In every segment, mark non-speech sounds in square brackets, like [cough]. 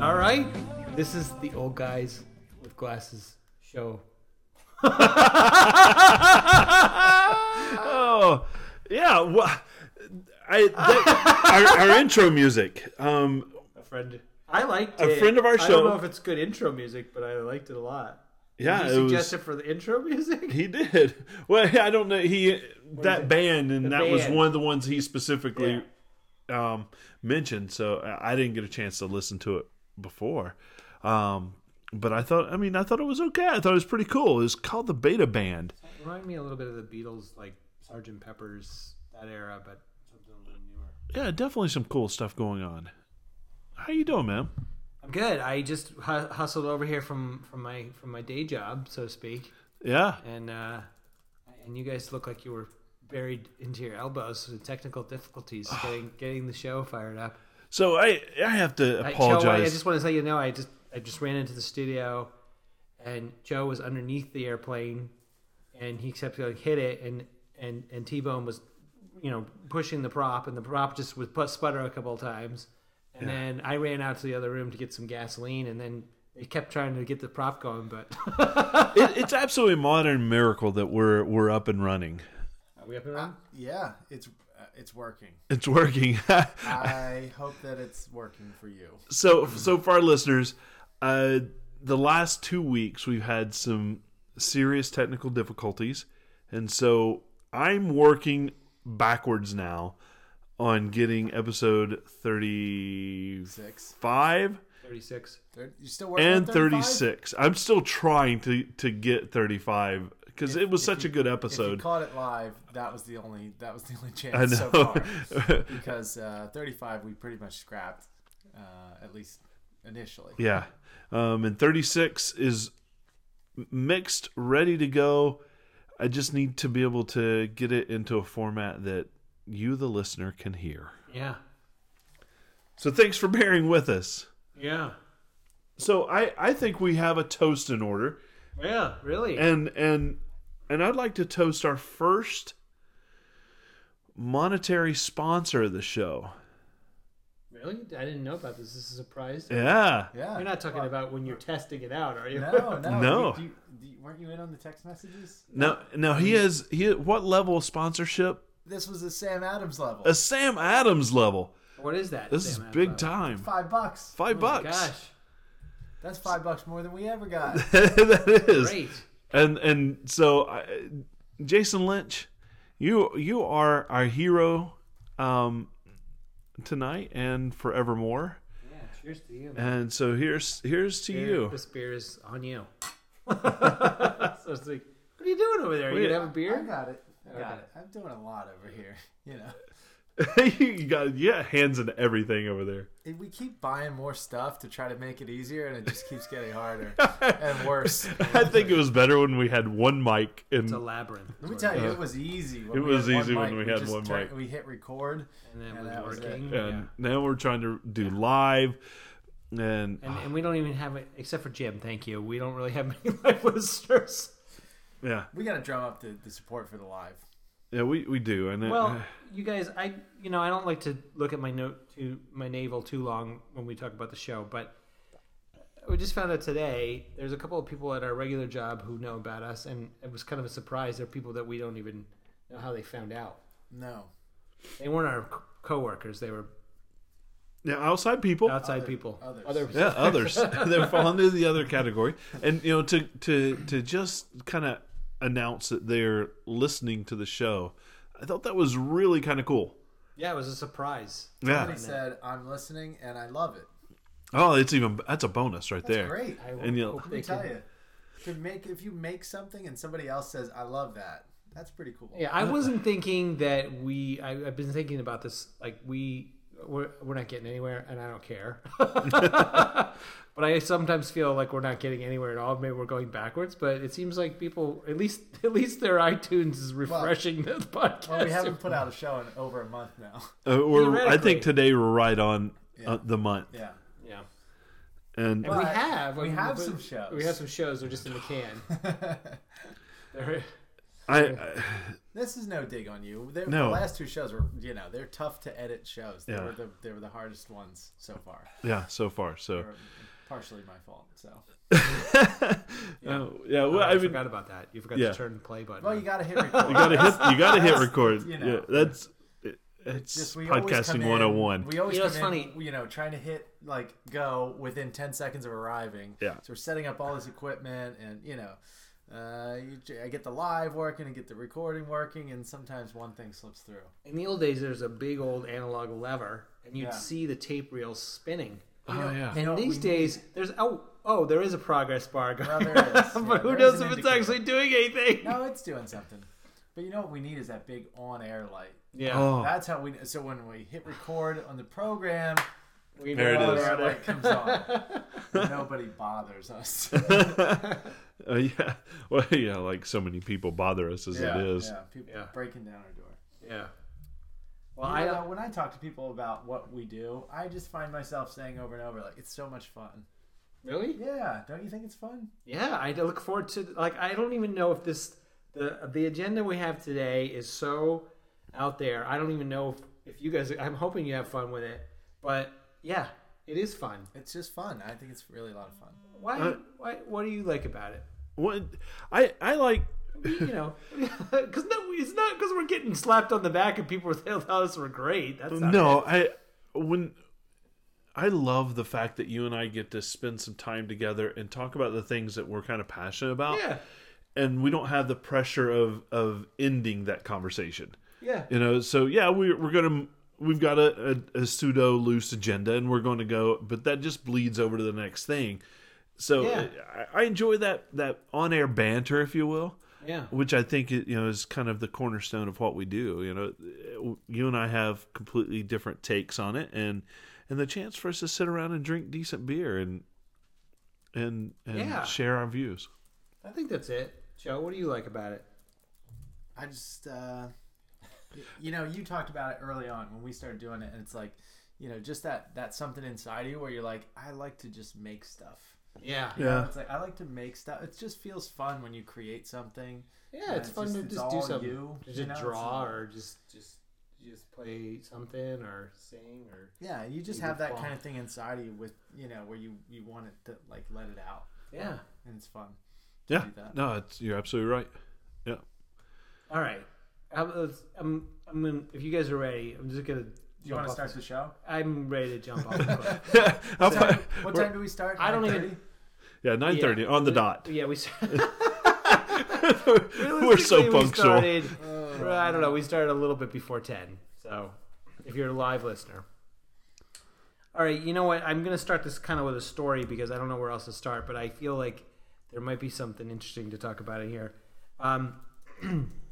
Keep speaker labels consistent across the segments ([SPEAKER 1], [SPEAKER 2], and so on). [SPEAKER 1] All right. This is the old guys with glasses show.
[SPEAKER 2] Oh, yeah. Wha I
[SPEAKER 1] [laughs]
[SPEAKER 2] that, our, our intro music. Um,
[SPEAKER 1] A friend. I liked
[SPEAKER 2] A
[SPEAKER 1] it.
[SPEAKER 2] friend of our
[SPEAKER 1] I
[SPEAKER 2] show-
[SPEAKER 1] don't know if it's good intro music, but I liked it a lot. [laughs]
[SPEAKER 2] yeah,
[SPEAKER 1] Did
[SPEAKER 2] it
[SPEAKER 1] you
[SPEAKER 2] was-
[SPEAKER 1] suggest it for the intro music?
[SPEAKER 2] He did. [laughs] Well, I don't know. He
[SPEAKER 1] is
[SPEAKER 2] that
[SPEAKER 1] it?
[SPEAKER 2] band and
[SPEAKER 1] The
[SPEAKER 2] that was
[SPEAKER 1] band.
[SPEAKER 2] one of the ones he specifically um, mentioned. So I- I didn't get a chance to listen to it before, um, but I thought. I mean, I thought it was okay. I thought it was pretty cool. It was called the Beta Band.
[SPEAKER 1] Remind me a little bit of the Beatles, like Sgt. Pepper's that era, but something a little newer.
[SPEAKER 2] Yeah, definitely some cool stuff going on. How you doing, man?
[SPEAKER 1] I'm good. I just hu- hustled over here from from my from my day job, so to speak,
[SPEAKER 2] Yeah,
[SPEAKER 1] and uh, and you guys look like you were buried into your elbows with technical [sighs] difficulties getting getting the show fired up.
[SPEAKER 2] So I I have to
[SPEAKER 1] I, Joe, I, I
[SPEAKER 2] apologize.
[SPEAKER 1] just want to let you know, I just I just ran into the studio, and Joe was underneath the airplane, and he kept like hit it, and and and T Bone was, you know, pushing the prop, and the prop just would put sputter a couple of times, and then I ran out to the other room to get some gasoline, and then they kept trying to get the prop going, but
[SPEAKER 2] it, it's absolutely a modern miracle that we're we're up and running.
[SPEAKER 1] are we up and running? [laughs]
[SPEAKER 3] Yeah, it's uh,
[SPEAKER 2] [laughs]
[SPEAKER 3] it's working.
[SPEAKER 2] It's working.
[SPEAKER 3] I hope that it's working for you.
[SPEAKER 2] so so for our listeners, uh, the last two weeks we've had some serious technical difficulties, and so I'm working backwards now on getting episode thirty
[SPEAKER 3] Six.
[SPEAKER 2] five
[SPEAKER 1] Thirty six.
[SPEAKER 3] Thir- You still working?
[SPEAKER 2] and
[SPEAKER 3] on 35?
[SPEAKER 2] 36 i'm still trying to to get 35 because it was
[SPEAKER 3] if
[SPEAKER 2] such
[SPEAKER 3] you-
[SPEAKER 2] a good
[SPEAKER 3] If you
[SPEAKER 2] episode
[SPEAKER 3] caught it live, that was the only that was the only [laughs] chance
[SPEAKER 2] i
[SPEAKER 3] so far.
[SPEAKER 2] [laughs] know
[SPEAKER 3] Because uh, thirty-five, we pretty much scrapped, uh, at least initially.
[SPEAKER 2] Yeah. Um, and 36 is mixed, ready to go. I just need to be able to get it into a format that you, the listener, can hear.
[SPEAKER 1] Yeah.
[SPEAKER 2] So thanks for bearing with us.
[SPEAKER 1] Yeah.
[SPEAKER 2] So I, I think we have a toast in order,
[SPEAKER 1] Yeah. Really.
[SPEAKER 2] and and and I'd like to toast our first monetary sponsor of the show.
[SPEAKER 1] really. I didn't know about this. This is a surprise.
[SPEAKER 2] Yeah,
[SPEAKER 3] Yeah.
[SPEAKER 1] You're not talking about when you're testing it out, are you?
[SPEAKER 3] No,
[SPEAKER 2] [laughs]
[SPEAKER 3] no,
[SPEAKER 2] No.
[SPEAKER 3] You, you- you- weren't you in on the text messages?
[SPEAKER 2] no, no, he is he. What level of sponsorship?
[SPEAKER 3] This was the Sam Adams level.
[SPEAKER 2] A Sam Adams level.
[SPEAKER 1] [laughs] What is that?
[SPEAKER 2] This
[SPEAKER 1] Sam
[SPEAKER 2] is
[SPEAKER 1] Adams
[SPEAKER 2] big
[SPEAKER 1] level?
[SPEAKER 2] time.
[SPEAKER 3] five bucks.
[SPEAKER 2] Five
[SPEAKER 1] Oh my
[SPEAKER 2] bucks.
[SPEAKER 1] Gosh.
[SPEAKER 3] That's five bucks more than we ever got.
[SPEAKER 2] [laughs] that is.
[SPEAKER 1] Great.
[SPEAKER 2] And and so I, Jason Lynch, you you are our hero um tonight and forevermore.
[SPEAKER 1] Yeah, cheers to you. Man.
[SPEAKER 2] And so here's here's to you.
[SPEAKER 1] This beer is on you. [laughs] so it's like, what are you doing over there? You
[SPEAKER 2] Wait.
[SPEAKER 1] gonna have a
[SPEAKER 3] I
[SPEAKER 1] beer?
[SPEAKER 3] got it. I got
[SPEAKER 1] Okay.
[SPEAKER 3] it. I'm doing a lot over here. [laughs] You know.
[SPEAKER 1] [laughs]
[SPEAKER 2] you [laughs] got you got hands in everything over there.
[SPEAKER 3] If we keep buying more stuff to try to make it easier, and it just keeps
[SPEAKER 2] [laughs]
[SPEAKER 3] getting harder and worse.
[SPEAKER 2] I think it was better when we had one mic and
[SPEAKER 1] Oh, It's a labyrinth.
[SPEAKER 3] Let me tell you, it was easy. When
[SPEAKER 2] It
[SPEAKER 3] we had
[SPEAKER 2] was
[SPEAKER 3] one
[SPEAKER 2] easy when
[SPEAKER 3] mic.
[SPEAKER 2] we had
[SPEAKER 3] just
[SPEAKER 2] one
[SPEAKER 3] turned-
[SPEAKER 2] mic.
[SPEAKER 3] We hit record.
[SPEAKER 1] And then
[SPEAKER 3] Yeah,
[SPEAKER 1] it
[SPEAKER 3] that
[SPEAKER 1] was
[SPEAKER 3] was it.
[SPEAKER 1] working.
[SPEAKER 2] and
[SPEAKER 1] yeah.
[SPEAKER 2] now we're trying to do live and,
[SPEAKER 1] And, and we don't even have it, except for Jim, thank you. We don't really have [laughs] many live listeners.
[SPEAKER 2] yeah.
[SPEAKER 3] We got to drum up the, the support for the live.
[SPEAKER 2] Yeah, we, we do. And it-
[SPEAKER 1] Well, you guys, I you know I don't like to look at my note to my navel too long when we talk about the show, but we just found out today there's a couple of people at our regular job who know about us, and it was kind of a surprise. They're people that we don't even know how they found out.
[SPEAKER 3] No,
[SPEAKER 1] They weren't our co- coworkers; they were
[SPEAKER 2] yeah, outside people.
[SPEAKER 1] outside people.
[SPEAKER 3] others.
[SPEAKER 1] Other
[SPEAKER 2] Yeah, others. [laughs] they fall under the other category. And you know, to to to just kind of announce that they're listening to the show, I thought that was really kind of cool.
[SPEAKER 1] yeah, it was a surprise.
[SPEAKER 2] Yeah.
[SPEAKER 3] somebody said I'm listening and I love it.
[SPEAKER 2] Oh, it's even that's a bonus right there.
[SPEAKER 3] Great.
[SPEAKER 1] I
[SPEAKER 2] And you-
[SPEAKER 1] hope
[SPEAKER 3] Let me
[SPEAKER 1] they
[SPEAKER 3] tell
[SPEAKER 1] can.
[SPEAKER 3] you, to make if you make something and somebody else says I love that, that's pretty cool.
[SPEAKER 1] Yeah, I wasn't thinking that we. I, I've been thinking about this. Like we, we're, we're not getting anywhere, and I don't care. [laughs] but I sometimes feel like we're not getting anywhere at all. Maybe we're going backwards. But it seems like people, at least, [laughs] at least their iTunes is refreshing the podcast.
[SPEAKER 3] Well, we haven't put out a show in over a month now. [laughs]
[SPEAKER 2] Uh, we're, I
[SPEAKER 1] Theoretically.
[SPEAKER 2] think today we're right on uh, the month.
[SPEAKER 3] Yeah.
[SPEAKER 1] [laughs] yeah.
[SPEAKER 2] And
[SPEAKER 1] we
[SPEAKER 3] But
[SPEAKER 1] have.
[SPEAKER 3] we have
[SPEAKER 1] but-
[SPEAKER 3] some shows. [laughs]
[SPEAKER 1] We have some shows. They're just in the can. They're-
[SPEAKER 2] I, I
[SPEAKER 3] This is no dig on you. They're,
[SPEAKER 2] No.
[SPEAKER 3] The last two shows were, you know, they're tough to edit shows. They
[SPEAKER 2] Yeah.
[SPEAKER 3] were the they were the hardest ones so far.
[SPEAKER 2] yeah. So far, so
[SPEAKER 3] Or partially my fault. So,
[SPEAKER 2] [laughs] Oh, yeah. Well,
[SPEAKER 1] I,
[SPEAKER 2] I mean,
[SPEAKER 1] forgot about that. You forgot
[SPEAKER 2] Yeah.
[SPEAKER 1] to turn the play button.
[SPEAKER 3] well, you
[SPEAKER 1] on.
[SPEAKER 3] got to hit record.
[SPEAKER 2] you gotta hit. You gotta hit
[SPEAKER 3] That's-
[SPEAKER 2] record.
[SPEAKER 3] you
[SPEAKER 2] yeah,
[SPEAKER 3] know.
[SPEAKER 2] that's it, it's
[SPEAKER 3] [laughs] Just we always come
[SPEAKER 2] podcasting
[SPEAKER 3] in-
[SPEAKER 2] one hundred and one.
[SPEAKER 3] We always
[SPEAKER 1] You know,
[SPEAKER 3] come
[SPEAKER 1] it's
[SPEAKER 3] in,
[SPEAKER 1] funny.
[SPEAKER 3] you know, trying to hit like go within ten seconds of arriving.
[SPEAKER 2] Yeah.
[SPEAKER 3] So we're setting up all this equipment, and you know, uh, you, j- I get the live working, and get the recording working, and sometimes one thing slips through.
[SPEAKER 1] In the old days, there's a big old analog lever, and you'd
[SPEAKER 3] Yeah.
[SPEAKER 1] see the tape reel spinning.
[SPEAKER 2] Oh yeah.
[SPEAKER 1] And
[SPEAKER 3] know what
[SPEAKER 1] these
[SPEAKER 3] we
[SPEAKER 1] days, there's oh oh, there is a progress bar,
[SPEAKER 3] Well,
[SPEAKER 1] going, [laughs]
[SPEAKER 3] there is. Yeah,
[SPEAKER 1] but who
[SPEAKER 3] there is
[SPEAKER 1] knows
[SPEAKER 3] an
[SPEAKER 1] if it's
[SPEAKER 3] indicator.
[SPEAKER 1] actually doing anything?
[SPEAKER 3] No, it's doing something. But you know what we need is that big on-air light.
[SPEAKER 1] Yeah,
[SPEAKER 2] Oh,
[SPEAKER 3] That's how we. So when we hit record on the program,
[SPEAKER 1] we
[SPEAKER 2] Oh, There it
[SPEAKER 1] know
[SPEAKER 2] is.
[SPEAKER 1] that.
[SPEAKER 3] on-air light comes on.
[SPEAKER 2] [laughs]
[SPEAKER 3] Nobody bothers us.
[SPEAKER 2] uh, yeah. Well, [laughs] yeah. Like so many people bother us as it is.
[SPEAKER 3] Yeah, people
[SPEAKER 1] Yeah.
[SPEAKER 3] breaking down our door.
[SPEAKER 1] [laughs] Yeah. Well,
[SPEAKER 3] You know,
[SPEAKER 1] I
[SPEAKER 3] though, when I uh, talk to people about what we do, I just find myself saying over and over, like, it's so much fun.
[SPEAKER 1] really,
[SPEAKER 3] Yeah, don't you think it's fun?
[SPEAKER 1] yeah, I look forward to like I don't even know if this the the agenda we have today is so out there. I don't even know if, if you guys. I'm hoping you have fun with it, but yeah, it is fun.
[SPEAKER 3] It's just fun. I think it's really a lot of fun.
[SPEAKER 1] Why?
[SPEAKER 2] Uh,
[SPEAKER 1] why? What do you like about it?
[SPEAKER 2] What I I like.
[SPEAKER 1] you know, [laughs] because no, it's not because we're getting slapped on the back and people [laughs] telling us we're great. That's not
[SPEAKER 2] No, I when I love the fact that you and I get to spend some time together and talk about the things that we're kind of passionate about.
[SPEAKER 1] Yeah,
[SPEAKER 2] And we don't have the pressure of of ending that conversation.
[SPEAKER 1] yeah,
[SPEAKER 2] You know, so yeah, we we're gonna we've got a, a, a pseudo loose agenda, and we're going to go, but that just bleeds over to the next thing. So
[SPEAKER 1] Yeah.
[SPEAKER 2] I, I enjoy that that on air banter, if you will
[SPEAKER 1] yeah.
[SPEAKER 2] which I think you know is kind of the cornerstone of what we do. You know, you and I have completely different takes on it, and and the chance for us to sit around and drink decent beer and and and
[SPEAKER 1] Yeah.
[SPEAKER 2] share our views.
[SPEAKER 1] I think that's it. Joe, what do you like about it?
[SPEAKER 3] I just, [laughs] uh, y- you know, you talked about it early on when we started doing it, and it's like, you know, just that that something inside you where you're like, I like to just make stuff.
[SPEAKER 1] Yeah,
[SPEAKER 3] You know,
[SPEAKER 2] Yeah.
[SPEAKER 3] it's like I like to make stuff. It just feels fun when you create something.
[SPEAKER 1] yeah. It's,
[SPEAKER 3] it's
[SPEAKER 1] fun
[SPEAKER 3] just-
[SPEAKER 1] to
[SPEAKER 3] it's
[SPEAKER 1] just do
[SPEAKER 3] all
[SPEAKER 1] something,
[SPEAKER 3] you,
[SPEAKER 1] to
[SPEAKER 3] you
[SPEAKER 1] just
[SPEAKER 3] know, it's
[SPEAKER 1] draw
[SPEAKER 3] not-
[SPEAKER 1] or just just just play something or sing or
[SPEAKER 3] Yeah, you just
[SPEAKER 1] You
[SPEAKER 3] have
[SPEAKER 1] do
[SPEAKER 3] that
[SPEAKER 1] fun.
[SPEAKER 3] kind of thing inside of you with, you know, where you you want it to like let it out,
[SPEAKER 1] yeah.
[SPEAKER 3] and it's fun.
[SPEAKER 2] Yeah,
[SPEAKER 3] do that.
[SPEAKER 2] no, it's, you're absolutely
[SPEAKER 1] [laughs]
[SPEAKER 2] right. [laughs]
[SPEAKER 1] All right. How about- I'm, I'm gonna, if you guys are ready, I'm just gonna.
[SPEAKER 3] Do you
[SPEAKER 1] jump
[SPEAKER 3] want to
[SPEAKER 1] off
[SPEAKER 3] start the show?
[SPEAKER 1] this- I'm ready to jump off.
[SPEAKER 3] [laughs]
[SPEAKER 1] the cliff.
[SPEAKER 2] How
[SPEAKER 3] So,
[SPEAKER 2] about-
[SPEAKER 3] what
[SPEAKER 2] we're-
[SPEAKER 3] time do we start?
[SPEAKER 1] I don't even-
[SPEAKER 3] 9:30?
[SPEAKER 2] [laughs] yeah, nine thirty
[SPEAKER 1] Yeah.
[SPEAKER 2] on the dot. [laughs]
[SPEAKER 1] Yeah,
[SPEAKER 2] We're
[SPEAKER 1] we.
[SPEAKER 2] so
[SPEAKER 1] Realistically, we
[SPEAKER 2] punctual.
[SPEAKER 1] started- Well, I don't know. We started a little bit before 10. So if you're a live listener. All right, you know what? I'm going to start this kind of with a story because I don't know where else to start, but I feel like there might be something interesting to talk about in here. Um, [clears throat]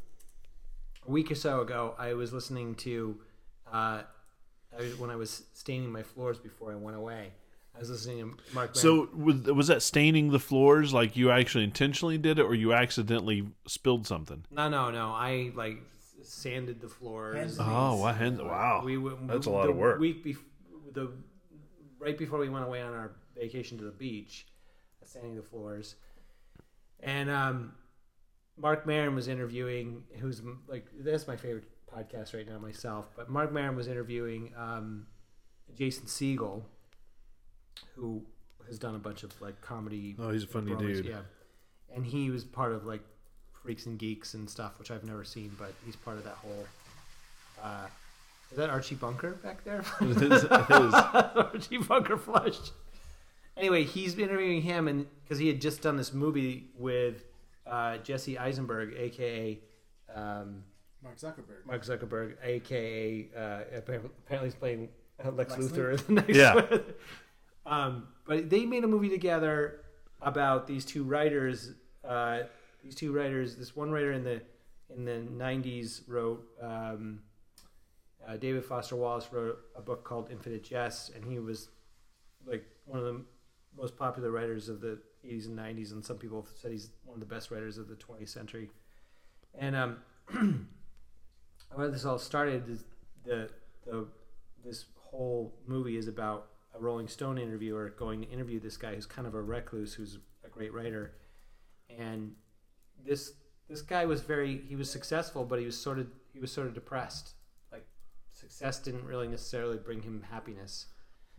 [SPEAKER 1] a week or so ago, I was listening to, uh, I, was- when I was staining my floors before I went away, I was listening to Mark.
[SPEAKER 2] So was was that staining the floors? Like you actually intentionally did it, or you accidentally spilled something?
[SPEAKER 1] no, no, no. I like sanded the floors.
[SPEAKER 3] Hands
[SPEAKER 2] Oh, wow! hand- Wow,
[SPEAKER 1] We went,
[SPEAKER 2] that's a
[SPEAKER 1] we-
[SPEAKER 2] lot
[SPEAKER 1] the
[SPEAKER 2] of [laughs] work.
[SPEAKER 1] Week bef- the right before we went away on our vacation to the beach, sanding the floors, and um, Mark Maron was interviewing. Who's like that's my favorite podcast right now myself. But Mark Maron was interviewing um, Jason Siegel, who has done a bunch of like comedy.
[SPEAKER 2] Oh, he's a funny
[SPEAKER 1] Broadway-
[SPEAKER 2] dude.
[SPEAKER 1] Yeah, and he was part of like Freaks and Geeks and stuff, which I've never seen, but he's part of that whole. Uh, is that Archie Bunker back there? [laughs]
[SPEAKER 2] It [laughs] is- it is.
[SPEAKER 1] Archie Bunker flush. Anyway, he's interviewing him, and because he had just done this movie with uh, Jesse Eisenberg, aka um,
[SPEAKER 3] Mark Zuckerberg.
[SPEAKER 1] Mark Zuckerberg, aka uh, apparently apparently he's playing uh, Lex,
[SPEAKER 3] Lex
[SPEAKER 1] Luthor [laughs] in the next
[SPEAKER 2] Yeah.
[SPEAKER 1] one. Um, but they made a movie together about these two writers. Uh, these two writers. This one writer in the in the '90s wrote. Um, uh, David Foster Wallace wrote a book called Infinite Jest, and he was like one of the most popular writers of the 80s and 90s, and some people have said he's one of the best writers of the 20th century. And um, where this all started is the the this whole movie is about a Rolling Stone interviewer going to interview this guy who's kind of a recluse, who's a great writer, and this this guy was very he was successful, but he was sort of he was sort of depressed. Like success didn't really necessarily bring him happiness.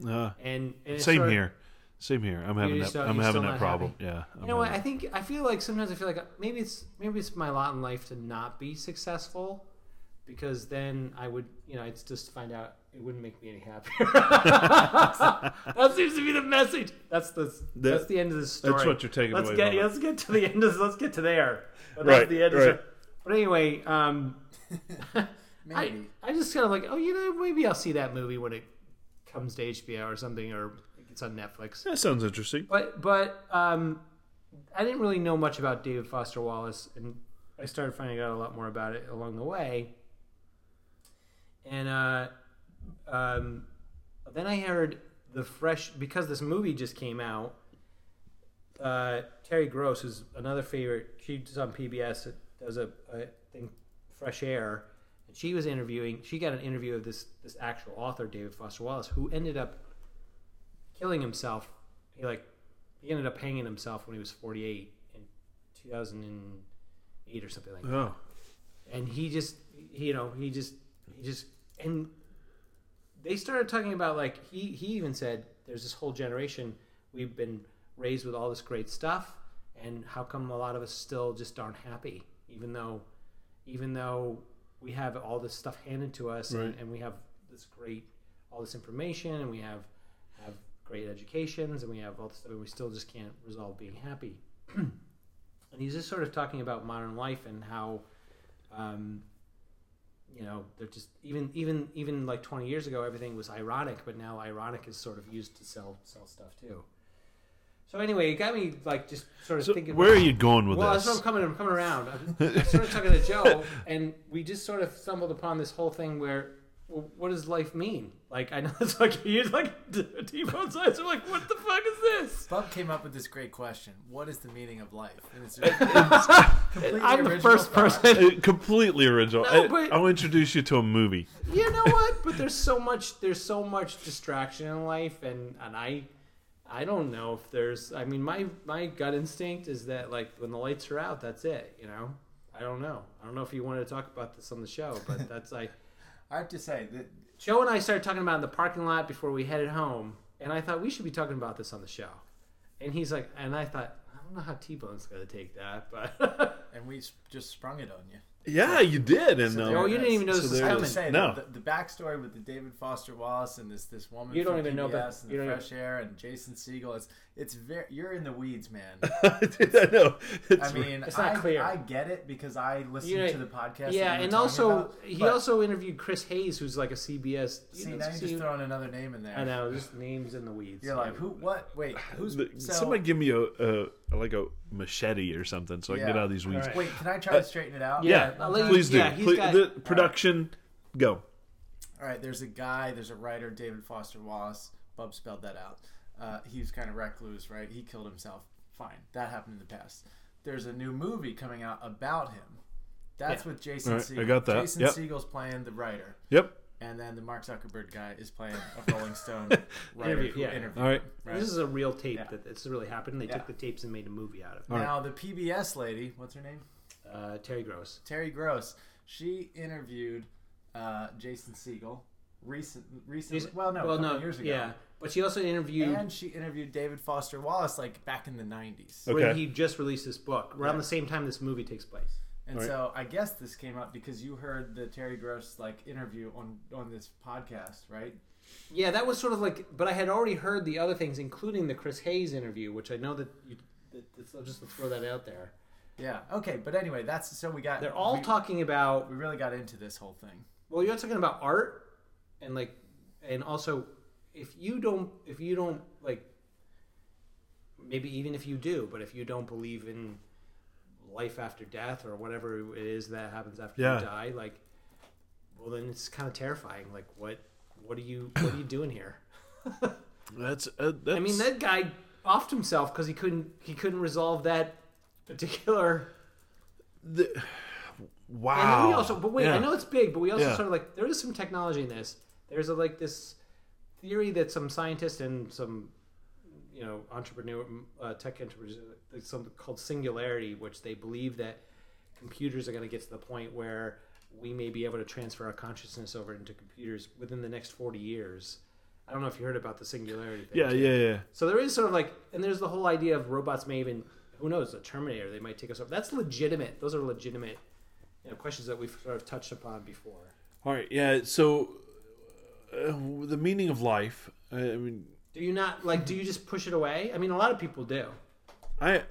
[SPEAKER 2] Uh,
[SPEAKER 1] And, and it
[SPEAKER 2] same
[SPEAKER 1] sort of-
[SPEAKER 2] here. Same here. I'm having
[SPEAKER 1] just
[SPEAKER 2] that.
[SPEAKER 1] don't-
[SPEAKER 2] I'm
[SPEAKER 1] you're
[SPEAKER 2] having
[SPEAKER 1] still
[SPEAKER 2] that
[SPEAKER 1] not
[SPEAKER 2] problem. Yeah. I'm
[SPEAKER 1] You know what?
[SPEAKER 2] having-
[SPEAKER 1] I think I feel like sometimes I feel like uh, maybe it's maybe it's my lot in life to not be successful, because then I would you know I'd just find out it wouldn't make me any happier. [laughs] that seems to be the message. That's the that's the end of the story.
[SPEAKER 2] That's what you're taking
[SPEAKER 1] let's
[SPEAKER 2] away.
[SPEAKER 1] get
[SPEAKER 2] from it.
[SPEAKER 1] let's get to the end of let's get to there. But
[SPEAKER 2] Right,
[SPEAKER 1] that's the end of-
[SPEAKER 2] right.
[SPEAKER 1] But anyway, um, I
[SPEAKER 3] Maybe.
[SPEAKER 1] I just kind of like oh you know maybe I'll see that movie when it comes to HBO or something or it's on Netflix.
[SPEAKER 2] That sounds interesting.
[SPEAKER 1] But but um, I didn't really know much about David Foster Wallace, and I started finding out a lot more about it along the way. And uh, um, then I heard the fresh because this movie just came out. Uh, Terry Gross, who's another favorite, she's on PBS. Does a, a thing, Fresh Air. And she was interviewing. She got an interview of this this actual author, David Foster Wallace, who ended up killing himself. He like he ended up hanging himself when he was 48 in 2008 or something like that.
[SPEAKER 2] Oh,
[SPEAKER 1] And he just you know he just he just and they started talking about like he he even said there's this whole generation we've been raised with all this great stuff and how come a lot of us still just aren't happy even though even though we have all this stuff handed to us
[SPEAKER 2] Right.
[SPEAKER 1] and, and we have this great all this information and we have have great educations and we have all this stuff and we still just can't resolve being happy [clears throat] and he's just sort of talking about modern life and how um, you know they're just even even even like 20 years ago everything was ironic but now ironic is sort of used to sell sell stuff too so anyway it got me like just sort of
[SPEAKER 2] so
[SPEAKER 1] thinking
[SPEAKER 2] where are
[SPEAKER 1] about-
[SPEAKER 2] you going with
[SPEAKER 1] well,
[SPEAKER 2] this?
[SPEAKER 1] that's what I'm coming. I'm coming around. I'm, I
[SPEAKER 2] [laughs]
[SPEAKER 1] started talking to Joe, and we just sort of stumbled upon this whole thing where, well, what does life mean? Like, I know it's like [laughs] you use like T-bone sides. We're like, what the fuck is this?
[SPEAKER 3] Bub came up with this great question: What is the meaning of life? And
[SPEAKER 1] [laughs]
[SPEAKER 3] it's, it's completely
[SPEAKER 1] I'm the
[SPEAKER 3] original
[SPEAKER 1] first
[SPEAKER 2] [laughs]
[SPEAKER 3] thought.
[SPEAKER 1] person.
[SPEAKER 2] Uh, completely original.
[SPEAKER 1] No,
[SPEAKER 2] I-
[SPEAKER 1] but-
[SPEAKER 2] I'll introduce you to a movie.
[SPEAKER 1] [laughs] you know what? But there's so much. There's so much distraction in life, and and I, I don't know if there's. I mean, my my gut instinct is that like when the lights are out, that's it. You know, I don't know. I don't know if you wanted to talk about this on the show,
[SPEAKER 2] [laughs]
[SPEAKER 1] but that's like.
[SPEAKER 3] I have to say that
[SPEAKER 1] Joe and I started talking about it in the parking lot before we headed home, and I thought we should be talking about this on the show. And he's like, and I thought, I don't know how T Bone's going to take that, but
[SPEAKER 3] and we s- just sprung it on you.
[SPEAKER 2] Yeah, you did, and
[SPEAKER 3] So
[SPEAKER 2] um,
[SPEAKER 3] there
[SPEAKER 1] oh, you didn't even know
[SPEAKER 2] So
[SPEAKER 1] this was
[SPEAKER 2] there
[SPEAKER 3] I have to
[SPEAKER 1] coming.
[SPEAKER 2] is-
[SPEAKER 3] say
[SPEAKER 2] No.
[SPEAKER 3] the, the, the backstory with the David Foster Wallace and this this woman
[SPEAKER 1] You don't
[SPEAKER 3] from
[SPEAKER 1] even know
[SPEAKER 3] PBS
[SPEAKER 1] that-
[SPEAKER 3] and
[SPEAKER 1] you
[SPEAKER 3] the
[SPEAKER 1] don't
[SPEAKER 3] fresh air and Jason Siegel. It's it's very you're in the weeds, man.
[SPEAKER 2] Dude, [laughs] I know. It's
[SPEAKER 3] I mean,
[SPEAKER 1] [laughs] It's not
[SPEAKER 3] I,
[SPEAKER 1] clear.
[SPEAKER 3] I get it because I listen
[SPEAKER 1] You know,
[SPEAKER 3] to
[SPEAKER 1] [laughs]
[SPEAKER 3] the
[SPEAKER 1] yeah,
[SPEAKER 3] podcast. that you were
[SPEAKER 1] and
[SPEAKER 3] talking
[SPEAKER 1] also
[SPEAKER 3] about,
[SPEAKER 1] he
[SPEAKER 3] but-
[SPEAKER 1] also interviewed Chris Hayes, who's like a CBS. you
[SPEAKER 3] see
[SPEAKER 1] know,
[SPEAKER 3] now you're
[SPEAKER 1] see-
[SPEAKER 3] just throwing another name in there.
[SPEAKER 1] I know, just names in the weeds.
[SPEAKER 3] You're like who? What? Wait, who's
[SPEAKER 2] the-
[SPEAKER 3] so,
[SPEAKER 2] somebody give me a, a like a machete or something so I can
[SPEAKER 3] Yeah.
[SPEAKER 2] get out of these weeds.
[SPEAKER 1] All right.
[SPEAKER 3] Wait, can I try to straighten it out?
[SPEAKER 2] Uh, Yeah,
[SPEAKER 1] I'll let you-
[SPEAKER 2] please do.
[SPEAKER 1] Uh, yeah, he's
[SPEAKER 2] Please-
[SPEAKER 1] got-
[SPEAKER 2] the production, go.
[SPEAKER 3] All right, there's a guy, there's a writer, David Foster Wallace. Bub spelled that out. Uh, he was kind of recluse, right? He killed himself. Fine, that happened in the past. There's a new movie coming out about him. That's with Jason
[SPEAKER 2] All right, I
[SPEAKER 3] Segel.
[SPEAKER 2] got that.
[SPEAKER 3] Jason
[SPEAKER 2] Yep.
[SPEAKER 3] Segel's playing the writer,
[SPEAKER 2] Yep.
[SPEAKER 3] and then the Mark Zuckerberg guy is playing
[SPEAKER 2] [laughs]
[SPEAKER 3] a Rolling Stone writer
[SPEAKER 1] Interview,
[SPEAKER 3] who
[SPEAKER 1] yeah.
[SPEAKER 3] interviewed.
[SPEAKER 2] All right.
[SPEAKER 3] Right.
[SPEAKER 1] This is a real tape
[SPEAKER 3] Yeah.
[SPEAKER 1] that this really happened. They
[SPEAKER 3] Yeah.
[SPEAKER 1] took the tapes and made a movie out of it.
[SPEAKER 2] All right.
[SPEAKER 3] Now the PBS lady, what's her name?
[SPEAKER 1] Uh, Terry Gross.
[SPEAKER 3] Terry Gross. She interviewed uh, Jason Segel recent, recently. Well, no, a couple years ago.
[SPEAKER 1] yeah. But she also interviewed
[SPEAKER 3] And she interviewed David Foster Wallace like back in the 90s.
[SPEAKER 2] Okay.
[SPEAKER 1] when he just released this book around the same time this movie takes place.
[SPEAKER 3] And
[SPEAKER 2] Right.
[SPEAKER 3] so I guess this came up because you heard the Terry Gross like interview on on this podcast, right?
[SPEAKER 1] Yeah, that was sort of like, but I had already heard the other things, including the Chris Hayes interview, which I know that you. that- that's- I'll just throw that out there.
[SPEAKER 3] Yeah. Okay, but anyway, that's so we got
[SPEAKER 1] They're all
[SPEAKER 3] we,
[SPEAKER 1] talking about.
[SPEAKER 3] we really got into this whole thing.
[SPEAKER 1] Well, you're talking about art, and like, and also, if you don't, if you don't like, maybe even if you do, but if you don't believe in life after death or whatever it is that happens after
[SPEAKER 2] Yeah.
[SPEAKER 1] you die, like, well, then it's kind of terrifying. Like, what, what are you, what are you doing here?
[SPEAKER 2] That's, uh, that's
[SPEAKER 1] I mean, that guy offed himself because he couldn't he couldn't resolve that particular.
[SPEAKER 2] the- wow.
[SPEAKER 1] And then we also, but wait,
[SPEAKER 2] Yeah.
[SPEAKER 1] I know it's big, but we also
[SPEAKER 2] Yeah.
[SPEAKER 1] sort of like there is some technology in this. There's a, like this theory that some scientist and some you know entrepreneur uh, tech entrepreneurs like something called singularity, which they believe that computers are going to get to the point where we may be able to transfer our consciousness over into computers within the next 40 years. I don't know if you heard about the singularity thing.
[SPEAKER 2] Yeah, yeah, yeah.
[SPEAKER 1] So there is sort of like, and there's the whole idea of robots may even, who knows, a Terminator, they might take us over. That's legitimate. Those are legitimate you know, questions that we've sort of touched upon before.
[SPEAKER 2] All right, yeah. So uh, the meaning of life. I, I mean,
[SPEAKER 1] Do you not, like, do you just push it away? I mean, a lot of people do.
[SPEAKER 2] I.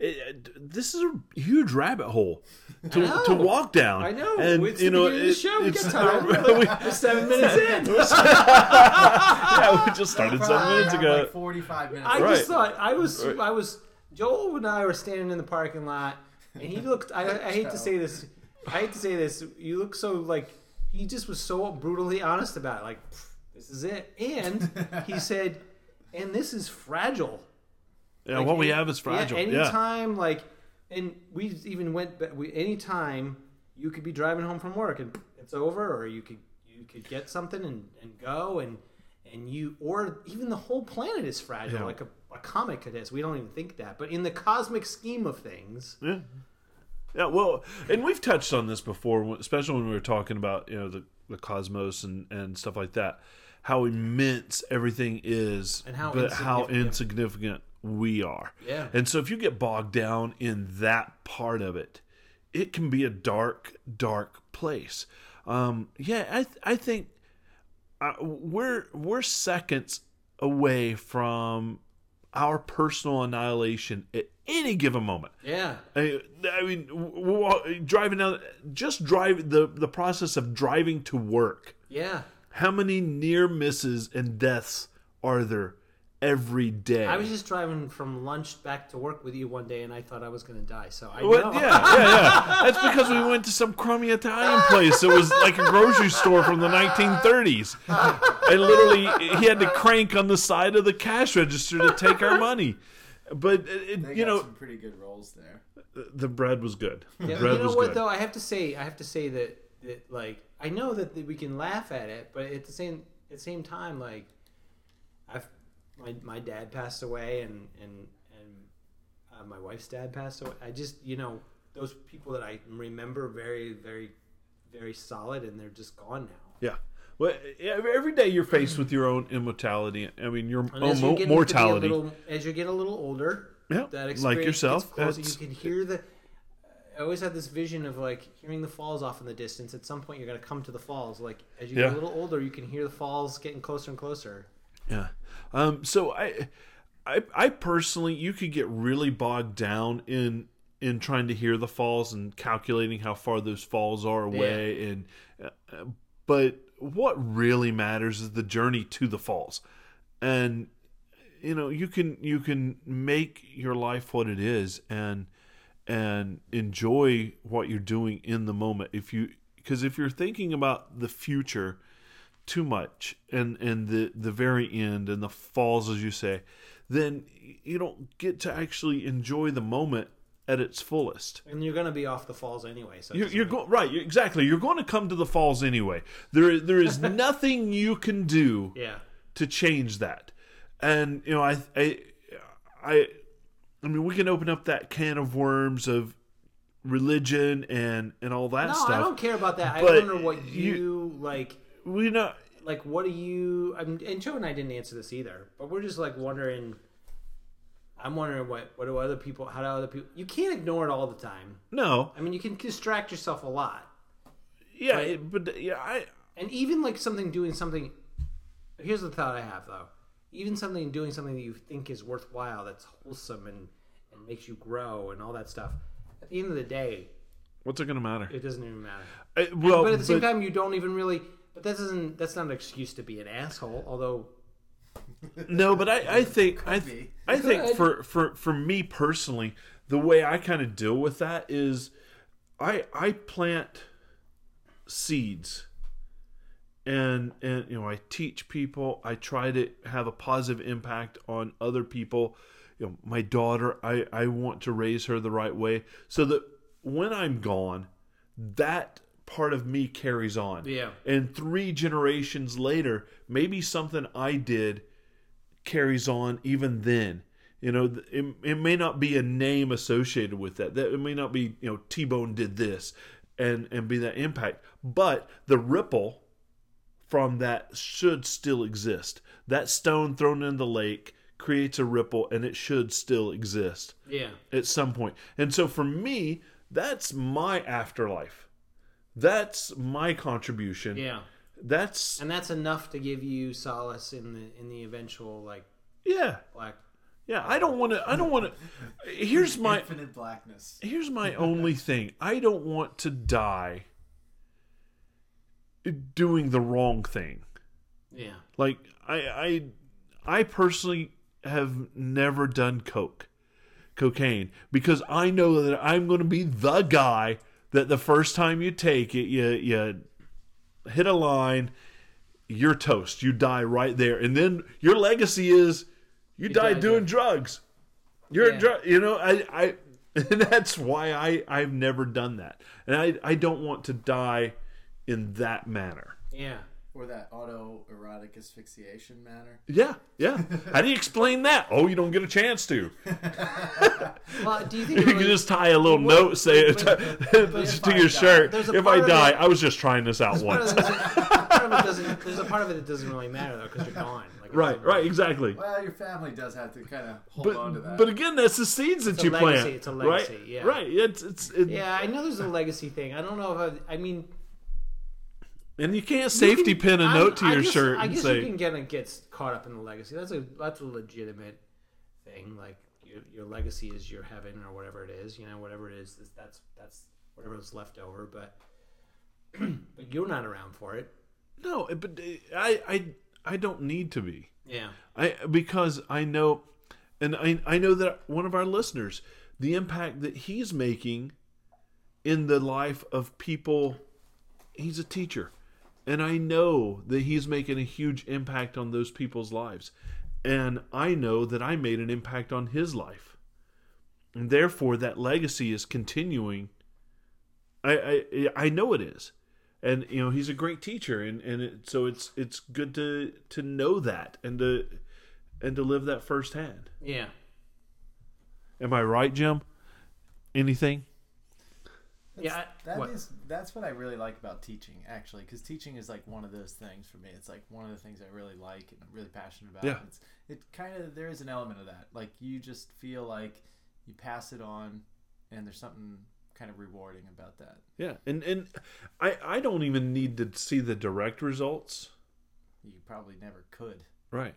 [SPEAKER 2] It, this is a huge rabbit hole to,
[SPEAKER 1] know.
[SPEAKER 2] to walk down.
[SPEAKER 1] I know.
[SPEAKER 2] and
[SPEAKER 1] it's
[SPEAKER 2] you
[SPEAKER 1] the
[SPEAKER 2] know,
[SPEAKER 1] beginning of the
[SPEAKER 2] it-
[SPEAKER 1] show.
[SPEAKER 2] [laughs]
[SPEAKER 1] We got
[SPEAKER 2] it's-
[SPEAKER 1] time.
[SPEAKER 2] we,
[SPEAKER 1] We're seven minutes
[SPEAKER 2] [laughs]
[SPEAKER 1] in.
[SPEAKER 2] yeah, we just
[SPEAKER 1] [laughs]
[SPEAKER 2] started seven
[SPEAKER 3] Probably
[SPEAKER 2] minutes
[SPEAKER 1] Ah,
[SPEAKER 3] have,
[SPEAKER 2] ago.
[SPEAKER 3] Like 45 minutes.
[SPEAKER 1] I
[SPEAKER 2] Right.
[SPEAKER 1] just thought I was I was Joel and I were standing in the parking lot, and he looked. I, I hate to say this. I hate to say this. You look so like he just was so brutally honest about it. Like "Pff, this is it, and he said, and this is fragile.
[SPEAKER 2] yeah,
[SPEAKER 1] Like,
[SPEAKER 2] what we
[SPEAKER 1] any-
[SPEAKER 2] have is fragile.
[SPEAKER 1] Yeah,
[SPEAKER 2] Yeah,
[SPEAKER 1] anytime, like, and we even went. ba- We anytime you could be driving home from work and it's over, or you could you could get something and, and go and and you or even the whole planet is fragile,
[SPEAKER 2] Yeah.
[SPEAKER 1] like a, a comet could is. We don't even think that, but in the cosmic scheme of things,
[SPEAKER 2] Yeah. Yeah, well, and we've touched on this before, especially when we were talking about you know the, the cosmos and, and stuff like that, how immense everything is,
[SPEAKER 1] And how
[SPEAKER 2] but how
[SPEAKER 1] insignificant.
[SPEAKER 2] insignificant we are.
[SPEAKER 1] Yeah.
[SPEAKER 2] and so if you get bogged down in that part of it, it can be a dark, dark place. Um, yeah, I th- I think uh, we're we're seconds away from our personal annihilation at any given moment.
[SPEAKER 1] yeah,
[SPEAKER 2] I, I mean, w- w- driving down, just drive the the process of driving to work.
[SPEAKER 1] yeah.
[SPEAKER 2] How many near misses and deaths are there every day?
[SPEAKER 1] I was just driving from lunch back to work with you one day, and I thought I was going to die. So I
[SPEAKER 2] What?
[SPEAKER 1] know.
[SPEAKER 2] Yeah, yeah, yeah. That's because we went to some crummy Italian place. It was like a grocery store from the 1930s. And literally, he had to crank on the side of the cash register to take our money. But uh, it,
[SPEAKER 3] They
[SPEAKER 2] you
[SPEAKER 3] got
[SPEAKER 2] know,
[SPEAKER 3] some pretty good rolls there.
[SPEAKER 2] the bread was good. The
[SPEAKER 1] Yeah, but
[SPEAKER 2] bread
[SPEAKER 1] you know
[SPEAKER 2] was
[SPEAKER 1] what
[SPEAKER 2] good.
[SPEAKER 1] though? I have to say, I have to say that, that like I know that, that we can laugh at it, but at the same at the same time, like I've my my dad passed away, and and and uh, my wife's dad passed away. I just you know those people that I remember very very very solid, and they're just gone now.
[SPEAKER 2] Yeah. Well, yeah, every day you're faced with your own immortality. I mean, your
[SPEAKER 1] And as
[SPEAKER 2] own
[SPEAKER 1] you
[SPEAKER 2] mo-
[SPEAKER 1] get to be a
[SPEAKER 2] mortality.
[SPEAKER 1] little- as you get a little older,
[SPEAKER 2] Yeah, like
[SPEAKER 1] that experience
[SPEAKER 2] yourself,
[SPEAKER 1] gets closer.
[SPEAKER 2] that's-
[SPEAKER 1] You can hear the. I always had this vision of like hearing the falls off in the distance. At some point, you're going to come to the falls. Like as you
[SPEAKER 2] Yeah.
[SPEAKER 1] get a little older, you can hear the falls getting closer and closer.
[SPEAKER 2] Yeah. Um, so I, I, I personally, you could get really bogged down in in trying to hear the falls and calculating how far those falls are away. And uh, uh, but what really matters is the journey to the falls, and you know you can you can make your life what it is and and enjoy what you're doing in the moment if you because if you're thinking about the future too much and and the the very end and the falls as you say then you don't get to actually enjoy the moment at its fullest
[SPEAKER 1] And you're going to be off the falls anyway. So it
[SPEAKER 2] you're,
[SPEAKER 1] doesn't
[SPEAKER 2] you're going right you're, exactly you're going to come to the falls anyway there there
[SPEAKER 1] [laughs]
[SPEAKER 2] is nothing you can do
[SPEAKER 1] matter. yeah.
[SPEAKER 2] to change that. And you know, I, I, I, I mean, we can open up that can of worms of religion and and all that
[SPEAKER 1] No,
[SPEAKER 2] stuff.
[SPEAKER 1] I don't care about that.
[SPEAKER 2] But
[SPEAKER 1] I wonder what
[SPEAKER 2] you-
[SPEAKER 1] you, like.
[SPEAKER 2] We know.
[SPEAKER 1] Like, what do you? I'm, and Joe and I didn't answer this either, but we're just like wondering. I'm wondering what what do other people? How do other people? You can't ignore it all the time.
[SPEAKER 2] No,
[SPEAKER 1] I mean, you can distract yourself a lot,
[SPEAKER 2] yeah, it, but yeah, I,
[SPEAKER 1] and even like something doing something. Here's the thought I have though: even something doing something that you think is worthwhile, that's wholesome and and makes you grow and all that stuff. At the end of the day,
[SPEAKER 2] what's it gonna matter?
[SPEAKER 1] it doesn't even matter.
[SPEAKER 2] I- well,
[SPEAKER 1] Oh, But at the same time, you don't even really. But that doesn't. That's not an excuse to be an asshole. Although,
[SPEAKER 2] no, but I, I think I, th-
[SPEAKER 3] be.
[SPEAKER 2] I think
[SPEAKER 1] Could.
[SPEAKER 2] for for for me personally, the way I kind of deal with that is, I I plant seeds, and and you know I teach people. I try to have a positive impact on other people. You know, my daughter, I I want to raise her the right way so that when I'm gone, that part of me carries on.
[SPEAKER 1] Yeah.
[SPEAKER 2] And three generations later, maybe something I did carries on even then You know, th- it, it may not be a name associated with that. That it may not be you know T Bone did this and and be that impact, but the ripple from that should still exist. That stone thrown in the lake creates a ripple, and it should still exist
[SPEAKER 1] Yeah.
[SPEAKER 2] at some point. And so for me, that's my afterlife. That's my contribution.
[SPEAKER 1] Yeah.
[SPEAKER 2] That's
[SPEAKER 1] And that's enough to give you solace in the in the eventual like
[SPEAKER 2] yeah.
[SPEAKER 1] black
[SPEAKER 2] Yeah, I don't want to I don't want to Here's my
[SPEAKER 3] Infinite blackness.
[SPEAKER 2] here's my only thing. I don't want to die doing the wrong thing.
[SPEAKER 1] yeah.
[SPEAKER 2] Like I I I personally have never done coke cocaine because I know that I'm going to be the guy that the first time you take it you you hit a line you're toast you die right there and then your legacy is you, die
[SPEAKER 1] died
[SPEAKER 2] doing drugs you're
[SPEAKER 1] Yeah.
[SPEAKER 2] a drug you know I I [laughs] and that's why I I've never done that and I I don't want to die in that manner
[SPEAKER 1] Yeah.
[SPEAKER 3] Or that autoerotic asphyxiation manner.
[SPEAKER 2] Yeah, yeah. How do you explain that? Oh, you don't get a chance to.
[SPEAKER 1] Well, do you think [laughs]
[SPEAKER 2] You
[SPEAKER 1] it
[SPEAKER 2] can
[SPEAKER 1] really-
[SPEAKER 2] just tie a little note, say it [laughs] to
[SPEAKER 3] I
[SPEAKER 2] your
[SPEAKER 3] die-
[SPEAKER 2] shirt.
[SPEAKER 1] there's a
[SPEAKER 2] If
[SPEAKER 1] part
[SPEAKER 2] I
[SPEAKER 1] of
[SPEAKER 2] die,
[SPEAKER 1] it-
[SPEAKER 2] I was just trying this out
[SPEAKER 1] part of
[SPEAKER 2] once.
[SPEAKER 1] it doesn't- part of it doesn't- there's a part of it that doesn't really matter though
[SPEAKER 2] [laughs]
[SPEAKER 1] because you're gone. Like, it
[SPEAKER 2] Right,
[SPEAKER 1] doesn't really-
[SPEAKER 2] right, exactly.
[SPEAKER 3] Well, your family does have to kind of hold on to
[SPEAKER 2] But
[SPEAKER 3] that.
[SPEAKER 2] but again, that's the seeds that
[SPEAKER 1] a
[SPEAKER 2] you
[SPEAKER 1] legacy,
[SPEAKER 2] plant.
[SPEAKER 1] it's a legacy,
[SPEAKER 2] right?
[SPEAKER 1] yeah.
[SPEAKER 2] Right. It's it's it,
[SPEAKER 1] Yeah, I know there's a legacy thing. I don't know if I, I mean
[SPEAKER 2] and you can't safety
[SPEAKER 1] can-
[SPEAKER 2] pin a
[SPEAKER 1] I'm-
[SPEAKER 2] note to
[SPEAKER 1] I
[SPEAKER 2] your
[SPEAKER 1] guess-
[SPEAKER 2] shirt
[SPEAKER 1] I
[SPEAKER 2] and
[SPEAKER 1] guess you
[SPEAKER 2] say
[SPEAKER 1] can get it gets caught up in the legacy. That's a that's a legitimate thing. Like your, your legacy is your heaven or whatever it is. You know, whatever it is, is- that's that's whatever is left over. But [clears throat] but you're not around for it.
[SPEAKER 2] no. But uh, I I I don't need to be.
[SPEAKER 1] Yeah.
[SPEAKER 2] I because I know, and I I know that one of our listeners, the impact that he's making in the life of people, he's a teacher, and I know that he's making a huge impact on those people's lives, and I know that I made an impact on his life, and therefore that legacy is continuing. I I I know it is. And you know he's a great teacher, and and it, so it's it's good to to know that and to and to live that firsthand.
[SPEAKER 1] Yeah.
[SPEAKER 2] Am I right, Jim? Anything?
[SPEAKER 1] Yeah. I-
[SPEAKER 3] That is
[SPEAKER 1] what?
[SPEAKER 3] that's what I really like about teaching actually because teaching is like one of those things for me. It's like one of the things I really like and I'm really passionate about.
[SPEAKER 2] Yeah.
[SPEAKER 3] It's it kind of there is an element of that. Like you just feel like you pass it on and there's something kind of rewarding about that.
[SPEAKER 2] Yeah. And and I I don't even need to see the direct results.
[SPEAKER 3] You probably never could.
[SPEAKER 2] Right.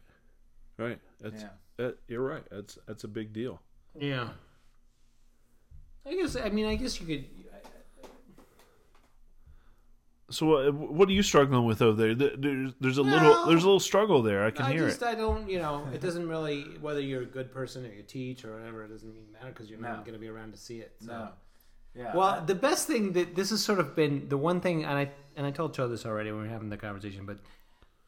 [SPEAKER 2] Right. That's
[SPEAKER 3] Yeah.
[SPEAKER 2] that, you're right. That's that's a big deal.
[SPEAKER 1] Yeah. I guess. I mean, I guess you could.
[SPEAKER 2] So uh, what are you struggling with over there? There- There's there's a
[SPEAKER 1] Well,
[SPEAKER 2] little there's a little struggle there. I can
[SPEAKER 1] I
[SPEAKER 2] hear
[SPEAKER 1] just.
[SPEAKER 2] it.
[SPEAKER 1] I don't. You know,
[SPEAKER 3] [laughs]
[SPEAKER 1] it doesn't really whether you're a good person or you teach or whatever. It doesn't mean matter because you're
[SPEAKER 3] No.
[SPEAKER 1] not going to be around to see it. So.
[SPEAKER 3] No. Yeah.
[SPEAKER 1] Well, the best thing that this has sort of been the one thing, and I and I told Joe this already when we were having the conversation, but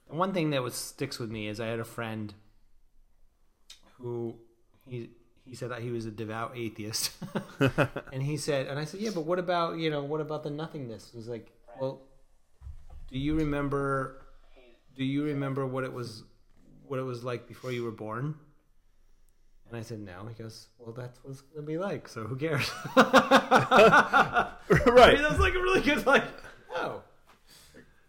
[SPEAKER 1] the one thing that was sticks with me is I had a friend who he he said that he was a devout
[SPEAKER 2] [laughs]
[SPEAKER 1] atheist, [laughs] and he said, and I said, yeah, but what about you know what about the nothingness? He's like, well, do you remember? Do you remember what it was? What it was like before you were born? And I said, no. He goes, well, that's what it's gonna be like. So who cares? [laughs] I mean,
[SPEAKER 2] right.
[SPEAKER 1] that's like a really good like. Oh,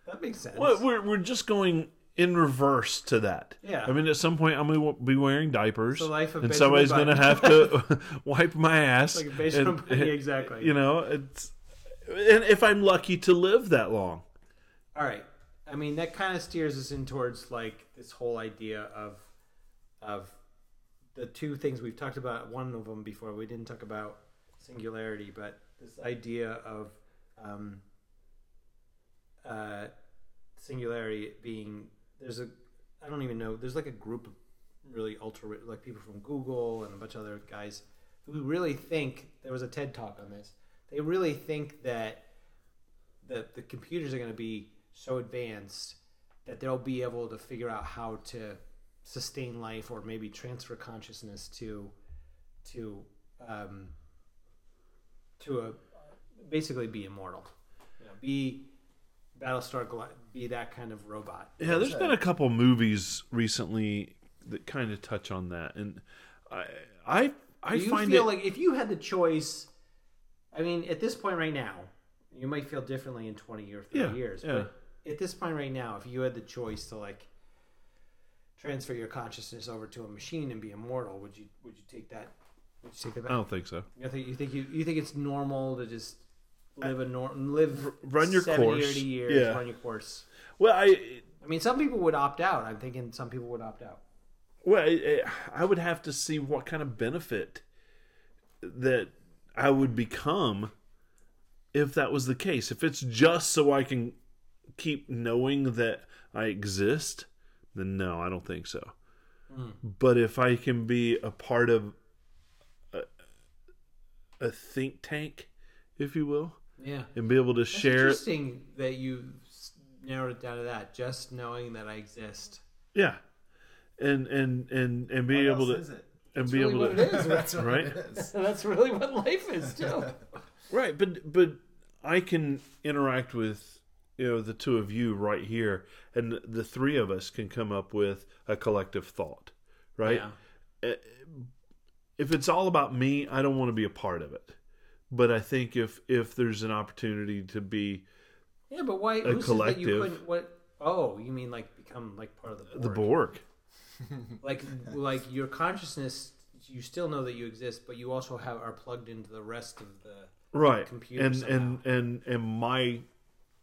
[SPEAKER 1] that makes sense.
[SPEAKER 2] Well, we're we're just going in reverse to that.
[SPEAKER 1] Yeah.
[SPEAKER 2] I mean, at some point, I'm gonna be wearing diapers,
[SPEAKER 1] the life of
[SPEAKER 2] and
[SPEAKER 1] Benjamin
[SPEAKER 2] somebody's gonna
[SPEAKER 1] Button.
[SPEAKER 2] have to
[SPEAKER 1] [laughs]
[SPEAKER 2] [laughs] wipe my ass.
[SPEAKER 1] Like Benjamin Button, exactly.
[SPEAKER 2] You know, it's and if I'm lucky to live that long,
[SPEAKER 1] All right. I mean, that kind of steers us in towards like this whole idea of of the two things we've talked about. One of them before we didn't talk about singularity, but this idea of um, uh, singularity being there's a I don't even know there's like a group of really ultra like people from Google and a bunch of other guys who really think there was a TED talk on this. They really think that the the computers are going to be so advanced that they'll be able to figure out how to sustain life or maybe transfer consciousness to to um, to a basically be immortal, you know, be Battlestar, Gal- be that kind of robot.
[SPEAKER 2] yeah. There's been a couple movies recently that kind of touch on that, and I I, I
[SPEAKER 1] Do you
[SPEAKER 2] find
[SPEAKER 1] feel
[SPEAKER 2] it.
[SPEAKER 1] like if you had the choice, I mean, at this point right now, you might feel differently in 20 or 30
[SPEAKER 2] Yeah,
[SPEAKER 1] years.
[SPEAKER 2] yeah.
[SPEAKER 1] But at this point right now, if you had the choice to like transfer your consciousness over to a machine and be immortal, would you would you take that? Would you take that?
[SPEAKER 2] I don't think so.
[SPEAKER 1] You think you think you, you think it's normal to just live a nor- live
[SPEAKER 2] run your
[SPEAKER 1] 70 or
[SPEAKER 2] course.
[SPEAKER 1] 80 years,
[SPEAKER 2] Yeah.
[SPEAKER 1] run your course.
[SPEAKER 2] Well, I
[SPEAKER 1] I mean, some people would opt out. I'm thinking some people would opt out.
[SPEAKER 2] Well, I, I I would have to see what kind of benefit that I would become if that was the case. If it's just so I can keep knowing that I exist, then no, I don't think so.
[SPEAKER 1] Hmm.
[SPEAKER 2] But if I can be a part of a, a think tank, if you will,
[SPEAKER 1] Yeah.
[SPEAKER 2] and be able to share,
[SPEAKER 1] Interesting that you s- narrowed it down to that. Just knowing that I exist.
[SPEAKER 2] yeah, and and and and be
[SPEAKER 3] What
[SPEAKER 2] able
[SPEAKER 3] else
[SPEAKER 2] to
[SPEAKER 3] is it?
[SPEAKER 2] and be
[SPEAKER 1] really
[SPEAKER 2] able
[SPEAKER 1] what
[SPEAKER 2] to
[SPEAKER 1] it
[SPEAKER 2] [laughs]
[SPEAKER 1] is.
[SPEAKER 3] That's what
[SPEAKER 2] Right?
[SPEAKER 3] it is.
[SPEAKER 1] That's really what life is [laughs] too.
[SPEAKER 2] Right, but but I can interact with you know the two of you right here, and the three of us can come up with a collective thought, right?
[SPEAKER 1] Yeah.
[SPEAKER 2] If it's all about me, I don't want to be a part of it. But I think if if there's an opportunity to be
[SPEAKER 1] Yeah, but why? who said that you
[SPEAKER 2] collective.
[SPEAKER 1] couldn't? What? Oh, you mean like become like part of the board?
[SPEAKER 2] the Borg,
[SPEAKER 1] Like like your consciousness. You still know that you exist, but you also have are plugged into the rest of the.
[SPEAKER 2] right?
[SPEAKER 1] Computer
[SPEAKER 2] and
[SPEAKER 1] somehow.
[SPEAKER 2] and and and my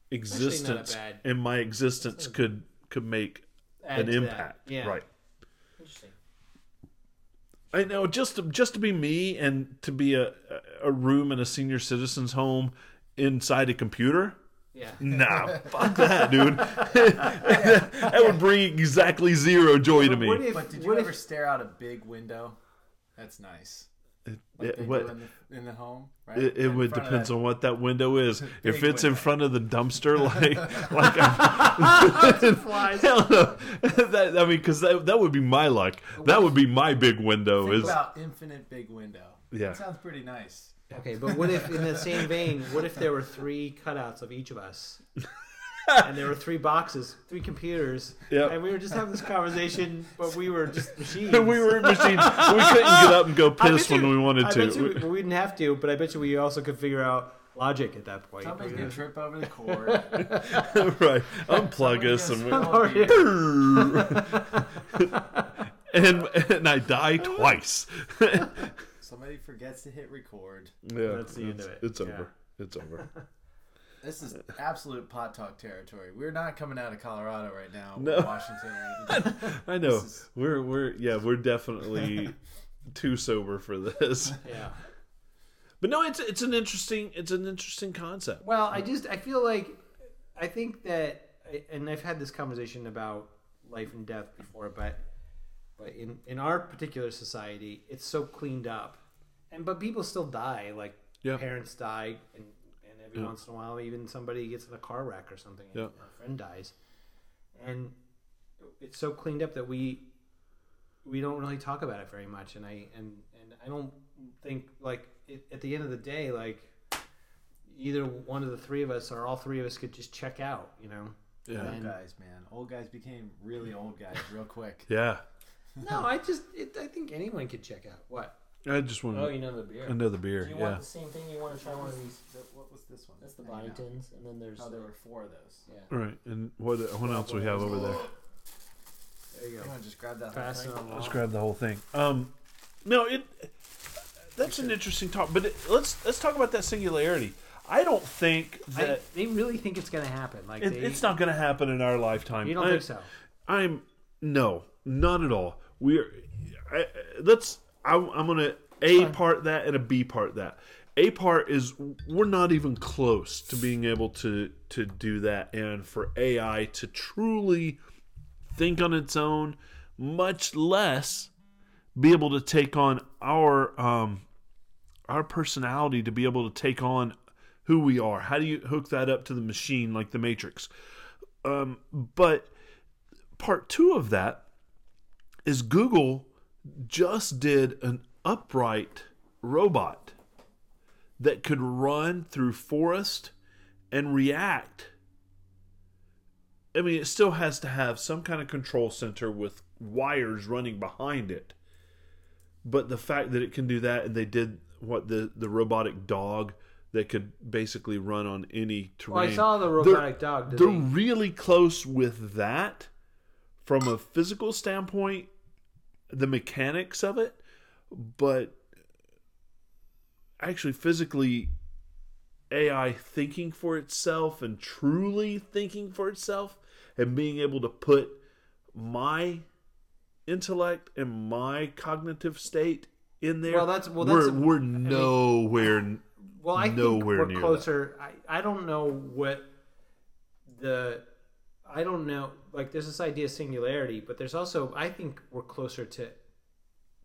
[SPEAKER 2] existence
[SPEAKER 1] bad-
[SPEAKER 2] and my existence could could make
[SPEAKER 1] add
[SPEAKER 2] an
[SPEAKER 1] to that.
[SPEAKER 2] impact,
[SPEAKER 1] Yeah.
[SPEAKER 2] right?
[SPEAKER 1] Interesting.
[SPEAKER 2] I know just to, just to be me and to be a a room in a senior citizen's home inside a computer.
[SPEAKER 1] Yeah.
[SPEAKER 2] Nah, [laughs] fuck that, dude. that would bring exactly zero joy to me.
[SPEAKER 1] What if?
[SPEAKER 3] But did you
[SPEAKER 1] what
[SPEAKER 3] ever
[SPEAKER 1] if?
[SPEAKER 3] stare out a big window? That's nice. Like
[SPEAKER 2] it,
[SPEAKER 3] they
[SPEAKER 2] what-
[SPEAKER 3] do in the, in the home, right?
[SPEAKER 2] it, it
[SPEAKER 3] In
[SPEAKER 2] would
[SPEAKER 3] front of
[SPEAKER 2] depends
[SPEAKER 3] that-
[SPEAKER 2] on what that window
[SPEAKER 3] [laughs]
[SPEAKER 2] is. If
[SPEAKER 3] big
[SPEAKER 2] it's in
[SPEAKER 3] window.
[SPEAKER 2] front of the
[SPEAKER 3] [laughs]
[SPEAKER 2] dumpster, like like I'm, [laughs]
[SPEAKER 1] [laughs] Flies.
[SPEAKER 2] hell no. [laughs] that, I mean, because that that would be my luck. That would be my big window.
[SPEAKER 3] Think
[SPEAKER 2] Is
[SPEAKER 3] about infinite big window.
[SPEAKER 2] Yeah.
[SPEAKER 3] That sounds pretty nice.
[SPEAKER 1] Okay, but what if, in the same vein, what if there were three cutouts of each of us? and there were three boxes, three computers,
[SPEAKER 2] Yep.
[SPEAKER 1] and we were just having this conversation, but we were
[SPEAKER 2] [laughs]
[SPEAKER 1] just machines.
[SPEAKER 2] we were machines. We couldn't get up and
[SPEAKER 3] [laughs]
[SPEAKER 2] go
[SPEAKER 1] I bet
[SPEAKER 2] piss when
[SPEAKER 1] you-
[SPEAKER 2] we wanted
[SPEAKER 1] I
[SPEAKER 2] to.
[SPEAKER 1] bet you we, we didn't have to, but I bet you we also could figure out logic at that point.
[SPEAKER 3] Somebody's
[SPEAKER 1] We-
[SPEAKER 3] gonna trip
[SPEAKER 2] [laughs]
[SPEAKER 3] over the cord.
[SPEAKER 2] [laughs]
[SPEAKER 3] [laughs]
[SPEAKER 2] right. Unplug us and we,
[SPEAKER 1] Oh, yeah.
[SPEAKER 2] and and I die twice. [laughs] yeah,
[SPEAKER 3] Somebody forgets to hit record.
[SPEAKER 1] That's the end
[SPEAKER 2] it's-
[SPEAKER 1] of it.
[SPEAKER 2] It's
[SPEAKER 1] Yeah.
[SPEAKER 2] over. It's over.
[SPEAKER 3] This
[SPEAKER 2] [laughs]
[SPEAKER 3] is absolute pot talk territory. We're not coming out of Colorado right now.
[SPEAKER 2] No. [laughs]
[SPEAKER 3] Or Washington. Or anything.
[SPEAKER 2] [laughs] I know.
[SPEAKER 3] This is-
[SPEAKER 2] We're we're yeah we're [laughs] definitely too sober for [laughs] this.
[SPEAKER 1] Yeah.
[SPEAKER 2] But no, it's it's an interesting it's an interesting concept.
[SPEAKER 1] Well, I just I feel like I think that, and I've had this conversation about life and death before, but but in in our particular society, it's so cleaned up, and but people still die. Like
[SPEAKER 2] Yeah.
[SPEAKER 1] parents die, and and every once in a while, even somebody gets in a car wreck or something, and
[SPEAKER 2] Yeah.
[SPEAKER 1] a friend dies, and it's so cleaned up that we we don't really talk about it very much and i and and i don't think like it, at the end of the day like either one of the three of us or all three of us could just check out you know
[SPEAKER 2] Yeah.
[SPEAKER 3] Old
[SPEAKER 1] And-
[SPEAKER 3] guys, man. Old guys became really old guys real quick.
[SPEAKER 2] Yeah,
[SPEAKER 1] [laughs] no i just it, i think anyone could check out what
[SPEAKER 2] I just want
[SPEAKER 4] Oh, you know the beer.
[SPEAKER 2] another beer.
[SPEAKER 4] Do you
[SPEAKER 2] Yeah,
[SPEAKER 4] want the same thing? You want to try one of these?
[SPEAKER 3] What was this one?
[SPEAKER 4] That's the
[SPEAKER 3] I don't
[SPEAKER 4] body
[SPEAKER 3] know.
[SPEAKER 4] tins, and then there's
[SPEAKER 3] Oh, there
[SPEAKER 4] the-
[SPEAKER 3] were four of those.
[SPEAKER 4] yeah.
[SPEAKER 2] All right. And what what else we have over there?
[SPEAKER 1] there you go
[SPEAKER 3] You want to just grab that?
[SPEAKER 1] Pass it
[SPEAKER 3] whole thing?
[SPEAKER 1] along.
[SPEAKER 2] Let's grab the whole thing. Um, no, it. That's an interesting talk, but it, let's let's talk about that singularity. I don't think
[SPEAKER 1] I,
[SPEAKER 2] that
[SPEAKER 1] they really think it's gonna happen like
[SPEAKER 2] it,
[SPEAKER 1] they,
[SPEAKER 2] it's not going to happen in our lifetime.
[SPEAKER 1] you don't
[SPEAKER 2] I,
[SPEAKER 1] think so
[SPEAKER 2] I'm no, not at all. We're I, let's. I, I'm going to a part that and a b part that. A part is we're not even close to being able to to do that, and for AI to truly think on its own, much less be able to take on our um, our personality to be able to take on who we are. How do you hook that up to the machine like the Matrix? Um, but part two of that is Google just did an upright robot that could run through forest and react. I mean, it still has to have some kind of control center with wires running behind it. But the fact that it can do that, and they did what the the robotic dog that could basically run on any terrain.
[SPEAKER 1] Well, I saw the
[SPEAKER 2] They're-
[SPEAKER 1] robotic dog.
[SPEAKER 2] they're
[SPEAKER 1] Did
[SPEAKER 2] really close with that from a physical standpoint the mechanics of it but actually physically ai thinking for itself and truly thinking for itself and being able to put my intellect and my cognitive state in there
[SPEAKER 1] Well, that's- well,
[SPEAKER 2] we're,
[SPEAKER 1] that's-
[SPEAKER 2] we're nowhere n-
[SPEAKER 1] well, I think
[SPEAKER 2] nowhere
[SPEAKER 1] we're
[SPEAKER 2] near that.
[SPEAKER 1] closer. I, I don't know what the I don't know. Like there's this idea of singularity, but there's also I think we're closer to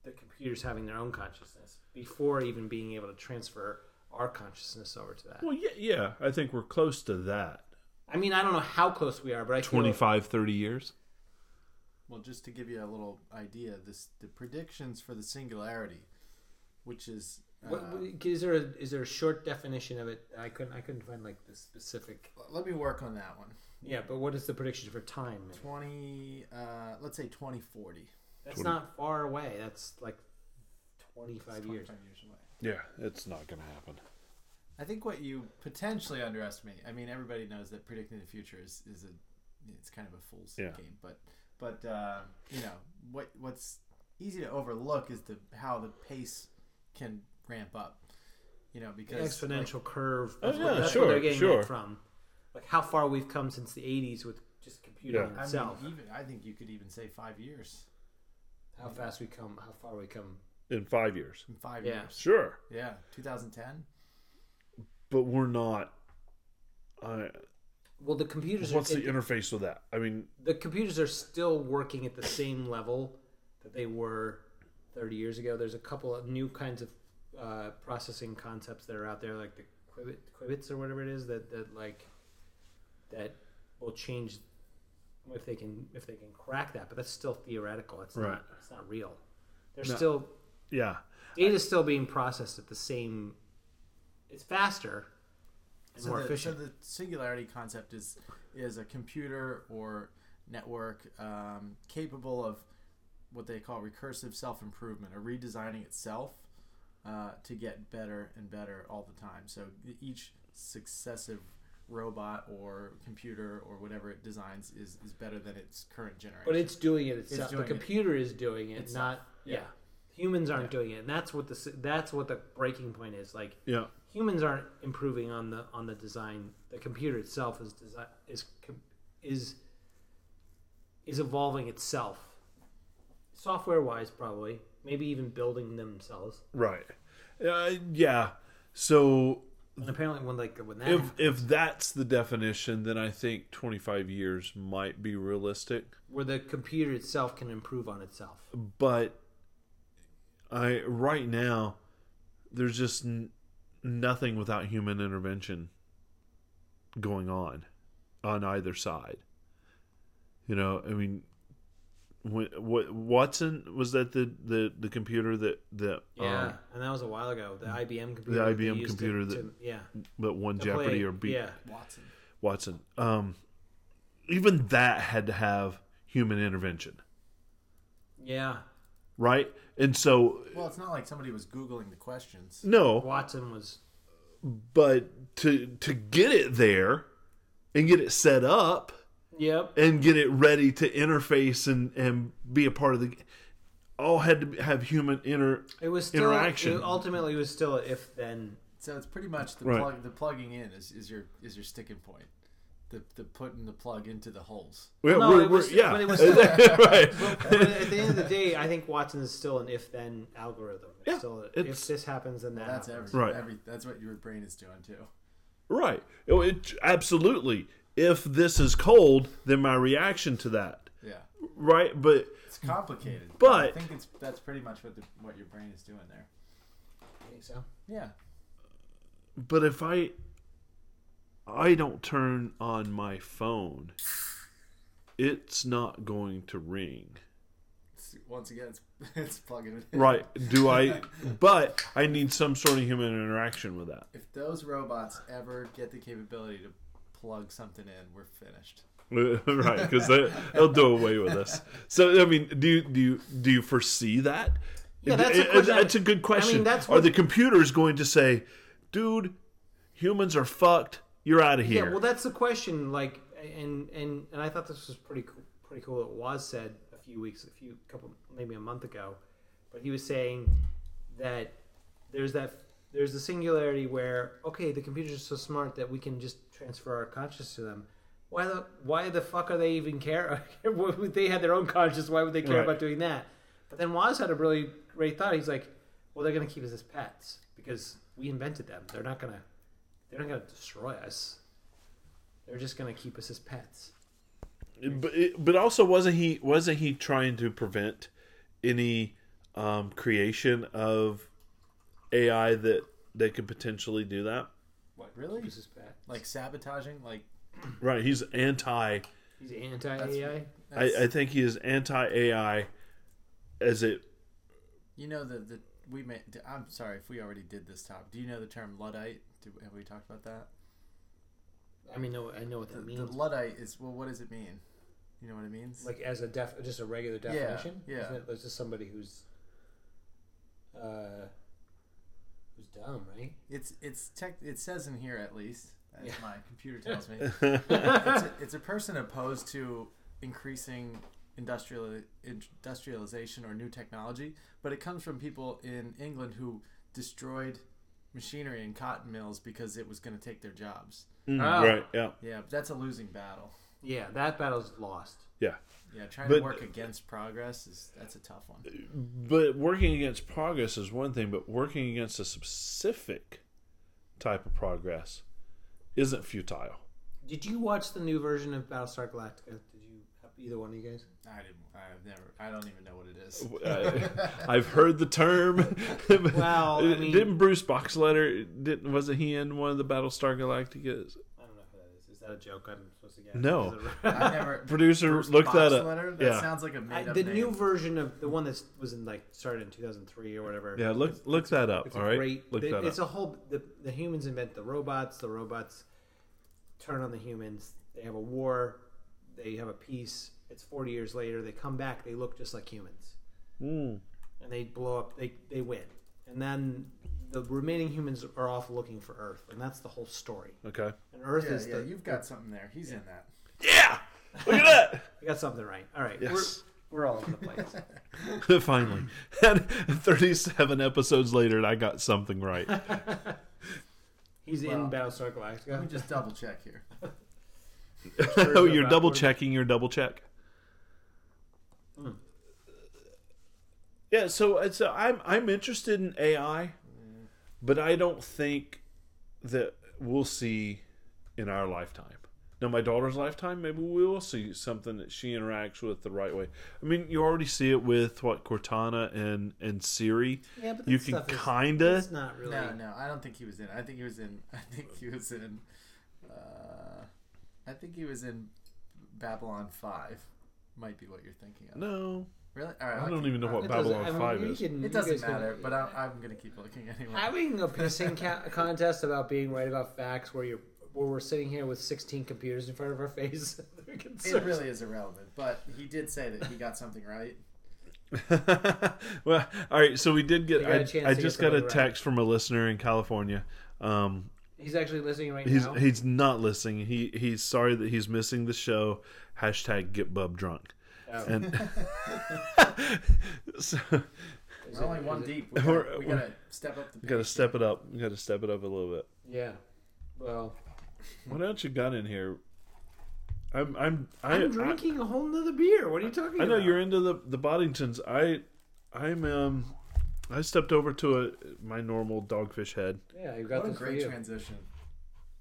[SPEAKER 1] the computers having their own consciousness before even being able to transfer our consciousness over to that.
[SPEAKER 2] well yeah, yeah i think we're close to that
[SPEAKER 1] I mean, I don't know how close we are, but I feel-
[SPEAKER 2] 25 30 years
[SPEAKER 3] Well, just to give you a little idea, this the predictions for the singularity, which is uh,
[SPEAKER 1] What, what- is there a, is there a short definition of it? I couldn't I couldn't find like the specific.
[SPEAKER 3] let me work on that one.
[SPEAKER 1] Yeah, but what is the prediction for time?
[SPEAKER 3] Twenty, uh, let's say twenty forty.
[SPEAKER 1] That's not far away. That's like twenty five years.
[SPEAKER 3] years away.
[SPEAKER 2] Yeah, it's not going to happen.
[SPEAKER 3] I think what you potentially underestimate. I mean, everybody knows that predicting the future is, is a it's kind of a fool's
[SPEAKER 2] Yeah.
[SPEAKER 3] game, but but uh, you know what what's easy to overlook is the how the pace can ramp up. You know
[SPEAKER 1] The
[SPEAKER 3] because
[SPEAKER 1] exponential curve.
[SPEAKER 2] Oh,
[SPEAKER 1] that's what-
[SPEAKER 2] yeah,
[SPEAKER 1] that's
[SPEAKER 2] sure,
[SPEAKER 1] where they're getting
[SPEAKER 2] sure.
[SPEAKER 1] it from. Like how far we've come since the eighties with just computing
[SPEAKER 2] Yeah.
[SPEAKER 1] in
[SPEAKER 3] like, I
[SPEAKER 1] itself.
[SPEAKER 3] mean, even I think you could even say five years,
[SPEAKER 1] how fast we come. How far we come.
[SPEAKER 2] In five years.
[SPEAKER 3] in five
[SPEAKER 1] Yeah.
[SPEAKER 3] years.
[SPEAKER 2] Sure.
[SPEAKER 3] Yeah, 2010.
[SPEAKER 2] But we're not. I
[SPEAKER 1] Well, the computers.
[SPEAKER 2] what's
[SPEAKER 1] are,
[SPEAKER 2] the interface with that? I mean,
[SPEAKER 1] the computers are still working at the same level that they were 30 years ago. There's a couple of new kinds of uh, processing concepts that are out there, like the quibit, qubits or whatever it is that, that like that will change if they can if they can crack that. But that's still theoretical. It's
[SPEAKER 2] Right.
[SPEAKER 1] not it's not real. There's
[SPEAKER 2] No.
[SPEAKER 1] still
[SPEAKER 2] yeah.
[SPEAKER 1] data's still being processed at the same. It's faster and
[SPEAKER 3] So
[SPEAKER 1] more
[SPEAKER 3] the,
[SPEAKER 1] efficient.
[SPEAKER 3] So the singularity concept is is a computer or network um, capable of what they call recursive self improvement or redesigning itself uh, to get better and better all the time. So e-, each successive robot or computer or whatever it designs is, is better than its current generation.
[SPEAKER 1] But it's doing it itself.
[SPEAKER 3] doing
[SPEAKER 1] the
[SPEAKER 3] it
[SPEAKER 1] computer is doing it,
[SPEAKER 3] itself.
[SPEAKER 1] not yeah.
[SPEAKER 3] Yeah.
[SPEAKER 1] Humans aren't doing it, and that's what the s- that's what the breaking point is. Like
[SPEAKER 2] Yeah.
[SPEAKER 1] humans aren't improving on the on the design. The computer itself is design is com- is is evolving itself, software wise, probably maybe even building themselves.
[SPEAKER 2] Right. Uh, yeah. So
[SPEAKER 1] And apparently, when like when that
[SPEAKER 2] if if that's the definition, then I think 25 years might be realistic.
[SPEAKER 1] where the computer itself can improve on itself.
[SPEAKER 2] But I right now there's just n- nothing without human intervention going on on either side. You know, I mean, when, what Watson was that the, the, the computer that that
[SPEAKER 1] Yeah,
[SPEAKER 2] um,
[SPEAKER 1] and that was a while ago. The IBM computer.
[SPEAKER 2] the
[SPEAKER 1] that they
[SPEAKER 2] IBM
[SPEAKER 1] used to-
[SPEAKER 2] computer
[SPEAKER 1] to,
[SPEAKER 2] that-
[SPEAKER 1] yeah
[SPEAKER 2] that won
[SPEAKER 1] to
[SPEAKER 2] Jeopardy
[SPEAKER 1] play-
[SPEAKER 2] or beat
[SPEAKER 1] yeah.
[SPEAKER 3] Watson.
[SPEAKER 2] Watson. Um, even that had to have human intervention,
[SPEAKER 1] Yeah,
[SPEAKER 2] right? And so
[SPEAKER 3] Well, it's not like somebody was Googling the questions.
[SPEAKER 2] no,
[SPEAKER 1] Watson was.
[SPEAKER 2] but to to get it there and get it set up
[SPEAKER 1] Yep.
[SPEAKER 2] and get it ready to interface and and be a part of the all had to be- have human inter
[SPEAKER 1] It was still,
[SPEAKER 2] Interaction.
[SPEAKER 1] It ultimately, it was still a if then.
[SPEAKER 3] So it's pretty much the
[SPEAKER 2] Right.
[SPEAKER 3] plug, the plugging in is, is your is your sticking point. The, the putting the plug into the holes.
[SPEAKER 2] we're,
[SPEAKER 1] No,
[SPEAKER 2] we're,
[SPEAKER 1] it was-
[SPEAKER 2] we're- yeah
[SPEAKER 1] but it
[SPEAKER 2] [laughs]
[SPEAKER 1] was [laughs]
[SPEAKER 2] right [laughs]
[SPEAKER 1] But at the end of the day, I think Watson is still an if then algorithm. It's
[SPEAKER 2] Yeah,
[SPEAKER 1] still a,
[SPEAKER 2] it's-
[SPEAKER 1] if this happens, then that.
[SPEAKER 3] That's
[SPEAKER 1] happens.
[SPEAKER 3] every,
[SPEAKER 2] Right.
[SPEAKER 3] every that's what your brain is doing too.
[SPEAKER 2] right It- it- absolutely if this is cold then my reaction to that
[SPEAKER 3] Yeah.
[SPEAKER 2] right but
[SPEAKER 3] It's complicated.
[SPEAKER 2] Mm. But-
[SPEAKER 3] I think it's that's pretty much what the, what your brain is doing there.
[SPEAKER 1] I think so.
[SPEAKER 3] Yeah.
[SPEAKER 2] but if i i don't turn on my phone it's not going to ring
[SPEAKER 3] It's, once again it's [laughs] it's plugging it in.
[SPEAKER 2] Right. Do I? but I need some sort of human interaction with that. [laughs]
[SPEAKER 3] If those robots ever get the capability to plug something in, we're finished.
[SPEAKER 2] right, because they, they'll do away with us. So I mean, do you do you do you foresee that?
[SPEAKER 1] Yeah, that's
[SPEAKER 2] It-
[SPEAKER 1] a
[SPEAKER 2] it-
[SPEAKER 1] question.
[SPEAKER 2] it's a good question.
[SPEAKER 1] that's
[SPEAKER 2] are
[SPEAKER 1] what-
[SPEAKER 2] the computers going to say, "Dude, humans are fucked. You're out of here."
[SPEAKER 1] Yeah, well, that's the question. Like, and and and I thought this was pretty cool, pretty cool. It was said a few weeks, a few couple, maybe a month ago, but he was saying that there's that there's the singularity where okay, the computers are so smart that we can just transfer our conscious to them. Why the why the fuck are they even care? [laughs] Why would they had their own conscience. Why would they care
[SPEAKER 2] Right.
[SPEAKER 1] about doing that? But then Waz had a really great thought. He's like, well, they're gonna keep us as pets because we invented them. They're not gonna they're not gonna destroy us. They're just gonna keep us as pets.
[SPEAKER 2] but, it- but also wasn't he wasn't he trying to prevent any um, creation of AI that that could potentially do that?
[SPEAKER 1] What
[SPEAKER 3] Really?
[SPEAKER 1] Keep us as pets.
[SPEAKER 3] Like sabotaging, like
[SPEAKER 2] Right, he's anti.
[SPEAKER 1] he's anti-AI.
[SPEAKER 2] I,
[SPEAKER 3] that's,
[SPEAKER 2] I think he is anti AI as it.
[SPEAKER 3] you know the the we may. I'm sorry if we already did this topic. Do you know the term luddite? Do, have we talked about that?
[SPEAKER 1] I mean, no, I know what
[SPEAKER 3] The,
[SPEAKER 1] that
[SPEAKER 3] the
[SPEAKER 1] means.
[SPEAKER 3] luddite is well. What does it mean? You know what it means?
[SPEAKER 1] Like as a def, just a regular
[SPEAKER 3] Yeah,
[SPEAKER 1] definition.
[SPEAKER 3] yeah.
[SPEAKER 1] Isn't it- That's just somebody who's, uh, who's dumb, right?
[SPEAKER 3] it's it's tech. It says in here at least. As
[SPEAKER 1] Yeah.
[SPEAKER 3] my computer
[SPEAKER 2] [laughs]
[SPEAKER 3] tells me. it's, a, it's a person opposed to increasing industrial industrialization or new technology, but it comes from people in England who destroyed machinery and cotton mills because it was going to take their jobs.
[SPEAKER 2] Mm,
[SPEAKER 1] Oh.
[SPEAKER 2] Right. Yeah.
[SPEAKER 3] Yeah, but that's a losing battle.
[SPEAKER 1] Yeah, that battle's lost.
[SPEAKER 2] Yeah.
[SPEAKER 3] Yeah, trying
[SPEAKER 2] But-
[SPEAKER 3] to work against progress is that's a tough one.
[SPEAKER 2] But working against progress is one thing, but working against a specific type of progress isn't futile.
[SPEAKER 1] Did you watch the new version of Battlestar Galactica? Did you? Either one of you guys?
[SPEAKER 3] I didn't. I've never. I don't even know what it
[SPEAKER 2] [laughs]
[SPEAKER 3] is.
[SPEAKER 2] I, I've heard the term. [laughs]
[SPEAKER 1] Well, I mean-
[SPEAKER 2] didn't Bruce Boxletter didn't wasn't he in one of the Battlestar Galacticas?
[SPEAKER 1] I don't know who that is. Is that a joke? I'm supposed to get?
[SPEAKER 2] No.
[SPEAKER 3] I never.
[SPEAKER 2] Producer,
[SPEAKER 3] Bruce
[SPEAKER 2] look that up.
[SPEAKER 3] Boxletter? That
[SPEAKER 2] yeah,
[SPEAKER 3] sounds like a
[SPEAKER 1] I,
[SPEAKER 3] made-up
[SPEAKER 1] the
[SPEAKER 3] name.
[SPEAKER 1] new version of the one that was in like started in 2003 or whatever.
[SPEAKER 2] yeah. Look, look that up.
[SPEAKER 1] It's
[SPEAKER 2] All
[SPEAKER 1] a
[SPEAKER 2] right,
[SPEAKER 1] great.
[SPEAKER 2] look
[SPEAKER 1] it-
[SPEAKER 2] that
[SPEAKER 1] it's
[SPEAKER 2] up.
[SPEAKER 1] a whole. The, the humans invent the robots. The robots turn on the humans. They have a war. They have a peace. It's 40 years later. They come back. They look just like humans,
[SPEAKER 2] Mm.
[SPEAKER 1] and they blow up. They they win, and then the remaining humans are off looking for Earth, and that's the whole story.
[SPEAKER 2] Okay.
[SPEAKER 1] And Earth
[SPEAKER 3] Yeah,
[SPEAKER 1] is
[SPEAKER 3] yeah,
[SPEAKER 1] the.
[SPEAKER 3] you've got something there. He's in that.
[SPEAKER 2] Yeah. Look at
[SPEAKER 1] you got something right. All right,
[SPEAKER 2] [laughs] Yes.
[SPEAKER 1] we're we're all over the place.
[SPEAKER 2] that. [laughs] Finally, and 37 episodes later, and I got something [laughs] right.
[SPEAKER 1] [laughs] He's
[SPEAKER 3] Well,
[SPEAKER 1] in Battlestar
[SPEAKER 3] Let me
[SPEAKER 1] Galactica.
[SPEAKER 3] just double check here.
[SPEAKER 2] oh, you're double checking your double check. Hmm. Yeah, so it's uh, I'm I'm interested in AI, but I don't think that we'll see in our lifetime. Now, my daughter's lifetime, maybe we will see something that she interacts with the right way. I mean, you already see it with what Cortana and and Siri.
[SPEAKER 1] Yeah, but
[SPEAKER 2] you
[SPEAKER 1] that
[SPEAKER 2] can
[SPEAKER 1] stuff is-
[SPEAKER 2] kinda.
[SPEAKER 1] It's not [laughs] really.
[SPEAKER 3] No, no, I don't think he was in. I think he was in. [laughs] I think he was in. Uh, I think he was in Babylon Five. Might be what you're thinking of.
[SPEAKER 2] No,
[SPEAKER 3] Really? All right.
[SPEAKER 2] I
[SPEAKER 3] I'll
[SPEAKER 2] don't
[SPEAKER 3] keep-
[SPEAKER 2] even know what
[SPEAKER 1] It doesn't-
[SPEAKER 2] Babylon Five
[SPEAKER 1] you
[SPEAKER 2] is.
[SPEAKER 1] can- you
[SPEAKER 3] It doesn't
[SPEAKER 1] guys can-
[SPEAKER 3] matter, but I, I'm gonna keep looking anyway.
[SPEAKER 1] Having a pissing ca- [laughs] contest about being right about facts, where you're where we're sitting here with 16 computers in front of our face, [laughs] we can
[SPEAKER 3] [laughs] It
[SPEAKER 1] search-
[SPEAKER 3] really is irrelevant, but he did say that he got something right.
[SPEAKER 2] [laughs] well, all right. So we did get.
[SPEAKER 1] You got a
[SPEAKER 2] I,
[SPEAKER 1] chance
[SPEAKER 2] I
[SPEAKER 1] to get
[SPEAKER 2] just got a
[SPEAKER 1] somebody right.
[SPEAKER 2] text from a listener in California. Um,
[SPEAKER 1] he's actually listening right
[SPEAKER 2] he's
[SPEAKER 1] now.
[SPEAKER 2] he's not listening. He he's sorry that he's missing the show. Hashtag get bub drunk.
[SPEAKER 1] Oh. [laughs]
[SPEAKER 2] And [laughs] so
[SPEAKER 1] Is
[SPEAKER 3] We're
[SPEAKER 1] it-
[SPEAKER 3] only
[SPEAKER 1] is
[SPEAKER 3] one
[SPEAKER 1] it-
[SPEAKER 3] deep. We gotta,
[SPEAKER 2] We're-
[SPEAKER 3] we gotta step up the.
[SPEAKER 2] we gotta
[SPEAKER 3] pace.
[SPEAKER 2] step it up. We gotta step it up a little bit.
[SPEAKER 1] Yeah. Well,
[SPEAKER 2] What else you got in here? I'm I'm I,
[SPEAKER 1] I'm
[SPEAKER 2] I-
[SPEAKER 1] drinking a whole nother beer. What are you talking
[SPEAKER 2] I know
[SPEAKER 1] about?
[SPEAKER 2] you're into the the Boddingtons. I I'm um I stepped over to a my normal dogfish head.
[SPEAKER 1] Yeah, you got
[SPEAKER 3] What a
[SPEAKER 1] this for
[SPEAKER 3] great
[SPEAKER 1] you.
[SPEAKER 3] transition!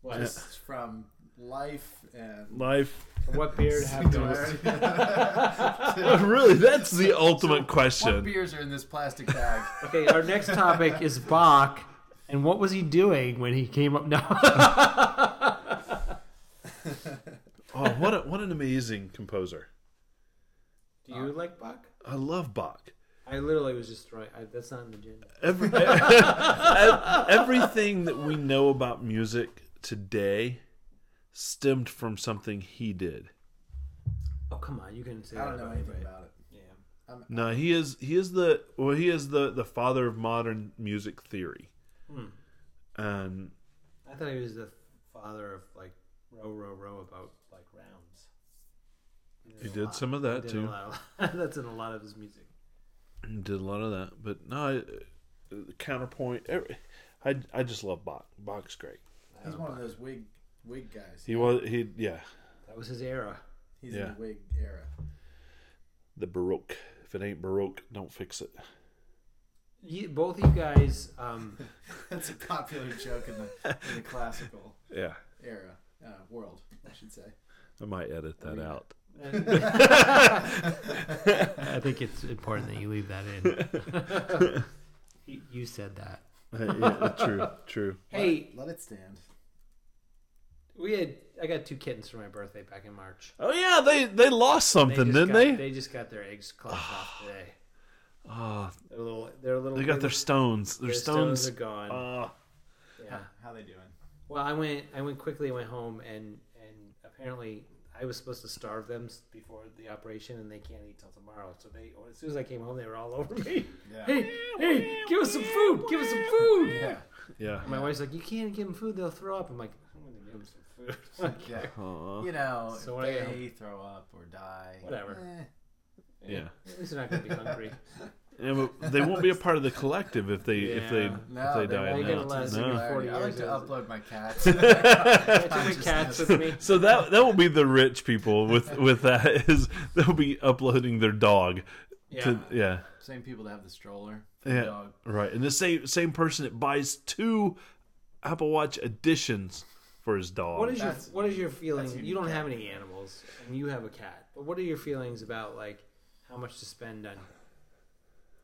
[SPEAKER 1] What?
[SPEAKER 3] Just from life and.
[SPEAKER 2] Life
[SPEAKER 1] [laughs]
[SPEAKER 2] [laughs]
[SPEAKER 1] What beer to
[SPEAKER 3] [laughs]
[SPEAKER 1] have to
[SPEAKER 2] really, that's the ultimate question.
[SPEAKER 3] What beers are in this plastic bag? [laughs]
[SPEAKER 1] Okay, our next topic is Bach. And what was he doing when he came up? [laughs] No.
[SPEAKER 2] Oh, what a, what an amazing composer!
[SPEAKER 1] Do you like Bach?
[SPEAKER 2] I love Bach.
[SPEAKER 1] I literally was just throwing. I, that's not in the agenda. [laughs]
[SPEAKER 2] Every, ev- everything that we know about music today stemmed from something he did.
[SPEAKER 1] Oh come on, you couldn't say
[SPEAKER 3] I
[SPEAKER 1] that
[SPEAKER 3] don't know
[SPEAKER 1] about
[SPEAKER 3] anything
[SPEAKER 1] anybody.
[SPEAKER 3] about it.
[SPEAKER 1] Yeah.
[SPEAKER 3] Um,
[SPEAKER 2] No, he is he is the well he is the the father of modern music theory.
[SPEAKER 1] Hmm.
[SPEAKER 2] And
[SPEAKER 1] I thought he was the father of like row, row, row about like rounds.
[SPEAKER 2] he
[SPEAKER 1] a
[SPEAKER 2] did
[SPEAKER 1] lot.
[SPEAKER 2] some of
[SPEAKER 1] He
[SPEAKER 2] that
[SPEAKER 1] did a
[SPEAKER 2] too.
[SPEAKER 1] lot of- [laughs] that's in a lot of his music.
[SPEAKER 2] He Did a lot of that, but no, I, uh, counterpoint. every- I I just love Bach. Bach's great.
[SPEAKER 3] he's one of those wig wig guys.
[SPEAKER 2] He was he yeah
[SPEAKER 1] That was his era.
[SPEAKER 3] He's in
[SPEAKER 2] Yeah.
[SPEAKER 3] the wig era. [laughs]
[SPEAKER 2] the Baroque. If it ain't Baroque, don't fix it.
[SPEAKER 1] You, both you guys, um,
[SPEAKER 3] That's a popular joke in the in the classical
[SPEAKER 2] Yeah,
[SPEAKER 3] era uh, world, I should say.
[SPEAKER 2] I might edit
[SPEAKER 1] Oh,
[SPEAKER 2] that
[SPEAKER 1] [laughs]
[SPEAKER 2] out. [laughs]
[SPEAKER 1] I think it's important that you leave that
[SPEAKER 2] [laughs]
[SPEAKER 1] in. you, you said that.
[SPEAKER 2] yeah, true, true.
[SPEAKER 1] Hey,
[SPEAKER 3] let it stand.
[SPEAKER 1] we had I got two kittens for my birthday back in March.
[SPEAKER 2] Oh yeah, they they lost
[SPEAKER 1] They
[SPEAKER 2] something,
[SPEAKER 1] just
[SPEAKER 2] didn't
[SPEAKER 1] got-
[SPEAKER 2] they?
[SPEAKER 1] They just got their eggs
[SPEAKER 2] [sighs]
[SPEAKER 1] clumped off today.
[SPEAKER 2] Ah,
[SPEAKER 1] They're little. They're little.
[SPEAKER 2] they got their stones. Their,
[SPEAKER 1] their
[SPEAKER 2] stones.
[SPEAKER 1] are gone.
[SPEAKER 2] ah.
[SPEAKER 1] yeah.
[SPEAKER 3] How they doing?
[SPEAKER 1] Well, I went. I went quickly. Went home, and and apparently I was supposed to starve them s- before the operation, and they can't eat till tomorrow. So they, as soon as I came home, they were all over me. [laughs]
[SPEAKER 3] Yeah.
[SPEAKER 1] Hey, hey, give us some food. Give us some food.
[SPEAKER 3] Yeah.
[SPEAKER 1] [laughs]
[SPEAKER 2] yeah.
[SPEAKER 1] And my wife's like, you can't give them food. They'll throw up. I'm like, I'm gonna give them some food. [laughs] Like,
[SPEAKER 3] Yeah.
[SPEAKER 2] Aw.
[SPEAKER 3] You know,
[SPEAKER 1] So what do I
[SPEAKER 3] if they throw up or die.
[SPEAKER 1] Whatever.
[SPEAKER 3] eh,
[SPEAKER 2] Yeah.
[SPEAKER 1] At least they're not gonna be
[SPEAKER 2] [laughs]
[SPEAKER 1] hungry.
[SPEAKER 2] Yeah, but they won't be a part of the collective if they if they
[SPEAKER 1] Yeah.
[SPEAKER 3] No,
[SPEAKER 2] if they, die
[SPEAKER 1] won't
[SPEAKER 2] now.
[SPEAKER 1] get a lot of
[SPEAKER 2] No.
[SPEAKER 1] cigarettes. 40
[SPEAKER 3] I like
[SPEAKER 1] years
[SPEAKER 3] to
[SPEAKER 1] old.
[SPEAKER 3] upload my [laughs] cats.
[SPEAKER 1] I took my cats with
[SPEAKER 2] [laughs]
[SPEAKER 1] me.
[SPEAKER 2] So that that will be the rich people
[SPEAKER 1] [laughs]
[SPEAKER 2] with with that is they'll be uploading their dog
[SPEAKER 1] Yeah.
[SPEAKER 2] to yeah
[SPEAKER 3] Same people that have the stroller. for the
[SPEAKER 2] yeah
[SPEAKER 3] Dog.
[SPEAKER 2] right and the same same person that buys two Apple Watch editions for his dog.
[SPEAKER 1] What is your
[SPEAKER 3] That's-
[SPEAKER 1] What is your
[SPEAKER 3] that's
[SPEAKER 1] feeling? You
[SPEAKER 3] unique
[SPEAKER 1] don't
[SPEAKER 3] cat.
[SPEAKER 1] have any animals, and you have a cat. But what are your feelings about like how much to spend on? [laughs]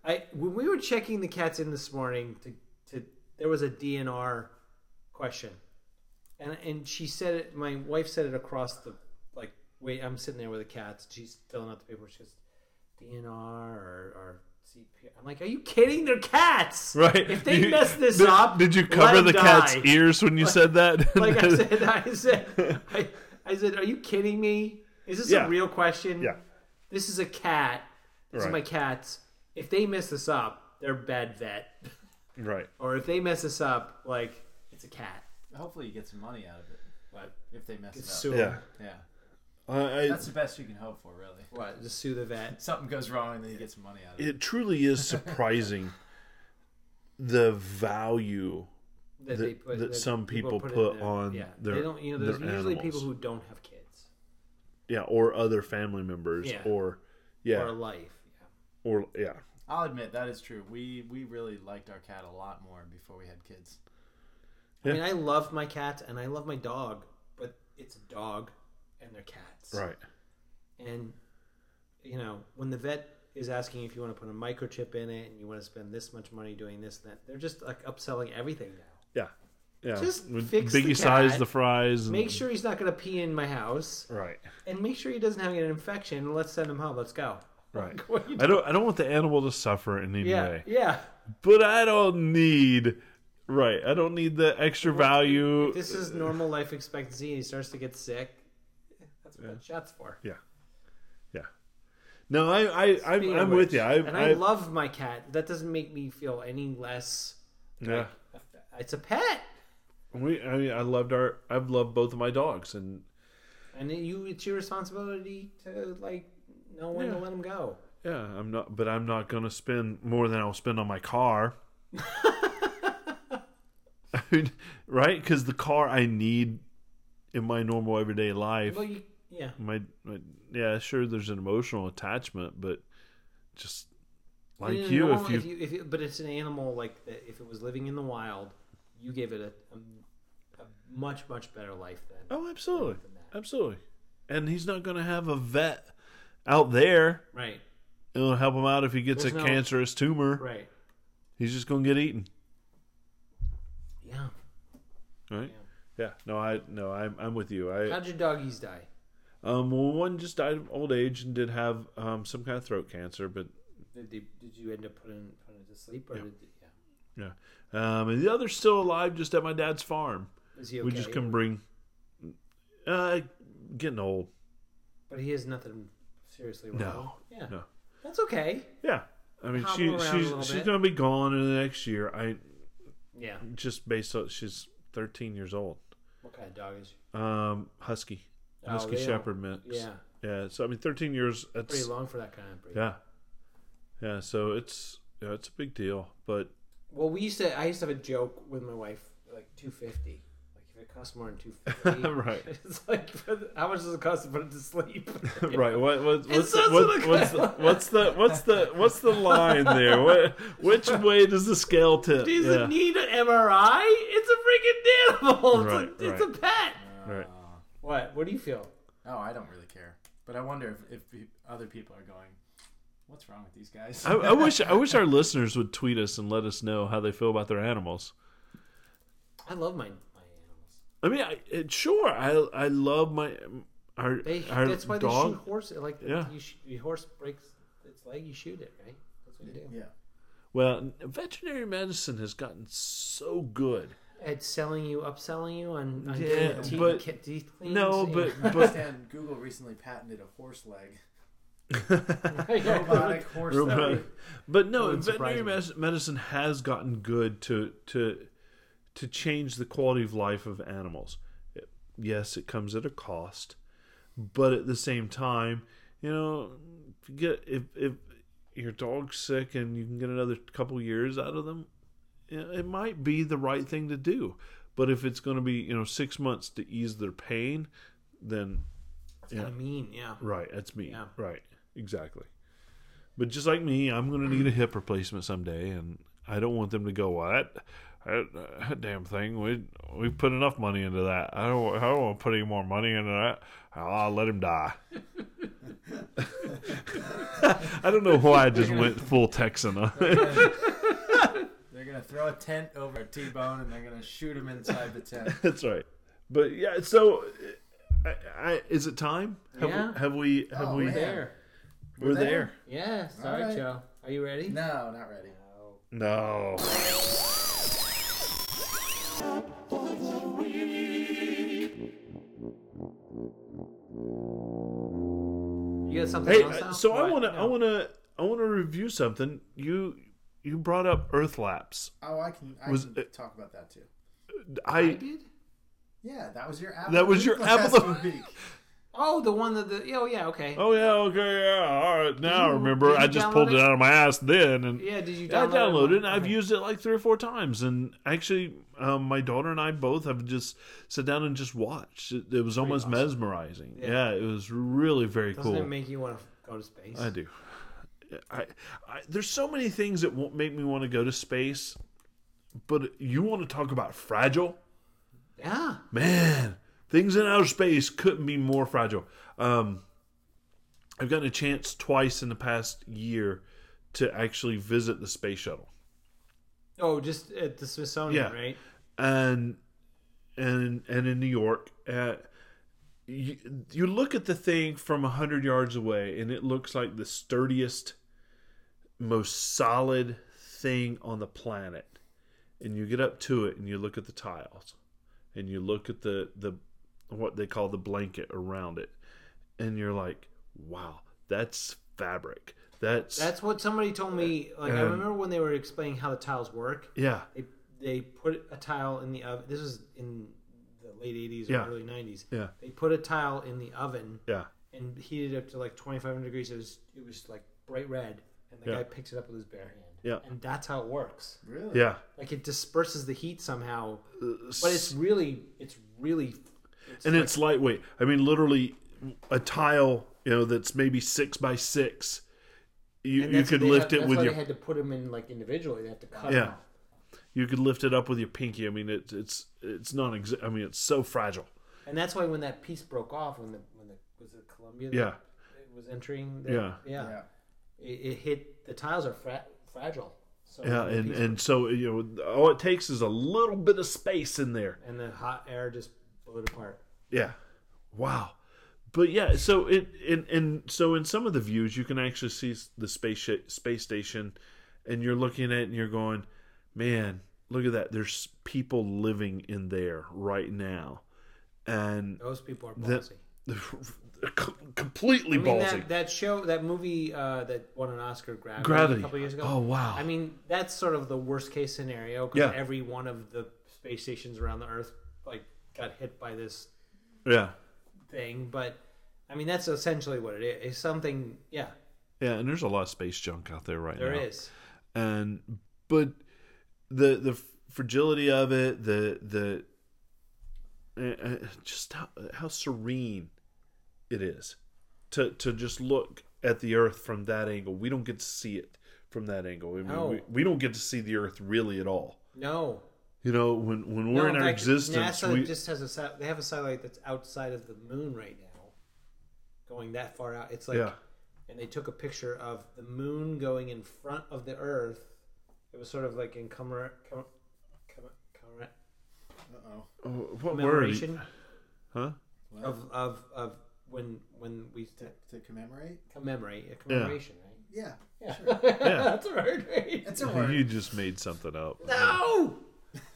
[SPEAKER 1] I when we were checking the cats in this morning, to, to there was a DNR question, and and she said it. My wife said it across the like. Wait, I'm sitting there with the cats. She's filling out the paperwork. She goes, DNR or, or CPR. I'm like, are you kidding? They're cats.
[SPEAKER 2] right?
[SPEAKER 1] If they
[SPEAKER 2] You- [laughs]
[SPEAKER 1] mess this
[SPEAKER 2] did,
[SPEAKER 1] up,
[SPEAKER 2] did you
[SPEAKER 1] let
[SPEAKER 2] cover
[SPEAKER 1] them
[SPEAKER 2] the cat's
[SPEAKER 1] die
[SPEAKER 2] ears when you said that?
[SPEAKER 1] [laughs] like I said, I said, I, I said, are you kidding me? Is this
[SPEAKER 2] Yeah.
[SPEAKER 1] a real question?
[SPEAKER 2] yeah,
[SPEAKER 1] This is a cat. This
[SPEAKER 2] Right.
[SPEAKER 1] is my cats. If they mess this up, they're bad vet.
[SPEAKER 2] [laughs] right.
[SPEAKER 1] Or if they mess this up, like it's a cat.
[SPEAKER 3] Hopefully you get some money out of it. But if they mess it up.
[SPEAKER 1] Just sue 'em.
[SPEAKER 2] Yeah,
[SPEAKER 3] yeah.
[SPEAKER 2] I, I,
[SPEAKER 3] That's the best you can hope for, really.
[SPEAKER 1] What? Just sue the vet.
[SPEAKER 3] Something goes wrong and then you get some money out of it.
[SPEAKER 2] it truly is surprising the value
[SPEAKER 1] That,
[SPEAKER 2] That-
[SPEAKER 1] they put,
[SPEAKER 2] that some people
[SPEAKER 1] it
[SPEAKER 2] put
[SPEAKER 1] in their-
[SPEAKER 2] on
[SPEAKER 1] Yeah.
[SPEAKER 2] their-
[SPEAKER 1] they don't. You know, there's
[SPEAKER 2] their
[SPEAKER 1] usually people
[SPEAKER 2] animals.
[SPEAKER 1] who don't have kids
[SPEAKER 2] yeah or other family members
[SPEAKER 1] Yeah.
[SPEAKER 2] or yeah
[SPEAKER 1] or a life. Yeah.
[SPEAKER 2] or yeah
[SPEAKER 3] I'll admit that is true. We we really liked our cat a lot more before we had kids.
[SPEAKER 2] Yeah.
[SPEAKER 1] I mean, I love my cat and I love my dog, but it's a dog and they're cats.
[SPEAKER 2] right
[SPEAKER 1] and you know when the vet is asking if you want to put a microchip in it and you want to spend this much money doing this and that they're just like upselling everything now
[SPEAKER 2] yeah yeah
[SPEAKER 1] Just
[SPEAKER 2] With
[SPEAKER 1] fix the
[SPEAKER 2] biggie size
[SPEAKER 1] cat.
[SPEAKER 2] the fries and,
[SPEAKER 1] make sure he's not going to pee in my house
[SPEAKER 2] [laughs] right
[SPEAKER 1] and make sure he doesn't have an infection and let's send him home let's go
[SPEAKER 2] right
[SPEAKER 1] [laughs] What you-
[SPEAKER 2] i don't i don't want the animal to suffer in any
[SPEAKER 1] yeah
[SPEAKER 2] way
[SPEAKER 1] yeah
[SPEAKER 2] but i don't need right i don't need the extra value
[SPEAKER 1] this is normal life expectancy and he starts to get sick that's what that shot's for
[SPEAKER 2] no i i i'm,
[SPEAKER 1] Speaking of
[SPEAKER 2] I'm
[SPEAKER 1] which,
[SPEAKER 2] with you i,
[SPEAKER 1] and I,
[SPEAKER 2] I
[SPEAKER 1] love my cat that doesn't make me feel any less
[SPEAKER 2] yeah
[SPEAKER 1] it's a pet
[SPEAKER 2] we i mean i loved our i've loved both of my dogs and
[SPEAKER 1] and then you it's your responsibility to like know when to
[SPEAKER 2] Yeah.
[SPEAKER 1] let him go
[SPEAKER 2] yeah i'm not but i'm not gonna spend more than i'll spend on my
[SPEAKER 1] [laughs]
[SPEAKER 2] car [laughs] I mean, right because the car i need in my normal everyday life
[SPEAKER 1] well you yeah
[SPEAKER 2] my, my yeah sure there's an emotional attachment but just like
[SPEAKER 1] In a
[SPEAKER 2] you
[SPEAKER 1] normal-
[SPEAKER 2] if you,
[SPEAKER 1] Eh, if you if it, but it's an animal like that if it was living in the wild you give it a, a, a much much better life than
[SPEAKER 2] oh absolutely absolutely and he's not going to have a vet out there
[SPEAKER 1] right
[SPEAKER 2] it'll help him out if he gets
[SPEAKER 1] There's
[SPEAKER 2] a
[SPEAKER 1] no-
[SPEAKER 2] cancerous tumor
[SPEAKER 1] right
[SPEAKER 2] he's just going to get eaten
[SPEAKER 1] yeah
[SPEAKER 2] right yeah, no i no i'm, I'm with you i
[SPEAKER 1] how'd your doggies die
[SPEAKER 2] um well, one just died of old age and did have um some kind of throat cancer but
[SPEAKER 1] did, they, did you end up putting putting it to sleep or did yeah
[SPEAKER 2] yeah um and the other's still alive just at my dad's farm
[SPEAKER 1] is he okay
[SPEAKER 2] we just couldn't bring uh getting old
[SPEAKER 1] but he has nothing seriously wrong
[SPEAKER 2] No,
[SPEAKER 1] yeah
[SPEAKER 2] no.
[SPEAKER 1] That's okay.
[SPEAKER 2] Yeah. I mean,
[SPEAKER 1] Hobble
[SPEAKER 2] she
[SPEAKER 1] around a
[SPEAKER 2] she's
[SPEAKER 1] little
[SPEAKER 2] she's
[SPEAKER 1] bit.
[SPEAKER 2] gonna be gone in the next year. I
[SPEAKER 1] Yeah.
[SPEAKER 2] just based on she's 13 years old.
[SPEAKER 1] What kind of dog is? she?
[SPEAKER 2] Um, husky,
[SPEAKER 1] Oh,
[SPEAKER 2] husky
[SPEAKER 1] they don't-
[SPEAKER 2] shepherd mix.
[SPEAKER 1] Yeah.
[SPEAKER 2] Yeah. So I mean, 13 years.
[SPEAKER 1] Pretty
[SPEAKER 2] That's
[SPEAKER 1] long for that kind of breed.
[SPEAKER 2] yeah, yeah. So it's yeah, it's a big deal. But [laughs]
[SPEAKER 1] Well, we used to. I used to have a joke with my wife, like two fifty. Like if it costs more than two fifty,
[SPEAKER 2] [laughs] Right.
[SPEAKER 1] [laughs] It's like how much does it cost to put it to sleep?
[SPEAKER 2] [laughs]
[SPEAKER 1] [laughs]
[SPEAKER 2] right, what, what, what's, the,
[SPEAKER 1] sounds
[SPEAKER 2] what,
[SPEAKER 1] like-
[SPEAKER 2] what's, the, what's the what's the what's the line there? What, which way does the scale tip?
[SPEAKER 1] Does
[SPEAKER 2] Yeah.
[SPEAKER 1] it need an MRI? It's a freaking animal. It's,
[SPEAKER 2] Right,
[SPEAKER 1] a, it's a pet.
[SPEAKER 2] Right.
[SPEAKER 1] What? What do you feel?
[SPEAKER 3] Uh, Oh, I don't really care. But I wonder if, if pe- other people are going, what's wrong with these guys?
[SPEAKER 2] I, I wish I wish our listeners would tweet us and let us know how they feel about their animals.
[SPEAKER 1] I love my my animals.
[SPEAKER 2] I mean, I, it- sure, I I love my our
[SPEAKER 1] They,
[SPEAKER 2] our
[SPEAKER 1] that's why they shoot
[SPEAKER 2] dog.
[SPEAKER 1] horse. Like
[SPEAKER 2] Yeah.
[SPEAKER 1] you sh- your horse breaks its leg, you shoot it, right? That's what you do.
[SPEAKER 3] [laughs] yeah.
[SPEAKER 2] Well, veterinary medicine has gotten so good.
[SPEAKER 1] It's selling you, upselling you on, on
[SPEAKER 2] Yeah,
[SPEAKER 1] teeth,
[SPEAKER 2] but-
[SPEAKER 1] teeth, cleans.
[SPEAKER 2] No,
[SPEAKER 1] yeah.
[SPEAKER 2] but
[SPEAKER 3] I
[SPEAKER 1] [laughs]
[SPEAKER 2] but
[SPEAKER 3] understand Google recently patented a horse leg.
[SPEAKER 2] [laughs]
[SPEAKER 1] [laughs] Yeah.
[SPEAKER 3] [laughs] Robotic horse
[SPEAKER 2] Robot-
[SPEAKER 3] leg.
[SPEAKER 2] but no,
[SPEAKER 1] Wouldn't surprise
[SPEAKER 2] veterinary
[SPEAKER 1] me.
[SPEAKER 2] medicine, medicine has gotten good to to to change the quality of life of animals. Yes, it comes at a cost, but at the same time, you know, if you get if if your dog's sick and you can get another couple years out of them, you know, it might be the right thing to do. But if it's going to be you know six months to ease their pain, then
[SPEAKER 1] I mean, yeah.
[SPEAKER 2] Right, that's me.
[SPEAKER 1] Yeah.
[SPEAKER 2] Right, exactly. But just like me, I'm going to need a hip replacement someday, and I don't want them to go what. That, that damn thing. We we put enough money into that. I don't. I don't want to put any more money into that. I'll let him die. [laughs] I don't know why I just went full Texan on it. [laughs]
[SPEAKER 3] They're going to throw a tent over a T-bone and they're going to shoot him inside
[SPEAKER 2] [laughs]
[SPEAKER 3] the tent.
[SPEAKER 2] That's right. But yeah, so I, I, is it time? Have
[SPEAKER 1] Yeah.
[SPEAKER 2] we have we have
[SPEAKER 3] Oh,
[SPEAKER 2] we
[SPEAKER 3] man.
[SPEAKER 1] There.
[SPEAKER 2] we're,
[SPEAKER 3] We're
[SPEAKER 2] there?
[SPEAKER 3] there.
[SPEAKER 1] Yeah. Sorry,
[SPEAKER 3] right.
[SPEAKER 1] Joe. Are you ready?
[SPEAKER 3] No, not ready.
[SPEAKER 2] No.
[SPEAKER 1] You got something
[SPEAKER 2] Hey,
[SPEAKER 1] else?
[SPEAKER 2] uh,
[SPEAKER 1] Al?
[SPEAKER 2] so I
[SPEAKER 1] What?
[SPEAKER 2] want to, I
[SPEAKER 1] No.
[SPEAKER 2] want to, I want to review something. You, you brought up Earth Laps.
[SPEAKER 3] Oh, I can, I
[SPEAKER 2] Was
[SPEAKER 3] can
[SPEAKER 2] it-
[SPEAKER 3] talk about that too.
[SPEAKER 1] I
[SPEAKER 2] I,
[SPEAKER 1] did.
[SPEAKER 3] Yeah, that was your apple.
[SPEAKER 2] That was
[SPEAKER 3] of
[SPEAKER 2] your
[SPEAKER 3] the week
[SPEAKER 2] apple
[SPEAKER 3] last
[SPEAKER 2] of- [laughs]
[SPEAKER 3] week.
[SPEAKER 1] Oh, the one that the. Oh, yeah. Okay.
[SPEAKER 2] oh yeah, okay, yeah, all right. Now I
[SPEAKER 1] you-
[SPEAKER 2] remember,
[SPEAKER 1] did you
[SPEAKER 2] I just
[SPEAKER 1] download
[SPEAKER 2] pulled it?
[SPEAKER 1] it?
[SPEAKER 2] out of my ass then, and
[SPEAKER 1] Yeah. Did you?
[SPEAKER 2] I
[SPEAKER 1] Download
[SPEAKER 2] downloaded it. And I've
[SPEAKER 1] Okay.
[SPEAKER 2] used it like three or four times, and actually, um, my daughter and I both have just sat down and just watched. It, it was almost mesmerizing. Yeah. it was really very
[SPEAKER 1] Doesn't
[SPEAKER 2] cool.
[SPEAKER 1] it make you want to go to space?
[SPEAKER 2] I do. I, I there's so many things that won't make me want to go to space, but you want to talk about fragile,
[SPEAKER 1] yeah.
[SPEAKER 2] man? Things in outer space couldn't be more fragile. Um, I've gotten a chance twice in the past year to actually visit the space shuttle,
[SPEAKER 1] Oh, just at the Smithsonian,
[SPEAKER 2] Yeah.
[SPEAKER 1] right?
[SPEAKER 2] and and and in New York, uh, you, you look at the thing from a hundred yards away, and it looks like the sturdiest. most solid thing on the planet and you get up to it and you look at the tiles and you look at the the what they call the blanket around it and you're like wow that's fabric that's,
[SPEAKER 1] That's what somebody told me. Like I
[SPEAKER 2] Um,
[SPEAKER 1] remember when they were explaining how the tiles work.
[SPEAKER 2] yeah
[SPEAKER 1] They they put a tile in the oven. This was in the late '80s or
[SPEAKER 2] Yeah.
[SPEAKER 1] early '90s.
[SPEAKER 2] yeah
[SPEAKER 1] They put a tile in the oven
[SPEAKER 2] yeah
[SPEAKER 1] and heated it up to like 2,500 degrees. It was it was like bright red, and the
[SPEAKER 2] Yeah.
[SPEAKER 1] guy picks it up with his bare hand.
[SPEAKER 2] Yeah.
[SPEAKER 1] and that's how it works.
[SPEAKER 3] Really?
[SPEAKER 2] yeah
[SPEAKER 1] Like it disperses the heat somehow,
[SPEAKER 2] Uh,
[SPEAKER 1] but it's really it's really
[SPEAKER 2] and it's lightweight i mean literally a tile you know that's maybe six by six you,
[SPEAKER 1] and
[SPEAKER 2] you
[SPEAKER 1] that's
[SPEAKER 2] could
[SPEAKER 1] what they
[SPEAKER 2] lift
[SPEAKER 1] had-
[SPEAKER 2] it
[SPEAKER 1] that's
[SPEAKER 2] with
[SPEAKER 1] why
[SPEAKER 2] your
[SPEAKER 1] They had to put them in like individually. They have to cut.
[SPEAKER 2] Yeah.
[SPEAKER 1] them.
[SPEAKER 2] you could lift it up with your pinky. I mean, it's it's it's non. I mean, it's so fragile.
[SPEAKER 1] And that's why when that piece broke off, when the when the was it Columbia? that
[SPEAKER 2] Yeah.
[SPEAKER 1] it was entering. The,
[SPEAKER 2] Yeah.
[SPEAKER 1] yeah.
[SPEAKER 3] Yeah.
[SPEAKER 1] It, it hit the tiles are fra- fragile. So
[SPEAKER 2] Yeah,
[SPEAKER 1] the
[SPEAKER 2] and
[SPEAKER 1] piece-
[SPEAKER 2] and so you know, all it takes is a little bit of space in there.
[SPEAKER 1] and the hot air just blew it apart.
[SPEAKER 2] Yeah, wow. But yeah, so it and and so in some of the views you can actually see the space sh- space station, and you're looking at it and you're going, man, look at that. There's people living in there right now, and
[SPEAKER 1] Those people are
[SPEAKER 2] the-
[SPEAKER 1] bossy.
[SPEAKER 2] c- completely
[SPEAKER 1] I mean,
[SPEAKER 2] ballsy.
[SPEAKER 1] that, that show, that movie uh, that won an Oscar, Gravity,
[SPEAKER 2] Gravity.
[SPEAKER 1] a couple years ago.
[SPEAKER 2] Oh, wow.
[SPEAKER 1] I mean, that's sort of the worst case scenario because
[SPEAKER 2] Yeah.
[SPEAKER 1] every one of the space stations around the Earth like got hit by this
[SPEAKER 2] yeah,
[SPEAKER 1] thing. But I mean, that's essentially what it is. It's something, yeah,
[SPEAKER 2] yeah, and there's a lot of space junk out there right
[SPEAKER 1] There
[SPEAKER 2] now.
[SPEAKER 1] is.
[SPEAKER 2] and but the the fragility of it the the uh, uh, just how, how serene it is to to just look at the earth from that angle we don't get to see it from that angle I mean,
[SPEAKER 1] No.
[SPEAKER 2] we, we don't get to see the earth really at all
[SPEAKER 1] No.
[SPEAKER 2] you know when when we're
[SPEAKER 1] no,
[SPEAKER 2] in, our
[SPEAKER 1] fact,
[SPEAKER 2] existence
[SPEAKER 1] NASA
[SPEAKER 2] we,
[SPEAKER 1] just has a sat- they have a satellite that's outside of the moon right now, going that far out. It's like,
[SPEAKER 2] yeah
[SPEAKER 1] and they took a picture of the moon going in front of the Earth. It was sort of like in commemor- comm- comm- commemor-
[SPEAKER 3] Uh-oh.
[SPEAKER 2] Oh, what word [laughs]
[SPEAKER 1] commemoration
[SPEAKER 2] huh
[SPEAKER 3] What?
[SPEAKER 1] of, of of when when we
[SPEAKER 3] to, to commemorate?
[SPEAKER 1] commemorate a commemoration,
[SPEAKER 3] Yeah.
[SPEAKER 1] right?
[SPEAKER 3] Sure.
[SPEAKER 1] Yeah, [laughs] that's a word, right?
[SPEAKER 3] It's a word.
[SPEAKER 2] you just made something up
[SPEAKER 1] No.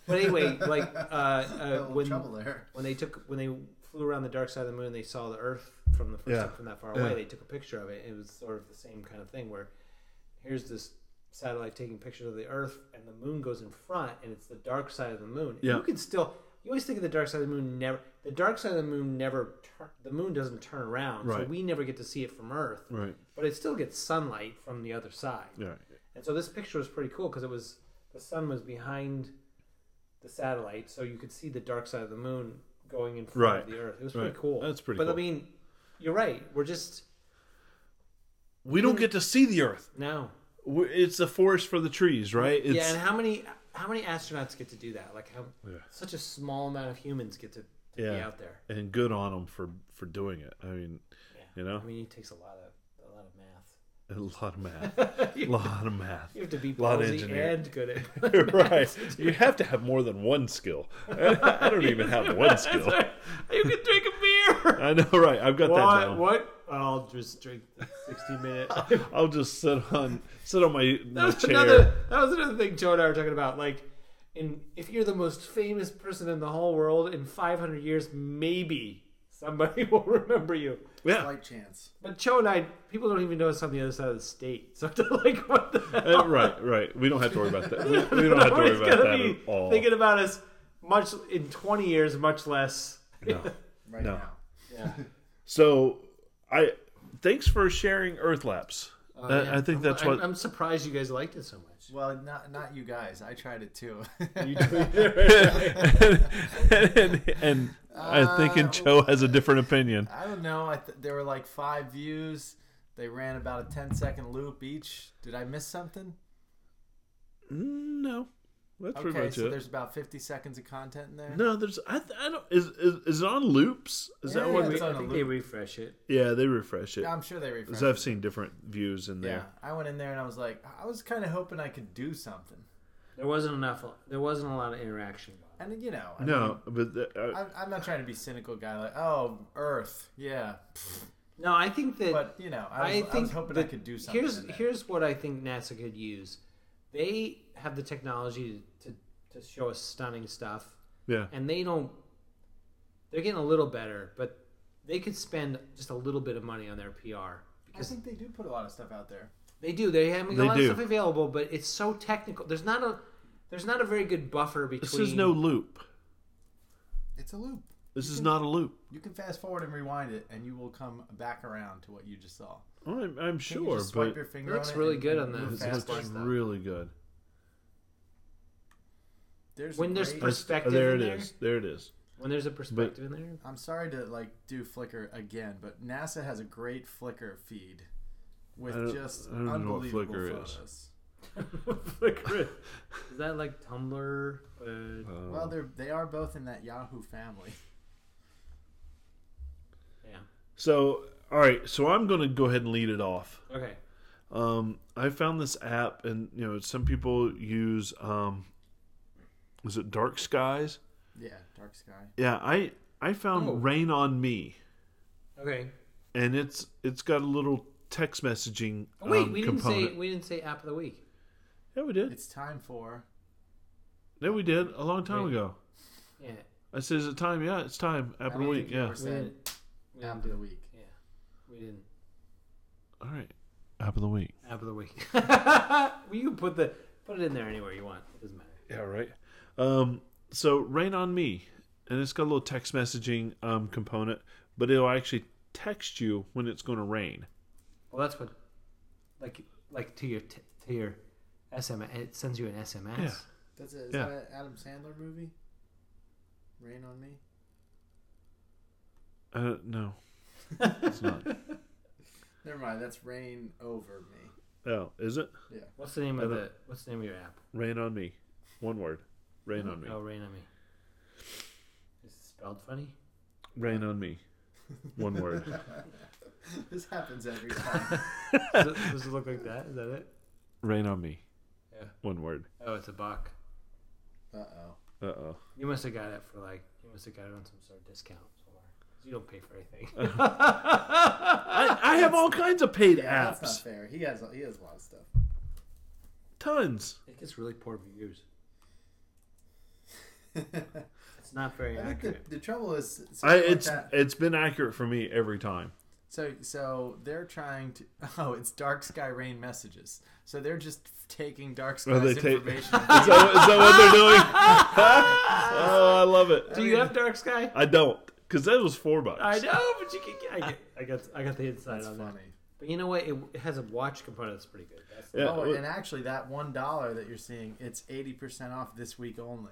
[SPEAKER 1] But anyway,
[SPEAKER 3] [laughs]
[SPEAKER 1] like uh,
[SPEAKER 3] Got
[SPEAKER 1] uh,
[SPEAKER 3] a little
[SPEAKER 1] when
[SPEAKER 3] trouble there.
[SPEAKER 1] when they took when they flew around the dark side of the moon, they saw the Earth from the
[SPEAKER 2] Yeah.
[SPEAKER 1] from that far away.
[SPEAKER 2] Yeah.
[SPEAKER 1] They took a picture of it. It was sort of the same kind of thing where here's this satellite taking pictures of the Earth, and the moon goes in front, and it's the dark side of the moon.
[SPEAKER 2] Yeah.
[SPEAKER 1] You can still you always think of the dark side of the moon. Never the dark side of the moon never tur- the moon doesn't turn around, so
[SPEAKER 2] Right.
[SPEAKER 1] we never get to see it from Earth.
[SPEAKER 2] right
[SPEAKER 1] But it still gets sunlight from the other side.
[SPEAKER 2] yeah
[SPEAKER 1] And so this picture was pretty cool because it was the sun was behind the satellite, so you could see the dark side of the moon going in front
[SPEAKER 2] Right.
[SPEAKER 1] of the Earth. It was
[SPEAKER 2] Right.
[SPEAKER 1] pretty cool.
[SPEAKER 2] That's pretty
[SPEAKER 1] But
[SPEAKER 2] cool.
[SPEAKER 1] I mean, you're right. We're just
[SPEAKER 2] we don't get to see the earth
[SPEAKER 1] no.
[SPEAKER 2] We- it's a forest for the trees right it's
[SPEAKER 1] yeah, and how many how many astronauts get to do that? Like how
[SPEAKER 2] Yeah.
[SPEAKER 1] such a small amount of humans get to, to be
[SPEAKER 2] Yeah.
[SPEAKER 1] out there.
[SPEAKER 2] and good on them for for doing it. I mean,
[SPEAKER 1] Yeah.
[SPEAKER 2] You know?
[SPEAKER 1] I mean, it takes a lot of a lot of math.
[SPEAKER 2] a lot of math, a lot of math,
[SPEAKER 1] [laughs]
[SPEAKER 2] [laughs]
[SPEAKER 1] You have to be
[SPEAKER 2] Lot of
[SPEAKER 1] ballsy
[SPEAKER 2] engineer.
[SPEAKER 1] and good
[SPEAKER 2] [laughs]
[SPEAKER 1] at
[SPEAKER 2] right? You have to have more than one
[SPEAKER 1] [laughs]
[SPEAKER 2] skill. [laughs] I, I don't even have one skill.
[SPEAKER 1] You can drink a beer.
[SPEAKER 2] I know, right? I've got that
[SPEAKER 1] What?
[SPEAKER 2] down.
[SPEAKER 1] What? I'll just drink the sixty minute. [laughs]
[SPEAKER 2] I'll just sit on sit on my,
[SPEAKER 1] that
[SPEAKER 2] my
[SPEAKER 1] was
[SPEAKER 2] chair.
[SPEAKER 1] another that was another thing Joe and I were talking about. Like, in if you're the most famous person in the whole world in 500 years, maybe somebody [laughs] will remember you.
[SPEAKER 2] Yeah,
[SPEAKER 3] Slight chance.
[SPEAKER 1] But Joe and I, people don't even know us on the other side of the state. So [laughs] they're like, what the [laughs] hell?
[SPEAKER 2] Uh, right, right. We don't have to worry about that. We,
[SPEAKER 1] [laughs]
[SPEAKER 2] we don't have to worry
[SPEAKER 1] Nobody's
[SPEAKER 2] about
[SPEAKER 1] gonna
[SPEAKER 2] that
[SPEAKER 1] be
[SPEAKER 2] at all.
[SPEAKER 1] Thinking about us much in 20 years, much less.
[SPEAKER 2] No.
[SPEAKER 3] Right
[SPEAKER 2] No.
[SPEAKER 3] now.
[SPEAKER 2] So, I thanks for sharing Earth Laps. I, I think that's
[SPEAKER 1] Oh, I'm,
[SPEAKER 2] what
[SPEAKER 1] I'm surprised you guys liked it so much.
[SPEAKER 3] Well, not not you guys. I tried it too. [laughs]
[SPEAKER 2] and, [laughs] and- and I'm
[SPEAKER 3] Ah,
[SPEAKER 2] thinking Joe has a different opinion.
[SPEAKER 3] I don't know. I th- there were like five views. They ran about a 10 second loop each. Did I miss something?
[SPEAKER 2] Mm, No, that's pretty
[SPEAKER 3] Okay,
[SPEAKER 2] much
[SPEAKER 3] so
[SPEAKER 2] it.
[SPEAKER 3] there's about 50 seconds of content in there.
[SPEAKER 2] No, there's I, th- I don't is, is is it on loops? Is that
[SPEAKER 3] Yeah,
[SPEAKER 2] what?
[SPEAKER 3] it's
[SPEAKER 2] we-
[SPEAKER 3] on a
[SPEAKER 1] I think
[SPEAKER 3] loop.
[SPEAKER 1] they refresh it.
[SPEAKER 2] Yeah, they refresh it.
[SPEAKER 3] I'm sure they refreshed.
[SPEAKER 2] Because I've seen different views in
[SPEAKER 3] it. yeah,
[SPEAKER 2] there.
[SPEAKER 3] I went in there and I was like, I was kind of hoping I could do something.
[SPEAKER 1] There wasn't enough. There wasn't a lot of interaction.
[SPEAKER 3] And you know, I
[SPEAKER 2] No, but the,
[SPEAKER 3] mean,
[SPEAKER 2] uh,
[SPEAKER 3] I'm, I'm not trying to be cynical, guy. Like, oh, Earth, yeah.
[SPEAKER 1] No, I think that
[SPEAKER 3] But you know, I was, I was hoping I
[SPEAKER 1] that-
[SPEAKER 3] could do something.
[SPEAKER 1] Here's
[SPEAKER 3] in there.
[SPEAKER 1] here's what I think NASA could use. They have the technology to, to show us stunning stuff,
[SPEAKER 2] yeah,
[SPEAKER 1] and they don't. They're getting a little better, but they could spend just a little bit of money on their PR
[SPEAKER 3] I
[SPEAKER 1] because
[SPEAKER 3] think they do put a lot of stuff out there.
[SPEAKER 1] they do. They have a
[SPEAKER 2] They
[SPEAKER 1] lot
[SPEAKER 2] do.
[SPEAKER 1] of stuff available, but it's so technical. There's not a there's not a very good buffer between.
[SPEAKER 2] this is no loop.
[SPEAKER 3] It's a loop.
[SPEAKER 2] This is not a loop.
[SPEAKER 3] You can fast forward and rewind it, and you will come back around to what you just saw.
[SPEAKER 2] I'm, I'm
[SPEAKER 3] Can't you
[SPEAKER 2] sure,
[SPEAKER 3] just swipe
[SPEAKER 2] but
[SPEAKER 3] your
[SPEAKER 2] it
[SPEAKER 3] finger
[SPEAKER 1] It looks
[SPEAKER 3] on
[SPEAKER 1] really
[SPEAKER 3] and-
[SPEAKER 1] good
[SPEAKER 3] and
[SPEAKER 1] on
[SPEAKER 3] move
[SPEAKER 1] the-
[SPEAKER 3] fast
[SPEAKER 1] Fast
[SPEAKER 2] looks
[SPEAKER 3] forward.
[SPEAKER 1] forward.
[SPEAKER 2] really good.
[SPEAKER 3] There's
[SPEAKER 1] When
[SPEAKER 3] a
[SPEAKER 1] there's
[SPEAKER 3] great-
[SPEAKER 1] pers- Perspective
[SPEAKER 2] there it
[SPEAKER 1] in
[SPEAKER 2] is.
[SPEAKER 1] there?
[SPEAKER 2] There it is.
[SPEAKER 1] when there's a perspective in there.
[SPEAKER 3] I'm sorry to like do Flickr again, but NASA has a great Flickr feed
[SPEAKER 2] I
[SPEAKER 3] with
[SPEAKER 2] don't-
[SPEAKER 3] just
[SPEAKER 2] I don't know what
[SPEAKER 3] unbelievable
[SPEAKER 2] Flickr is.
[SPEAKER 3] photos.
[SPEAKER 1] Is that like Tumblr? Uh,
[SPEAKER 2] Uh,
[SPEAKER 3] Well, they're they are both in that Yahoo family. [laughs]
[SPEAKER 1] yeah.
[SPEAKER 2] so, all right. So I'm going to go ahead and lead it off.
[SPEAKER 1] Okay.
[SPEAKER 2] Um, I found this app, and you know, some people use. Um, is it Dark Skies?
[SPEAKER 3] Yeah, Dark Sky.
[SPEAKER 2] Yeah, I I found
[SPEAKER 1] Oh.
[SPEAKER 2] Rain on Me,
[SPEAKER 1] Okay.
[SPEAKER 2] and it's it's got a little text messaging
[SPEAKER 1] Oh, wait,
[SPEAKER 2] um,
[SPEAKER 1] we didn't
[SPEAKER 2] component.
[SPEAKER 1] say we didn't say app of the week.
[SPEAKER 2] Yeah, we did.
[SPEAKER 3] It's time for
[SPEAKER 2] Yeah, we did a long time
[SPEAKER 1] Wait.
[SPEAKER 2] ago.
[SPEAKER 1] Yeah.
[SPEAKER 2] I said, "Is it time? Yeah, it's time. App of the
[SPEAKER 3] don't
[SPEAKER 2] week.
[SPEAKER 3] think you
[SPEAKER 2] Yeah,
[SPEAKER 3] ever said
[SPEAKER 1] We didn't- we
[SPEAKER 3] app
[SPEAKER 1] didn't
[SPEAKER 3] of the
[SPEAKER 1] do-
[SPEAKER 3] week.
[SPEAKER 1] Yeah. We didn't.
[SPEAKER 2] All right. App of the week.
[SPEAKER 1] App of the week. [laughs] well, you can put the put it in there anywhere you want. It doesn't matter.
[SPEAKER 2] Yeah, right. Um, so rain on me, and it's got a little text messaging um, component, but it'll actually text you when it's going to rain.
[SPEAKER 1] Well, that's what, like, like to your t- to your SMS. It sends you an SMS.
[SPEAKER 2] Yeah.
[SPEAKER 3] That's a, is
[SPEAKER 2] Yeah.
[SPEAKER 3] that an Adam Sandler movie? Rain on Me.
[SPEAKER 2] Uh, no, it's not.
[SPEAKER 3] Never mind. That's Rain Over Me.
[SPEAKER 2] Oh, is it
[SPEAKER 1] What's the name of
[SPEAKER 2] I
[SPEAKER 1] the What's the name of your app?
[SPEAKER 2] rain on me? One word. Rain on me.
[SPEAKER 1] Oh, rain on me. Is it spelled funny?
[SPEAKER 2] Rain on me. One word.
[SPEAKER 3] [laughs] This happens [laughs] every time.
[SPEAKER 1] Does it, does it look like that? Is that it?
[SPEAKER 2] Rain on me.
[SPEAKER 1] Yeah.
[SPEAKER 2] One word.
[SPEAKER 1] Oh, it's a buck.
[SPEAKER 3] uh oh.
[SPEAKER 2] Uh oh.
[SPEAKER 1] You must have got it for like you must have got it on some sort of discount somewhere. 'Cause You don't pay for anything.
[SPEAKER 2] I, I have all kinds of paid
[SPEAKER 3] Yeah, that's not
[SPEAKER 2] apps.
[SPEAKER 3] fair. He has he has a lot of [laughs] stuff.
[SPEAKER 2] Tons.
[SPEAKER 1] [laughs] it gets really poor reviews. It's not very
[SPEAKER 3] I think the,
[SPEAKER 1] accurate.
[SPEAKER 3] the trouble is, something
[SPEAKER 2] I,
[SPEAKER 3] like
[SPEAKER 2] it's
[SPEAKER 3] that-
[SPEAKER 2] it's been accurate for me every time.
[SPEAKER 3] So so they're trying to [laughs] oh it's dark sky rain messages. So they're just taking dark sky's
[SPEAKER 2] they take- [laughs]
[SPEAKER 3] information.
[SPEAKER 2] Is that, is that what they're doing? [laughs] oh, I love it.
[SPEAKER 1] Do you have Dark Sky?
[SPEAKER 2] I don't, because that was four bucks.
[SPEAKER 1] I know, but you can. Get, I, get, I got I got the inside
[SPEAKER 3] That's
[SPEAKER 1] on that.
[SPEAKER 3] funny.
[SPEAKER 1] But you know what? It, it has a watch component that's pretty good. That's
[SPEAKER 2] Yeah,
[SPEAKER 3] oh,
[SPEAKER 2] well-
[SPEAKER 3] and actually that one dollar that you're seeing, it's eighty percent off this week only,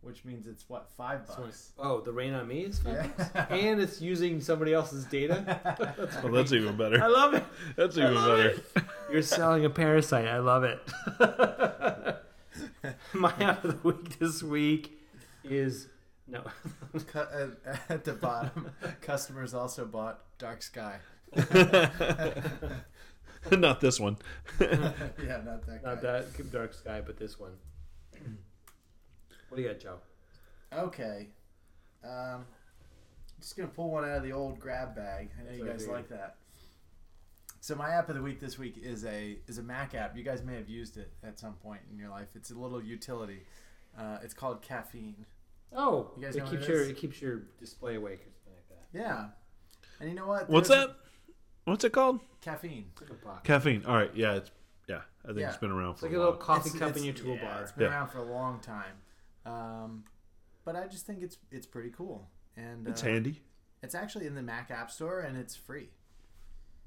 [SPEAKER 3] which means it's what five
[SPEAKER 1] That's one-
[SPEAKER 3] bucks.
[SPEAKER 1] Oh, the rain on me is fun.
[SPEAKER 3] Yeah.
[SPEAKER 1] And it's using somebody else's [laughs] data. That's
[SPEAKER 2] Well, that's
[SPEAKER 1] great.
[SPEAKER 2] even
[SPEAKER 1] I
[SPEAKER 2] better.
[SPEAKER 1] love it.
[SPEAKER 2] That's even
[SPEAKER 1] love
[SPEAKER 2] better.
[SPEAKER 1] it. You're selling a parasite. I love it. [laughs] My app of the week this week is no.
[SPEAKER 3] [laughs] Cu- uh, [laughs] at the bottom, [laughs] customers also bought dark sky. [laughs]
[SPEAKER 2] [laughs] Not this one.
[SPEAKER 3] yeah, not that.
[SPEAKER 1] Not
[SPEAKER 3] guy.
[SPEAKER 1] that dark sky, but this one. What do you got, Joe?
[SPEAKER 3] Okay. Um, just gonna pull one out of the old grab bag. I know
[SPEAKER 1] That's
[SPEAKER 3] you
[SPEAKER 1] what I
[SPEAKER 3] guys
[SPEAKER 1] figured.
[SPEAKER 3] like that. So my app of the week this week is a is a Mac app. You guys may have used it at some point in your life. It's a little utility. Uh, it's called Caffeine.
[SPEAKER 1] Oh,
[SPEAKER 3] You guys
[SPEAKER 1] it
[SPEAKER 3] know what
[SPEAKER 1] keeps
[SPEAKER 3] it
[SPEAKER 1] your
[SPEAKER 3] is?
[SPEAKER 1] it keeps your display awake or something like that.
[SPEAKER 3] Yeah. And you know what?
[SPEAKER 2] What's
[SPEAKER 3] There's-
[SPEAKER 2] that? What's it called?
[SPEAKER 3] Caffeine.
[SPEAKER 1] It's like a box.
[SPEAKER 2] Caffeine. All right. Yeah. It's yeah. I think
[SPEAKER 3] Yeah.
[SPEAKER 2] it's been around
[SPEAKER 1] It's
[SPEAKER 2] for
[SPEAKER 1] like
[SPEAKER 2] a
[SPEAKER 1] a
[SPEAKER 2] while.
[SPEAKER 1] little coffee
[SPEAKER 3] It's-
[SPEAKER 1] cup in your
[SPEAKER 3] it's-
[SPEAKER 1] toolbar.
[SPEAKER 3] yeah, it's been
[SPEAKER 2] Yeah.
[SPEAKER 3] around for a long time. Um, but I just think it's it's pretty cool. And
[SPEAKER 2] it's
[SPEAKER 3] uh,
[SPEAKER 2] handy.
[SPEAKER 3] It's actually in the Mac App Store and it's free.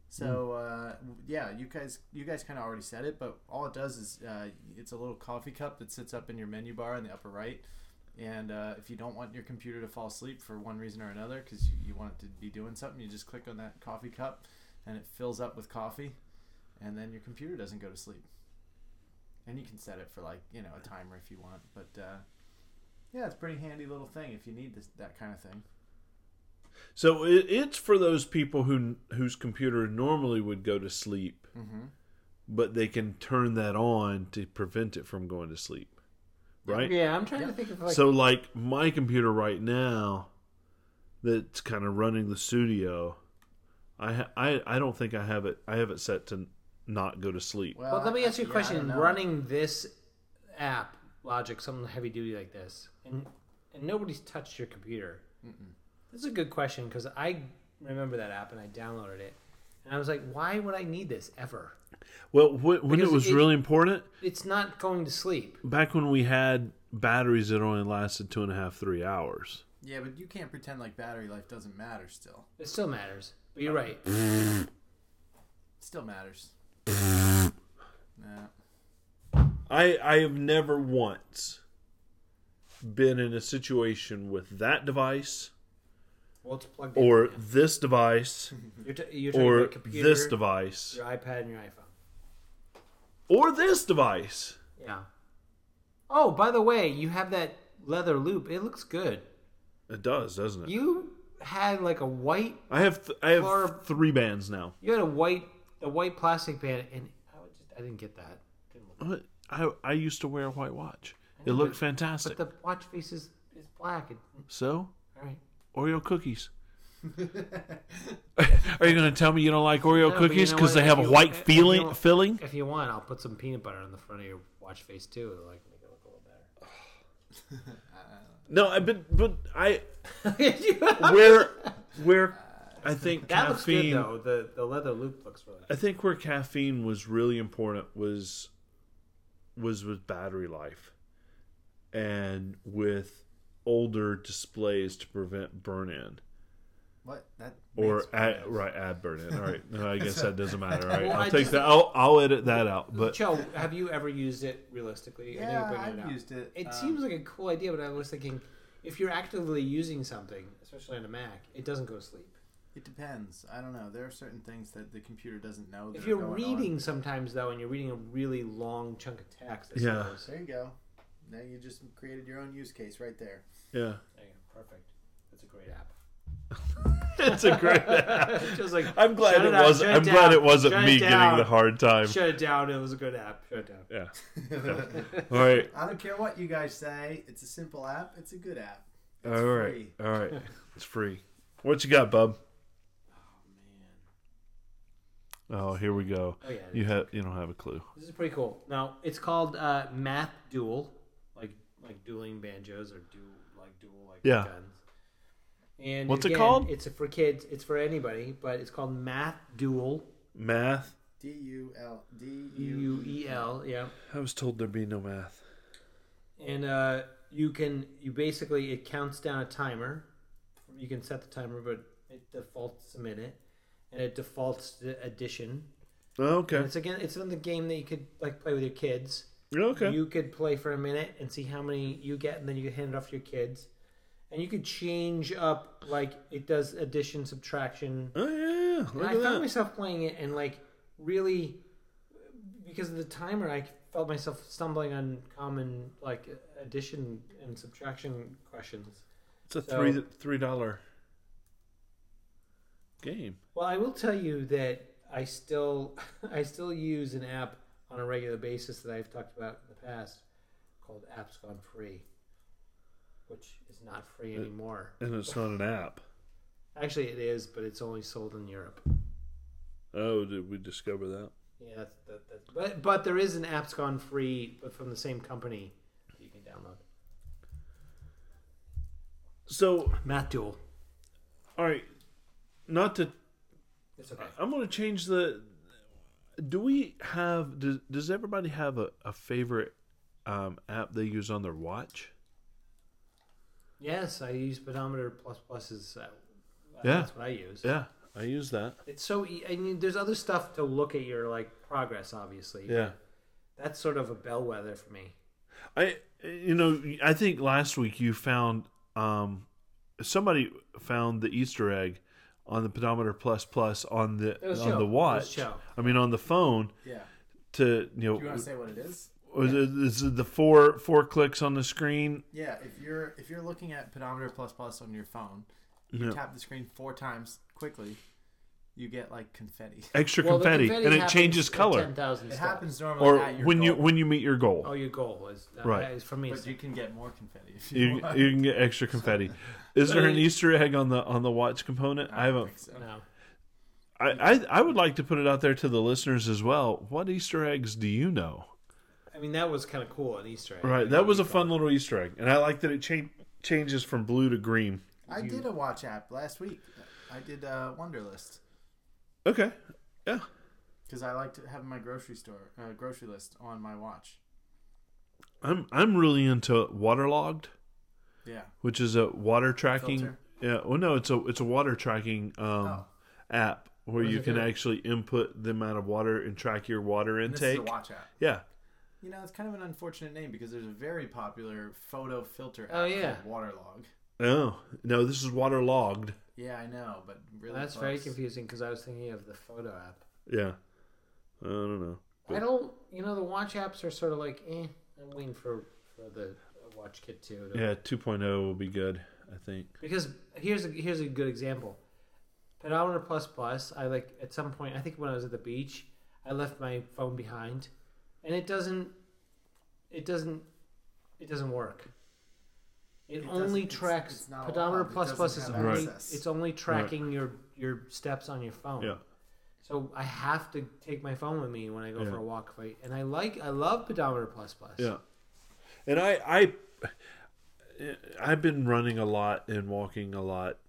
[SPEAKER 3] So uh, yeah, you guys you guys kind of already said it, but all it does is uh, it's a little coffee cup that sits up in your menu bar in the upper right. And uh, if you don't want your computer to fall asleep for one reason or another, because you, you want it to be doing something, you just click on that coffee cup, and it fills up with coffee, and then your computer doesn't go to sleep. And you can set it for like you know a timer if you want, but uh, yeah, it's a pretty handy little thing if you need this, that kind of thing.
[SPEAKER 2] So it, it's for those people who whose computer normally would go to sleep,
[SPEAKER 3] Mm-hmm.
[SPEAKER 2] but they can turn that on to prevent it from going to sleep. Right.
[SPEAKER 1] Yeah, I'm trying to
[SPEAKER 3] Yeah.
[SPEAKER 1] think of like
[SPEAKER 2] so like my computer right now that's kind of running the studio I, ha- I I don't think I have it I have it set to not go to sleep
[SPEAKER 1] Well, let me
[SPEAKER 3] I-
[SPEAKER 1] ask you a
[SPEAKER 3] Uh, yeah, I don't
[SPEAKER 1] question.
[SPEAKER 3] know.
[SPEAKER 1] Running this app, Logic, something heavy duty like this, and and nobody's touched your computer. This is a good question because I remember that app and I downloaded it, and I was like, why would I need this ever?
[SPEAKER 2] well wh- when it
[SPEAKER 1] Because
[SPEAKER 2] was
[SPEAKER 1] it-
[SPEAKER 2] really important
[SPEAKER 1] It's not going to sleep.
[SPEAKER 2] back when we had batteries that only lasted two and a half three hours
[SPEAKER 3] Yeah, but you can't pretend like battery life doesn't matter. Still,
[SPEAKER 1] It still matters. But you're right.
[SPEAKER 3] It still [laughs] matters. nah.
[SPEAKER 2] I I have never once been in a situation with that device
[SPEAKER 1] Well, it's plugged in.
[SPEAKER 2] or this device
[SPEAKER 1] you're, t- you're talking
[SPEAKER 2] or
[SPEAKER 1] about computer,
[SPEAKER 2] this device
[SPEAKER 1] your iPad, and your iPhone.
[SPEAKER 2] or this device
[SPEAKER 1] Yeah. Oh, by the way, you have that leather loop. It looks good.
[SPEAKER 2] It does, doesn't it?
[SPEAKER 1] You had like a white
[SPEAKER 2] I have th- I have
[SPEAKER 1] Flora-
[SPEAKER 2] three bands now.
[SPEAKER 1] You had a white a white plastic band, and I, would just, I didn't get that. Didn't look.
[SPEAKER 2] What? I I used to wear a white watch. It looked fantastic.
[SPEAKER 1] But the watch face is, is black. It,
[SPEAKER 2] So
[SPEAKER 1] all right.
[SPEAKER 2] Oreo
[SPEAKER 1] [laughs]
[SPEAKER 2] cookies. Are you going to tell me you don't like Oreo
[SPEAKER 1] No, but you
[SPEAKER 2] cookies
[SPEAKER 1] know
[SPEAKER 2] because
[SPEAKER 1] what?
[SPEAKER 2] they have
[SPEAKER 1] If
[SPEAKER 2] a
[SPEAKER 1] you-
[SPEAKER 2] white
[SPEAKER 1] if you
[SPEAKER 2] feeling
[SPEAKER 1] don't-
[SPEAKER 2] filling?
[SPEAKER 1] If you want, I'll put some peanut butter on the front of your watch face too. It'll like make it look a
[SPEAKER 2] No, I but but I
[SPEAKER 1] little better. [laughs]
[SPEAKER 2] where where I think
[SPEAKER 1] That looks good
[SPEAKER 2] caffeine.
[SPEAKER 1] though. The the leather loop looks really good.
[SPEAKER 2] I think where caffeine was really important was was with battery life and with older displays to prevent burn in
[SPEAKER 3] What that
[SPEAKER 2] or
[SPEAKER 3] makes
[SPEAKER 2] ad,
[SPEAKER 3] sense.
[SPEAKER 2] right ad burn in. All right, no, I guess that
[SPEAKER 1] [laughs]
[SPEAKER 2] doesn't matter. All right,
[SPEAKER 1] Well, I
[SPEAKER 2] I'll take
[SPEAKER 1] just-
[SPEAKER 2] that. I'll, I'll edit that out. But
[SPEAKER 1] Joe, have you ever used it realistically? I know you're
[SPEAKER 3] Yeah,
[SPEAKER 1] bringing
[SPEAKER 3] I've
[SPEAKER 1] up.
[SPEAKER 3] used it.
[SPEAKER 1] It
[SPEAKER 3] um,
[SPEAKER 1] seems like a cool idea, but I was thinking, if you're actively using something, especially on a Mac, it doesn't go to sleep.
[SPEAKER 3] it depends. I don't know. There are certain things that the computer doesn't know. That
[SPEAKER 1] If
[SPEAKER 3] are
[SPEAKER 1] you're
[SPEAKER 3] going on.
[SPEAKER 1] reading sometimes though, and you're reading a really long chunk of text, I
[SPEAKER 2] Yeah.
[SPEAKER 1] suppose.
[SPEAKER 3] there you go. Now you just created your own use case
[SPEAKER 2] [laughs]
[SPEAKER 3] right there. [laughs]
[SPEAKER 2] yeah,
[SPEAKER 1] There you go. perfect. That's a great app.
[SPEAKER 2] it's a
[SPEAKER 1] [laughs]
[SPEAKER 2] great.
[SPEAKER 1] Just like,
[SPEAKER 2] I'm glad
[SPEAKER 1] shut
[SPEAKER 2] it
[SPEAKER 1] out,
[SPEAKER 2] wasn't.
[SPEAKER 1] shut
[SPEAKER 2] I'm
[SPEAKER 1] it
[SPEAKER 2] glad
[SPEAKER 1] down,
[SPEAKER 2] it wasn't
[SPEAKER 1] shut
[SPEAKER 2] me
[SPEAKER 1] it
[SPEAKER 2] getting
[SPEAKER 1] down,
[SPEAKER 2] the hard time.
[SPEAKER 1] [laughs] Shut it down. It was a good app. Shut it down.
[SPEAKER 2] Yeah. All right.
[SPEAKER 3] I don't care what you guys say. It's a simple app. It's a good app. It's
[SPEAKER 2] All right.
[SPEAKER 3] free.
[SPEAKER 2] All [laughs] right. It's free. What you got, bub? Oh, here we go.
[SPEAKER 1] Oh yeah.
[SPEAKER 2] You have you don't have a clue.
[SPEAKER 1] This is pretty cool. Now it's called uh, Math Duel, like like dueling banjos or duel like duel like
[SPEAKER 2] Yeah.
[SPEAKER 1] guns. And
[SPEAKER 2] What's it
[SPEAKER 1] again,
[SPEAKER 2] called?
[SPEAKER 1] It's for kids. It's for anybody, but it's called Math Duel.
[SPEAKER 2] Math.
[SPEAKER 3] D U L D
[SPEAKER 1] D U E L. Yeah.
[SPEAKER 2] I was told there'd be no math.
[SPEAKER 1] And uh, you can you basically it counts down a timer. You can set the timer, but it defaults to a minute, and it defaults to addition. And
[SPEAKER 2] Oh, Okay.
[SPEAKER 1] it's again, it's another game that you could like play with your kids.
[SPEAKER 2] Okay.
[SPEAKER 1] You could play for a minute and see how many you get, and then you could hand it off to your kids. And you could change up, like, it does addition, subtraction.
[SPEAKER 2] oh yeah.
[SPEAKER 1] And
[SPEAKER 2] Look at
[SPEAKER 1] I found
[SPEAKER 2] that.
[SPEAKER 1] myself playing it and, like, really, because of the timer, I felt myself stumbling on common, like, addition and subtraction questions.
[SPEAKER 2] It's a
[SPEAKER 1] So-
[SPEAKER 2] three three dollar game.
[SPEAKER 1] Well, I will tell you that I still [laughs] I still use an app on a regular basis that I've talked about in the past called Apps Gone Free, which is not free anymore.
[SPEAKER 2] And it's not an app.
[SPEAKER 1] Actually, it is, but it's only sold in Europe.
[SPEAKER 2] Oh, did we discover that?
[SPEAKER 1] Yeah, that's, that, that's, but but there is an Apps Gone Free, but from the same company that you can download.
[SPEAKER 2] So
[SPEAKER 1] Math Duel.
[SPEAKER 2] all right. Not to
[SPEAKER 1] It's okay.
[SPEAKER 2] I'm gonna change the do we have does, does everybody have a, a favorite um, app they use on their watch?
[SPEAKER 1] Yes, I use Speedometer Plus Pluses. Uh,
[SPEAKER 2] Yeah.
[SPEAKER 1] that's what I use.
[SPEAKER 2] Yeah, I use that.
[SPEAKER 1] It's so. e- I mean, there's other stuff to look at your like progress, obviously.
[SPEAKER 2] Yeah.
[SPEAKER 1] That's sort of a bellwether for me.
[SPEAKER 2] I you know I think last week you found um somebody found the Easter egg on the pedometer plus plus on the
[SPEAKER 1] was
[SPEAKER 2] on
[SPEAKER 1] Joe.
[SPEAKER 2] the
[SPEAKER 1] It was
[SPEAKER 2] watch.
[SPEAKER 1] Joe.
[SPEAKER 2] I mean on the phone
[SPEAKER 3] Yeah.
[SPEAKER 2] to you know
[SPEAKER 3] Do you want to say what it is?
[SPEAKER 2] was it, is it the four four clicks on the screen.
[SPEAKER 3] Yeah. If you're if you're looking at pedometer plus plus on your phone,
[SPEAKER 2] Yeah.
[SPEAKER 3] you tap the screen four times quickly, you get like confetti. [laughs]
[SPEAKER 2] Extra confetti, and it changes color.
[SPEAKER 1] Ten thousand.
[SPEAKER 3] It happens normally
[SPEAKER 2] Or
[SPEAKER 3] at your
[SPEAKER 2] when you
[SPEAKER 3] goal,
[SPEAKER 2] when you meet your goal,
[SPEAKER 1] Oh, your goal is uh,
[SPEAKER 2] Right.
[SPEAKER 1] Is for me.
[SPEAKER 3] but you can get more confetti if you,
[SPEAKER 2] you, [laughs]
[SPEAKER 3] want.
[SPEAKER 2] you can get extra confetti. Is there an Easter egg on the on the watch component? I haven't
[SPEAKER 3] think [laughs] so.
[SPEAKER 1] no.
[SPEAKER 2] I, I I would like to put it out there to the listeners as well. What Easter eggs do you know?
[SPEAKER 1] I mean, that was kind of cool on Easter. egg.
[SPEAKER 2] Right, that was a fun little Easter egg, and I like that it cha- changes from blue to green.
[SPEAKER 3] I did a watch app last week. I did uh, Wonderlist
[SPEAKER 2] Okay, yeah,
[SPEAKER 3] because I like to have my grocery store uh, grocery list on my watch.
[SPEAKER 2] I'm I'm really into waterlogged,
[SPEAKER 3] Yeah.
[SPEAKER 2] which is a water tracking.
[SPEAKER 3] Filter.
[SPEAKER 2] Yeah, well, no, it's a it's a water tracking um,
[SPEAKER 3] Oh.
[SPEAKER 2] app where you
[SPEAKER 1] it
[SPEAKER 2] can
[SPEAKER 1] do?
[SPEAKER 2] actually input the amount of water and track your water
[SPEAKER 3] And this is
[SPEAKER 2] intake.
[SPEAKER 3] a watch app.
[SPEAKER 2] Yeah,
[SPEAKER 3] You know, it's kind of an unfortunate name because there's a very popular photo filter.
[SPEAKER 1] Oh,
[SPEAKER 3] app
[SPEAKER 1] yeah.
[SPEAKER 3] called Waterlog.
[SPEAKER 2] oh no, this is waterlogged.
[SPEAKER 3] Yeah, I know, but really,
[SPEAKER 1] That's very
[SPEAKER 3] close.
[SPEAKER 1] confusing because I was thinking of the photo app.
[SPEAKER 2] Yeah, I don't know.
[SPEAKER 1] I don't. You know, the watch apps are sort of like, eh. I'm waiting for, for the uh, watch kit too. to-
[SPEAKER 2] Yeah, 2.0 will be good, I think.
[SPEAKER 1] Because here's a here's a good example. Pedometer plus plus. I like at some point. I think when I was at the beach, I left my phone behind, and it doesn't. It doesn't. It doesn't work. It,
[SPEAKER 3] It doesn't-
[SPEAKER 1] only
[SPEAKER 3] it's-
[SPEAKER 1] tracks
[SPEAKER 3] it's not
[SPEAKER 1] pedometer
[SPEAKER 3] allowed. It
[SPEAKER 1] plus plus is
[SPEAKER 3] doesn't
[SPEAKER 2] have
[SPEAKER 1] only
[SPEAKER 3] access.
[SPEAKER 1] it's only tracking your your steps on your phone.
[SPEAKER 2] Yeah.
[SPEAKER 1] So I have to take my phone with me when I go
[SPEAKER 2] Yeah.
[SPEAKER 1] for a walk. If I, and I like I love pedometer plus plus.
[SPEAKER 2] Yeah, and I I I've been running a lot and walking a lot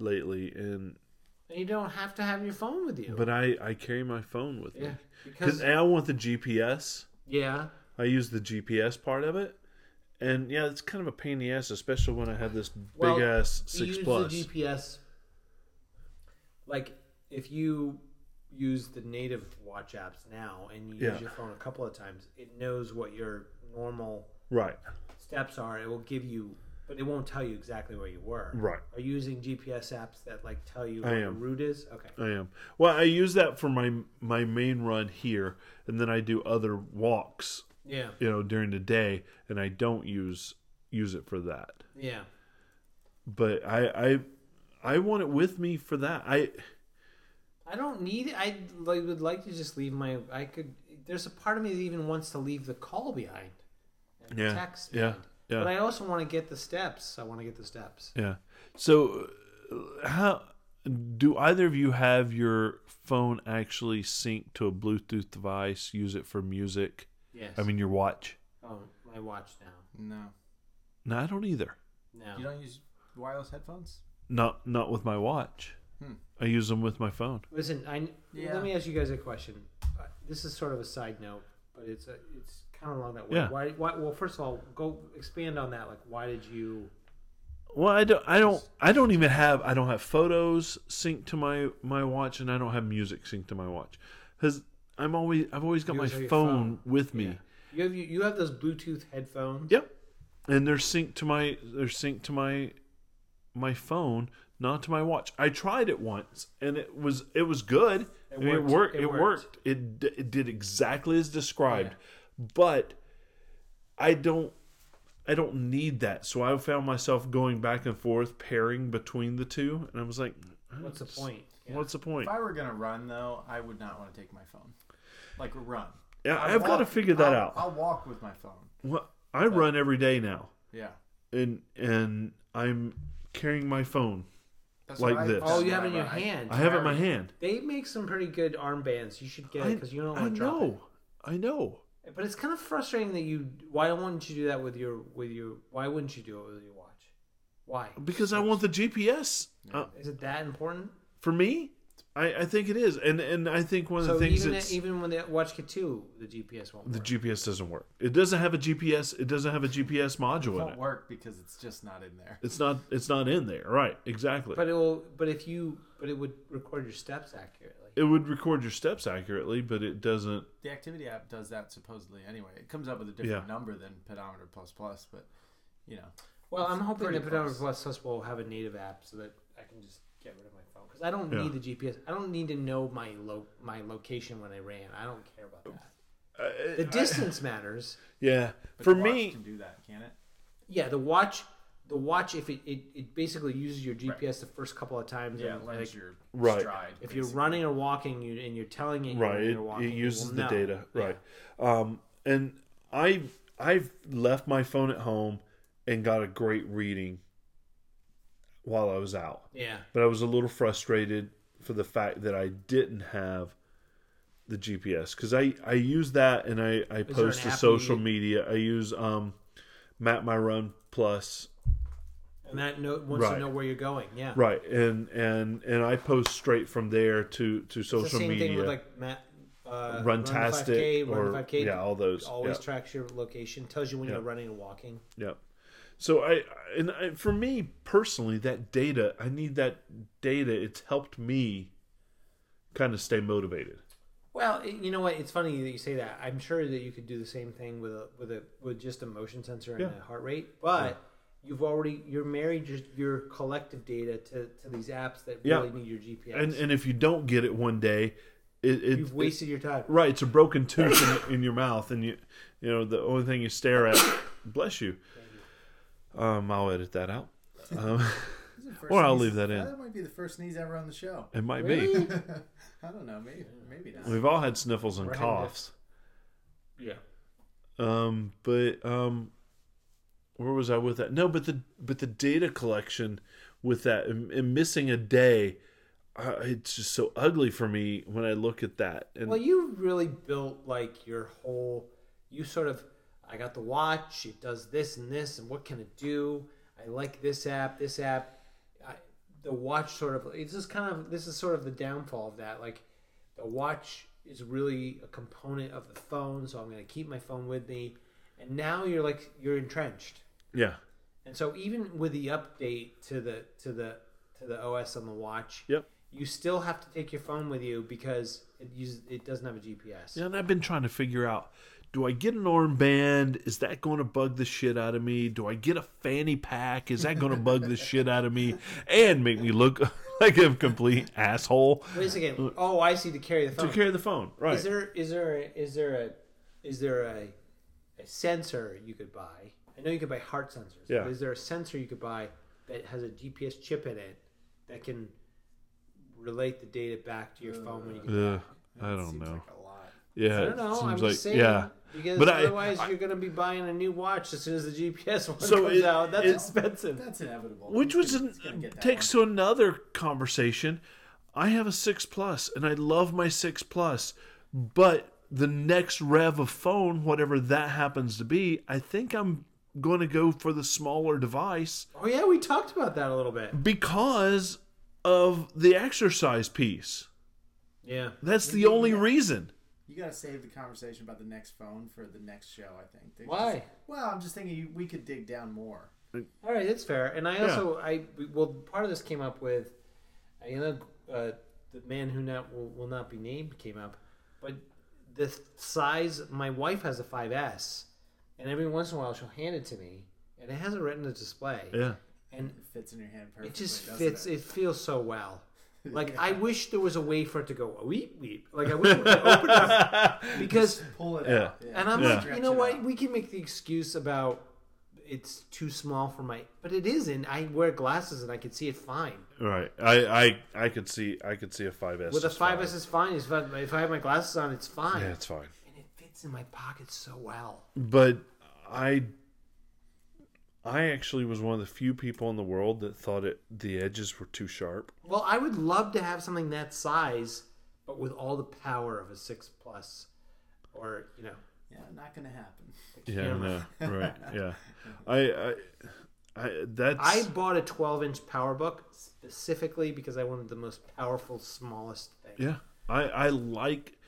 [SPEAKER 2] lately, and
[SPEAKER 1] and you don't have to have your phone with you.
[SPEAKER 2] But I, I carry my phone with me.
[SPEAKER 1] yeah,
[SPEAKER 2] Because
[SPEAKER 1] because
[SPEAKER 2] I want the GPS.
[SPEAKER 1] yeah,
[SPEAKER 2] I use the GPS part of it. And yeah, it's kind of a pain in the ass, especially when I have this big
[SPEAKER 1] Well,
[SPEAKER 2] ass
[SPEAKER 1] you
[SPEAKER 2] six
[SPEAKER 1] use
[SPEAKER 2] plus.
[SPEAKER 1] the GPS. Like if you use the native watch apps now and you
[SPEAKER 2] Yeah.
[SPEAKER 1] use your phone a couple of times, it knows what your normal
[SPEAKER 2] Right.
[SPEAKER 1] steps are. It will give you, but it won't tell you exactly where you were.
[SPEAKER 2] Right.
[SPEAKER 1] Are you using GPS apps that like tell you
[SPEAKER 2] I
[SPEAKER 1] where your
[SPEAKER 2] am. Uh.
[SPEAKER 1] route is? Okay.
[SPEAKER 2] I am. Well, I use that for my my main run here, and then I do other walks,
[SPEAKER 1] Yeah.
[SPEAKER 2] you know, during the day, and I don't use use it for that.
[SPEAKER 1] Yeah.
[SPEAKER 2] But I I I want it with me for that. I
[SPEAKER 1] I don't need it. I like, would like to just leave my. I could. There's a part of me that even wants to leave the call behind. And the
[SPEAKER 2] Yeah,
[SPEAKER 1] Text.
[SPEAKER 2] yeah,
[SPEAKER 1] behind.
[SPEAKER 2] yeah.
[SPEAKER 1] But I also want to get the steps. I want to get the steps.
[SPEAKER 2] yeah. So uh, how do either of you have your phone actually sync to a Bluetooth device? Use it for music?
[SPEAKER 1] Yes.
[SPEAKER 2] I mean your watch?
[SPEAKER 1] Oh, my watch now.
[SPEAKER 3] No.
[SPEAKER 2] No, I don't either.
[SPEAKER 3] You
[SPEAKER 1] No.
[SPEAKER 3] don't use wireless headphones?
[SPEAKER 2] Not not with my watch.
[SPEAKER 3] Hmm.
[SPEAKER 2] I use them with my phone.
[SPEAKER 1] Listen, I.
[SPEAKER 3] Yeah.
[SPEAKER 1] Let me ask you guys a question. Uh, This is sort of a side note, but it's a, it's kind of along that way.
[SPEAKER 2] Yeah.
[SPEAKER 1] Why, why? Well, first of all, go expand on that. Like, why did you?
[SPEAKER 2] Well, I don't, I don't, I don't even have, I don't have photos synced to my my watch, and I don't have music synced to my watch, because I'm always, I've always got
[SPEAKER 1] You
[SPEAKER 2] my
[SPEAKER 1] always have
[SPEAKER 2] phone,
[SPEAKER 1] your
[SPEAKER 2] with me.
[SPEAKER 1] Yeah. You have you, you have those Bluetooth headphones.
[SPEAKER 2] Yep, and they're synced to my, they're synced to my, my phone, not to my watch. I tried it once, and it was, it was good. I mean, It
[SPEAKER 1] worked.
[SPEAKER 2] worked.
[SPEAKER 1] It
[SPEAKER 2] It worked. It,
[SPEAKER 1] worked.
[SPEAKER 2] d- it did exactly as described, but I don't. I don't need that. So I found myself going back and forth, pairing between the two, and I was like,
[SPEAKER 1] What's the point? Yeah.
[SPEAKER 2] What's the
[SPEAKER 3] If
[SPEAKER 2] point?
[SPEAKER 3] I were gonna run though, I would not want to take my phone. Like run.
[SPEAKER 2] Yeah,
[SPEAKER 3] I
[SPEAKER 2] I've got to
[SPEAKER 3] walk-
[SPEAKER 2] figure that
[SPEAKER 3] I'll-
[SPEAKER 2] out.
[SPEAKER 3] I'll walk with my phone.
[SPEAKER 2] Well, I run every day now,
[SPEAKER 3] Yeah.
[SPEAKER 2] and and I'm carrying my phone.
[SPEAKER 3] That's
[SPEAKER 2] Like
[SPEAKER 3] what I-
[SPEAKER 2] this.
[SPEAKER 3] that's
[SPEAKER 1] Oh, you
[SPEAKER 3] what
[SPEAKER 1] have
[SPEAKER 3] I
[SPEAKER 1] it in your
[SPEAKER 3] run. I-
[SPEAKER 1] hand.
[SPEAKER 2] I have it in my hand.
[SPEAKER 1] They make some pretty good armbands. You should get it because you don't
[SPEAKER 2] I
[SPEAKER 1] want to drop
[SPEAKER 2] know. I know.
[SPEAKER 1] it. But it's kind of frustrating that you. Why wouldn't you do that with your with your? Why wouldn't you do it with your watch? Why?
[SPEAKER 2] Because I want the GPS. Uh,
[SPEAKER 1] Is it that important?
[SPEAKER 2] for me, I, I think it is, and and I think one of the
[SPEAKER 1] So
[SPEAKER 2] things
[SPEAKER 1] even
[SPEAKER 2] that's
[SPEAKER 1] even when the watch get two, the GPS won't.
[SPEAKER 2] the
[SPEAKER 1] Work.
[SPEAKER 2] GPS doesn't work. It doesn't have a GPS. It doesn't have a GPS
[SPEAKER 3] It
[SPEAKER 2] module in
[SPEAKER 3] won't
[SPEAKER 2] it.
[SPEAKER 3] work because it's just not in there.
[SPEAKER 2] It's not. It's not in there. Right. Exactly.
[SPEAKER 1] But it will. But if you. But it would record your steps accurately.
[SPEAKER 2] it would record your steps accurately, but it doesn't.
[SPEAKER 3] The activity app does that supposedly anyway. It comes up with a different
[SPEAKER 2] Yeah.
[SPEAKER 3] number than pedometer plus plus, but you know.
[SPEAKER 1] Well, I'm hoping
[SPEAKER 3] pretty
[SPEAKER 1] that Pedometer Plus
[SPEAKER 3] close.
[SPEAKER 1] Plus will have a native app so that I can just get rid of my phone because I don't
[SPEAKER 2] Yeah.
[SPEAKER 1] need the GPS. I don't need to know my lo- my location when I ran. I don't care about
[SPEAKER 2] Oh.
[SPEAKER 1] that.
[SPEAKER 2] I-
[SPEAKER 1] The distance matters.
[SPEAKER 2] uh, Yeah.
[SPEAKER 3] But
[SPEAKER 2] For
[SPEAKER 3] the watch
[SPEAKER 2] me,
[SPEAKER 3] can do that, can it?
[SPEAKER 1] Yeah, the watch, the watch. If it, it, it basically uses your GPS the first couple of times.
[SPEAKER 3] Yeah,
[SPEAKER 1] and,
[SPEAKER 3] it learns
[SPEAKER 1] like,
[SPEAKER 3] your
[SPEAKER 2] Right.
[SPEAKER 3] stride.
[SPEAKER 1] if you're
[SPEAKER 3] basically.
[SPEAKER 1] running or walking, you and you're telling it
[SPEAKER 2] right
[SPEAKER 1] you're
[SPEAKER 2] it,
[SPEAKER 1] walking,
[SPEAKER 2] it
[SPEAKER 1] will
[SPEAKER 2] uses the
[SPEAKER 1] know.
[SPEAKER 2] data
[SPEAKER 1] Yeah.
[SPEAKER 2] right um and i i've left my phone at home and got a great reading while i was out
[SPEAKER 1] Yeah.
[SPEAKER 2] but i was a little frustrated for the fact that i didn't have the gps because i i use that and i i
[SPEAKER 1] an
[SPEAKER 2] post to
[SPEAKER 1] app you
[SPEAKER 2] social
[SPEAKER 1] use?
[SPEAKER 2] media i use um map my run plus
[SPEAKER 1] and that note wants
[SPEAKER 2] Right.
[SPEAKER 1] to know where you're going. Yeah,
[SPEAKER 2] right and and and i post straight from there to to social
[SPEAKER 1] It's the same
[SPEAKER 2] media
[SPEAKER 1] thing with like Matt. Uh,
[SPEAKER 2] Runtastic
[SPEAKER 1] run 5K,
[SPEAKER 2] or
[SPEAKER 1] run 5K,
[SPEAKER 2] yeah, all those.
[SPEAKER 1] always
[SPEAKER 2] yeah.
[SPEAKER 1] tracks your location, tells you when you're running and walking.
[SPEAKER 2] Yep. So I and I, for me personally, that data I need that data. It's helped me kind of stay motivated.
[SPEAKER 1] Well, it- you know what? It's funny that you say that. I'm sure that you could do the same thing with a with a with just a motion sensor and
[SPEAKER 2] Yeah.
[SPEAKER 1] a heart rate, but you've already you're married your, your collective data to, to these apps that
[SPEAKER 2] Yeah.
[SPEAKER 1] really need your GPS.
[SPEAKER 2] And and if you don't get it one day, it, it
[SPEAKER 1] You've wasted your time.
[SPEAKER 2] it- right. It's a broken tooth in, in your mouth, and you you know the only thing you stare at. bless you. Um, I'll edit that out. Um, [laughs]
[SPEAKER 3] This is the first
[SPEAKER 2] Or I'll
[SPEAKER 3] sneeze-
[SPEAKER 2] leave that in.
[SPEAKER 3] That might be the first sneeze ever on the show.
[SPEAKER 2] it might be.
[SPEAKER 3] I don't know, maybe maybe not.
[SPEAKER 2] We've all had sniffles and
[SPEAKER 1] Right.
[SPEAKER 2] coughs.
[SPEAKER 1] Yeah.
[SPEAKER 2] Um, but um, where was I with that? No, but the but the data collection with that and, and missing a day, uh, it's just so ugly for me when I look at that. And
[SPEAKER 1] Well, you really built like your whole. You sort of. I got the watch. It does this and this, and what can it do? I like this app. This app. I, the watch sort of it's just kind of this is sort of the downfall of that. Like the watch is really a component of the phone, so I'm going to keep my phone with me. And now you're like you're entrenched.
[SPEAKER 2] Yeah.
[SPEAKER 1] And so even with the update to the to the to the OS on the watch,
[SPEAKER 2] Yep.
[SPEAKER 1] you still have to take your phone with you because it uses, it doesn't have a GPS.
[SPEAKER 2] Yeah, and I've been trying to figure out do I get an armband? Is that going to bug the shit out of me? Do I get a fanny pack? Is that going to bug the shit out of me and make me look [laughs] like a complete asshole?
[SPEAKER 1] Wait a second. Oh, I see. To carry the
[SPEAKER 2] To
[SPEAKER 1] phone.
[SPEAKER 2] carry the phone, right?
[SPEAKER 1] Is there is there a, is there a is there a, a sensor you could buy? I know you could buy heart sensors.
[SPEAKER 2] Yeah.
[SPEAKER 1] But is there a sensor you could buy that has a GPS chip in it that can relate the data back to your phone when you get
[SPEAKER 2] Ugh, I don't
[SPEAKER 3] seems
[SPEAKER 2] know.
[SPEAKER 3] Like a lot.
[SPEAKER 2] yeah,
[SPEAKER 1] I don't know.
[SPEAKER 2] it
[SPEAKER 1] I'm
[SPEAKER 2] seems
[SPEAKER 1] just
[SPEAKER 2] like
[SPEAKER 1] saying.
[SPEAKER 2] yeah.
[SPEAKER 1] Because
[SPEAKER 2] But I-
[SPEAKER 1] otherwise,
[SPEAKER 2] I-
[SPEAKER 1] you're going to be buying a new watch as soon as the GPS one
[SPEAKER 2] So
[SPEAKER 1] comes
[SPEAKER 2] it-
[SPEAKER 1] out. That's
[SPEAKER 2] it-
[SPEAKER 1] expensive.
[SPEAKER 3] That's inevitable.
[SPEAKER 2] Which was
[SPEAKER 3] It's
[SPEAKER 2] an,
[SPEAKER 3] gonna get that
[SPEAKER 2] takes to another conversation. I have a six plus, and I love my six plus, but the next rev of phone, whatever that happens to be, I think I'm going to go for the smaller device
[SPEAKER 1] Oh yeah, we talked about that a little bit.
[SPEAKER 2] because of the exercise piece.
[SPEAKER 1] Yeah.
[SPEAKER 2] That's the only reason.
[SPEAKER 3] You gotta save the conversation about the next phone for the next show. I think. They
[SPEAKER 1] Why?
[SPEAKER 3] just- well, I'm just thinking you, we could dig down more.
[SPEAKER 1] All right, that's fair. And I
[SPEAKER 2] Yeah.
[SPEAKER 1] also I well part of this came up with you know uh, the man who not will, will not be named came up, but the size my wife has a 5S and every once in a while she'll hand it to me and it has a retina display
[SPEAKER 2] Yeah.
[SPEAKER 1] and
[SPEAKER 3] It fits in your hand perfectly.
[SPEAKER 1] it just
[SPEAKER 3] doesn't
[SPEAKER 1] fits
[SPEAKER 3] It?
[SPEAKER 1] it feels so [laughs] well. Like I wish there was a way for it to go weep weep. Like I wish it would open [laughs] up because
[SPEAKER 3] Pull it
[SPEAKER 2] Yeah.
[SPEAKER 3] out. Yeah.
[SPEAKER 1] and I'm
[SPEAKER 2] Yeah.
[SPEAKER 1] like, you know what? We can make the excuse about it's too small for my, but it isn't. I wear glasses and I can see it fine.
[SPEAKER 2] [laughs] Right. I I, I could see I could see a 5S.
[SPEAKER 1] With a
[SPEAKER 2] is
[SPEAKER 1] 5S is fine. If I, if I have my glasses on, it's fine.
[SPEAKER 2] fine. Yeah, it's fine.
[SPEAKER 1] And it fits in my pocket so well.
[SPEAKER 2] but I I actually was one of the few people in the world that thought it the edges were too sharp.
[SPEAKER 1] Well, I would love to have something that size, but with all the power of a 6 Plus or, you know,
[SPEAKER 3] Yeah, not gonna happen.
[SPEAKER 2] Yeah, no, right. Yeah, I, I, I that's
[SPEAKER 1] I bought a 12 inch PowerBook specifically because I wanted the most powerful, smallest thing.
[SPEAKER 2] yeah. I I like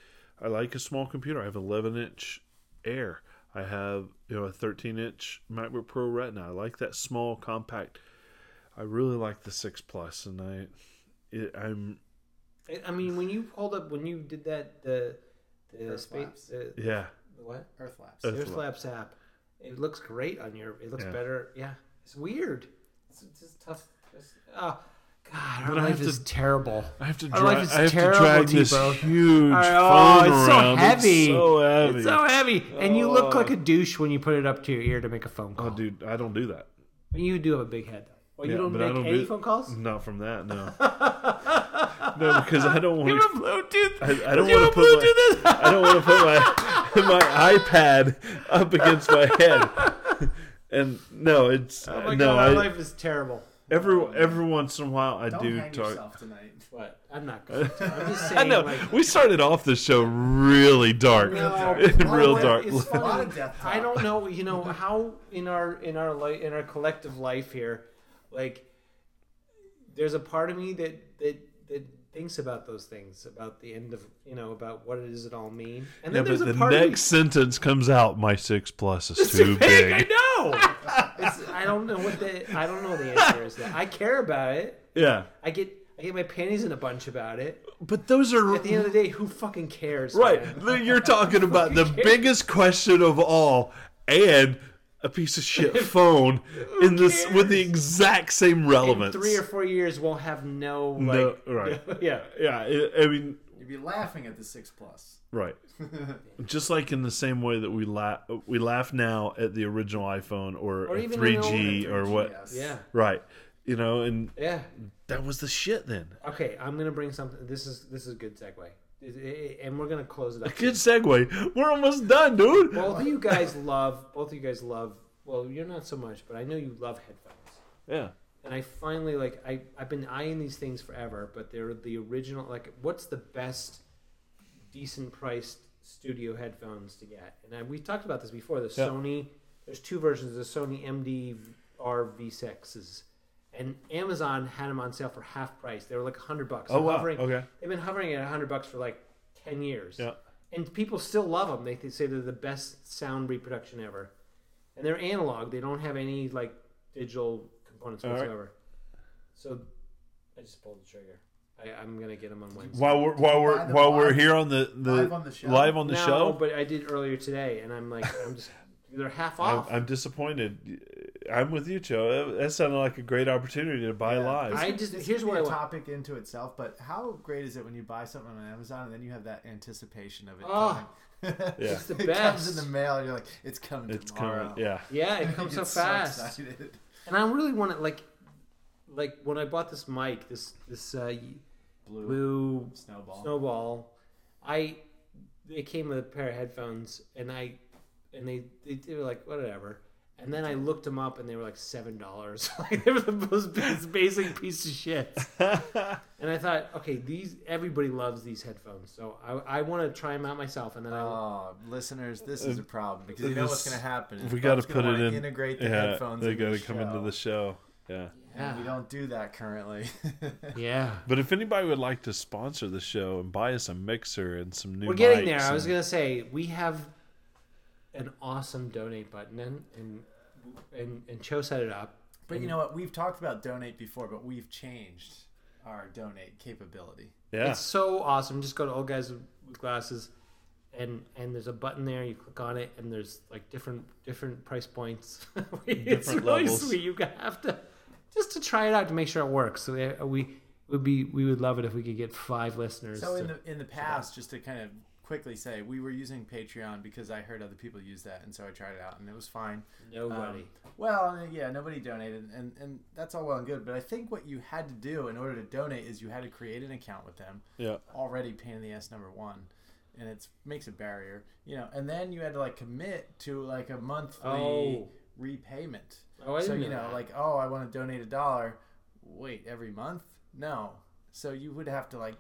[SPEAKER 2] I like a small computer. I have 11 inch Air. I have you know a 13 inch MacBook Pro Retina. I like that small, compact. I really like the six plus, and I, it, I'm
[SPEAKER 1] I- I mean, when you pulled up, when you did that, the the
[SPEAKER 3] Earth
[SPEAKER 1] space,
[SPEAKER 3] Labs.
[SPEAKER 1] the,
[SPEAKER 2] yeah.
[SPEAKER 1] the what?
[SPEAKER 3] Earth laps.
[SPEAKER 2] Earth
[SPEAKER 1] Earth Labs app. It looks great on your. It looks
[SPEAKER 2] Yeah.
[SPEAKER 1] better. Yeah, it's weird. It's, it's just tough. It's, oh God, our
[SPEAKER 2] But I
[SPEAKER 1] life
[SPEAKER 2] have
[SPEAKER 1] is
[SPEAKER 2] to-
[SPEAKER 1] terrible.
[SPEAKER 2] I have to
[SPEAKER 1] Our
[SPEAKER 2] drag.
[SPEAKER 1] life is
[SPEAKER 2] I have
[SPEAKER 1] terrible,
[SPEAKER 2] to drag this
[SPEAKER 1] Tebow.
[SPEAKER 2] huge
[SPEAKER 1] All right,
[SPEAKER 2] phone
[SPEAKER 1] oh, it's so
[SPEAKER 2] around.
[SPEAKER 1] heavy.
[SPEAKER 2] It's so heavy.
[SPEAKER 1] It's so heavy, and you look like a douche when you put it up to your ear to make a phone
[SPEAKER 2] oh,
[SPEAKER 1] call.
[SPEAKER 2] dude, I don't do that.
[SPEAKER 1] you do have a big head. though. Well,
[SPEAKER 2] Yeah,
[SPEAKER 1] you don't
[SPEAKER 2] but I
[SPEAKER 1] make
[SPEAKER 2] don't
[SPEAKER 1] any
[SPEAKER 2] do-
[SPEAKER 1] phone calls.
[SPEAKER 2] Not from that,
[SPEAKER 1] [laughs]
[SPEAKER 2] no. no, because I don't
[SPEAKER 1] You
[SPEAKER 2] want
[SPEAKER 1] have
[SPEAKER 2] to.
[SPEAKER 1] Bluetooth.
[SPEAKER 2] I, I don't
[SPEAKER 1] you
[SPEAKER 2] want to
[SPEAKER 1] have
[SPEAKER 2] put
[SPEAKER 1] Bluetooth.
[SPEAKER 2] my,
[SPEAKER 1] in?
[SPEAKER 2] I don't want to put my [laughs] my iPad up against my head.
[SPEAKER 1] [laughs]
[SPEAKER 2] And no, it's
[SPEAKER 1] Oh my
[SPEAKER 2] no.
[SPEAKER 1] God, our
[SPEAKER 2] I,
[SPEAKER 1] life is terrible.
[SPEAKER 2] every every once in a while, I
[SPEAKER 3] Don't
[SPEAKER 2] do
[SPEAKER 3] hang
[SPEAKER 2] talk.
[SPEAKER 3] yourself tonight.
[SPEAKER 1] What?
[SPEAKER 2] [laughs]
[SPEAKER 1] I'm not going. to. I'm just saying.
[SPEAKER 2] I know
[SPEAKER 1] Like,
[SPEAKER 2] we started off the show really dark, [laughs]
[SPEAKER 1] No,
[SPEAKER 2] real
[SPEAKER 1] Well,
[SPEAKER 2] dark.
[SPEAKER 1] it's
[SPEAKER 3] A
[SPEAKER 1] funny.
[SPEAKER 3] lot of death. Talk.
[SPEAKER 1] I don't know, you know, how in our in our life in our collective life here, like there's a part of me that that that thinks about those things, about the end of you know, about what does it all mean. And
[SPEAKER 2] Yeah,
[SPEAKER 1] then
[SPEAKER 2] but
[SPEAKER 1] there's a
[SPEAKER 2] the
[SPEAKER 1] part
[SPEAKER 2] next sentence comes out. My six plus is
[SPEAKER 1] of me
[SPEAKER 2] too
[SPEAKER 1] that's big, [laughs]
[SPEAKER 2] big.
[SPEAKER 1] I know. It's, I don't know what the I don't know the answer is. That I care about it.
[SPEAKER 2] Yeah,
[SPEAKER 1] I get I get my panties in a bunch about it.
[SPEAKER 2] but those are
[SPEAKER 1] At the end of the day, who fucking cares?
[SPEAKER 2] right.
[SPEAKER 1] man?
[SPEAKER 2] You're
[SPEAKER 1] [laughs]
[SPEAKER 2] talking about the biggest question of all, and a piece of
[SPEAKER 1] [laughs]
[SPEAKER 2] shit phone in this with the exact same
[SPEAKER 1] In
[SPEAKER 2] relevance.
[SPEAKER 1] three or four years, we'll have no
[SPEAKER 2] no,
[SPEAKER 1] like.
[SPEAKER 2] right?
[SPEAKER 1] [laughs] Yeah.
[SPEAKER 2] Yeah, I I mean,
[SPEAKER 3] You'd be laughing at the six plus.
[SPEAKER 1] [laughs]
[SPEAKER 2] right. Just like in the same way that we laugh, we laugh now at the original iPhone or,
[SPEAKER 1] Or
[SPEAKER 2] a
[SPEAKER 1] even
[SPEAKER 2] 3G or what,
[SPEAKER 3] Yes.
[SPEAKER 1] Yeah.
[SPEAKER 2] right? You know, and
[SPEAKER 1] Yeah.
[SPEAKER 2] that was the shit then.
[SPEAKER 1] Okay, I'm gonna bring something. This is this is a good segue, Is- i- i- and we're gonna close it
[SPEAKER 2] [laughs]
[SPEAKER 1] up.
[SPEAKER 2] Good segue. We're almost done, dude.
[SPEAKER 1] Both of you guys love. Both of you guys love. Well, you're not so much, but I know you love headphones.
[SPEAKER 2] yeah.
[SPEAKER 1] And I finally like I I've been eyeing these things forever, but they're the original. Like, what's the best decent priced studio headphones to get? And I, we talked about this before. The
[SPEAKER 2] Yeah.
[SPEAKER 1] Sony. There's two versions. The Sony MDR V6s, and Amazon had them on sale for half price. They were like hundred bucks.
[SPEAKER 2] Oh, wow.
[SPEAKER 1] Hovering-
[SPEAKER 2] Okay.
[SPEAKER 1] They've been hovering at hundred bucks for like ten years.
[SPEAKER 2] Yeah.
[SPEAKER 1] And people still love them. They, they say they're the best sound reproduction ever, and they're analog. They don't have any like digital components
[SPEAKER 2] All right.
[SPEAKER 1] whatsoever. So I just pulled the trigger. I, I'm gonna get them on Wednesday.
[SPEAKER 2] While we're while we're
[SPEAKER 3] Buy them
[SPEAKER 2] while we're
[SPEAKER 3] live-
[SPEAKER 2] here on the the
[SPEAKER 3] live on the show?
[SPEAKER 2] live on the
[SPEAKER 1] no,
[SPEAKER 2] show,
[SPEAKER 1] but I did earlier today, and I'm like, I'm just they're half off.
[SPEAKER 2] I'm, I'm disappointed. I'm with you, Joe. That sounded like a great opportunity to buy live.
[SPEAKER 1] I just-
[SPEAKER 3] this
[SPEAKER 1] here's
[SPEAKER 3] could be
[SPEAKER 1] what
[SPEAKER 3] a
[SPEAKER 1] I want.
[SPEAKER 3] topic into itself, but how great is it when you buy something on Amazon and then you have that anticipation of it
[SPEAKER 1] Oh,
[SPEAKER 3] coming? [laughs]
[SPEAKER 2] Yeah.
[SPEAKER 1] it's the
[SPEAKER 3] It comes in
[SPEAKER 1] best.
[SPEAKER 3] the mail. And you're like, it's coming
[SPEAKER 2] it's
[SPEAKER 3] tomorrow.
[SPEAKER 2] coming. Yeah,
[SPEAKER 1] yeah,
[SPEAKER 3] You
[SPEAKER 1] it
[SPEAKER 3] [laughs]
[SPEAKER 1] comes so
[SPEAKER 3] get
[SPEAKER 1] fast.
[SPEAKER 3] excited. [laughs]
[SPEAKER 1] and I really want to like, like when I bought this mic, this this uh,
[SPEAKER 3] Blue,
[SPEAKER 1] blue
[SPEAKER 3] snowball.
[SPEAKER 1] snowball, I it came with a pair of headphones, and I and they they, they were like whatever. And then I looked them up, and they were like seven dollars. [laughs] like they were the most bas- [laughs] basic piece of [laughs] shit. and I thought, okay, these everybody loves these headphones, so I, I want to try them out myself. And then I
[SPEAKER 3] Oh, listeners, this is a problem because you know what's
[SPEAKER 2] This-
[SPEAKER 3] going to happen. is
[SPEAKER 2] Uh, we got to
[SPEAKER 3] Bob's gonna
[SPEAKER 2] put it
[SPEAKER 3] wanna
[SPEAKER 2] in.
[SPEAKER 3] Integrate the
[SPEAKER 2] yeah,
[SPEAKER 3] headphones.
[SPEAKER 2] They
[SPEAKER 3] into
[SPEAKER 2] got to
[SPEAKER 3] the
[SPEAKER 2] come into
[SPEAKER 3] show.
[SPEAKER 2] the show. Yeah.
[SPEAKER 3] And we don't do that currently.
[SPEAKER 1] yeah.
[SPEAKER 2] But if anybody would like to sponsor the show and buy us a mixer and some new,
[SPEAKER 1] We're getting
[SPEAKER 2] mics
[SPEAKER 1] there. I
[SPEAKER 2] and-
[SPEAKER 1] was gonna say we have an awesome donate button, and and and, and Cho set it up.
[SPEAKER 3] but [laughs] you know what? We've talked about donate before, but we've changed our donate capability.
[SPEAKER 2] Yeah,
[SPEAKER 1] It's so awesome. Just go to Old Guys with Glasses, and and there's a button there. You click on it, and there's like different different price points. [laughs] it's
[SPEAKER 2] Different
[SPEAKER 1] really
[SPEAKER 2] levels.
[SPEAKER 1] sweet. You have to just to try it out to make sure it works. So we, we would be we would love it if we could get five listeners.
[SPEAKER 3] So in
[SPEAKER 1] to-
[SPEAKER 3] the in the past, just to kind of quickly say, we were using Patreon because I heard other people use that, and so I tried it out, and it was fine.
[SPEAKER 1] nobody.
[SPEAKER 3] Um, well, I mean, yeah, nobody donated, and and that's all well and good. But I think what you had to do in order to donate is you had to create an account with them.
[SPEAKER 2] yeah.
[SPEAKER 3] already pain in the ass number one and it makes a barrier you know and then you had to like commit to like a monthly
[SPEAKER 1] Oh.
[SPEAKER 3] repayment
[SPEAKER 1] Oh, I
[SPEAKER 3] so
[SPEAKER 1] didn't
[SPEAKER 3] you
[SPEAKER 1] know
[SPEAKER 3] know
[SPEAKER 1] that.
[SPEAKER 3] like oh i want to donate a dollar wait every month no so you would have to like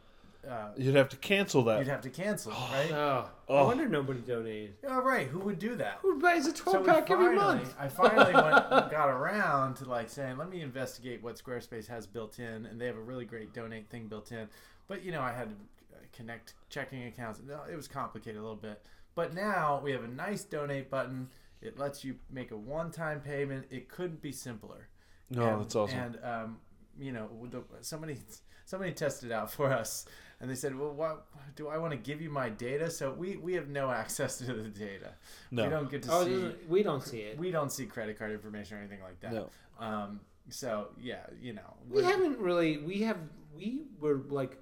[SPEAKER 3] uh,
[SPEAKER 2] You'd have to cancel that.
[SPEAKER 3] you'd have to cancel right
[SPEAKER 1] oh, I
[SPEAKER 2] Oh.
[SPEAKER 1] wonder nobody donated.
[SPEAKER 3] all right who would do that
[SPEAKER 1] Who buys a
[SPEAKER 3] so
[SPEAKER 1] twelve
[SPEAKER 3] we
[SPEAKER 1] pack every
[SPEAKER 3] finally-
[SPEAKER 1] month?
[SPEAKER 3] I finally went, got around to like saying, let me investigate what Squarespace has built in, and they have a really great donate thing built in. But you know, I had to uh, connect checking accounts. No, It was complicated a little bit. But now we have a nice donate button. It lets you make a one-time payment. It couldn't be simpler.
[SPEAKER 2] no,
[SPEAKER 3] And-
[SPEAKER 2] Oh, that's awesome.
[SPEAKER 3] And um, you know, with the, somebody somebody tested out for us, and they said, "Well, what do I want to give you my data?" So we we have no access to the data.
[SPEAKER 2] No.
[SPEAKER 3] We don't get to
[SPEAKER 1] Oh,
[SPEAKER 3] see.
[SPEAKER 1] this is- we don't see it.
[SPEAKER 3] We don't see credit card information or anything like that.
[SPEAKER 2] No.
[SPEAKER 3] Um, so yeah, you know,
[SPEAKER 1] We
[SPEAKER 3] we're-
[SPEAKER 1] haven't really. We have. We were like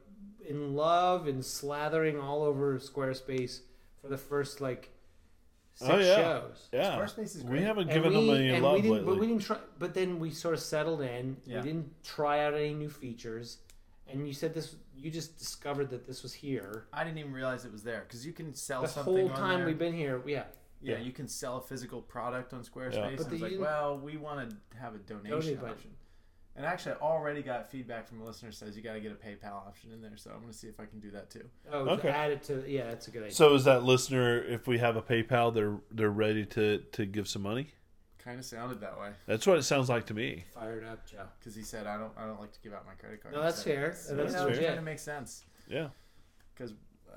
[SPEAKER 1] in love and slathering all over Squarespace for the first like six
[SPEAKER 2] Oh, yeah.
[SPEAKER 1] shows.
[SPEAKER 2] yeah,
[SPEAKER 3] Squarespace is
[SPEAKER 2] we
[SPEAKER 3] great.
[SPEAKER 2] haven't
[SPEAKER 1] And
[SPEAKER 2] given
[SPEAKER 1] we-
[SPEAKER 2] them any
[SPEAKER 1] and
[SPEAKER 2] love
[SPEAKER 1] we didn't,
[SPEAKER 2] lately.
[SPEAKER 1] But we didn't try. But then we sort of settled in.
[SPEAKER 3] Yeah.
[SPEAKER 1] We didn't try out any new features. And you said this. You just discovered that this was here.
[SPEAKER 3] I didn't even realize it was there because you can sell
[SPEAKER 1] The
[SPEAKER 3] something
[SPEAKER 1] whole
[SPEAKER 3] on
[SPEAKER 1] time
[SPEAKER 3] there.
[SPEAKER 1] we've been here, yeah.
[SPEAKER 3] yeah,
[SPEAKER 2] Yeah.
[SPEAKER 3] you can sell a physical product on Squarespace.
[SPEAKER 2] But
[SPEAKER 3] And
[SPEAKER 1] the-
[SPEAKER 3] it's like,
[SPEAKER 1] you-
[SPEAKER 3] well, we want to have a donation
[SPEAKER 1] Donate
[SPEAKER 3] option.
[SPEAKER 1] button.
[SPEAKER 3] And actually, I already got feedback from a listener says you got to get a PayPal option in there. So I'm going to see if I can do that too.
[SPEAKER 1] Oh,
[SPEAKER 2] Okay.
[SPEAKER 1] to add it to yeah, that's a good idea.
[SPEAKER 2] so is that listener? If we have a PayPal, they're they're ready to to give some money.
[SPEAKER 3] Kind of sounded that way
[SPEAKER 2] That's what it sounds like to me.
[SPEAKER 1] Fired up, Joe.
[SPEAKER 3] because he said I don't I don't like to give out my credit card.
[SPEAKER 1] No, that's
[SPEAKER 3] So-
[SPEAKER 1] fair.
[SPEAKER 3] So,
[SPEAKER 1] That's
[SPEAKER 3] you know, it
[SPEAKER 1] legit.
[SPEAKER 3] kind of makes sense
[SPEAKER 2] Yeah.
[SPEAKER 3] because uh,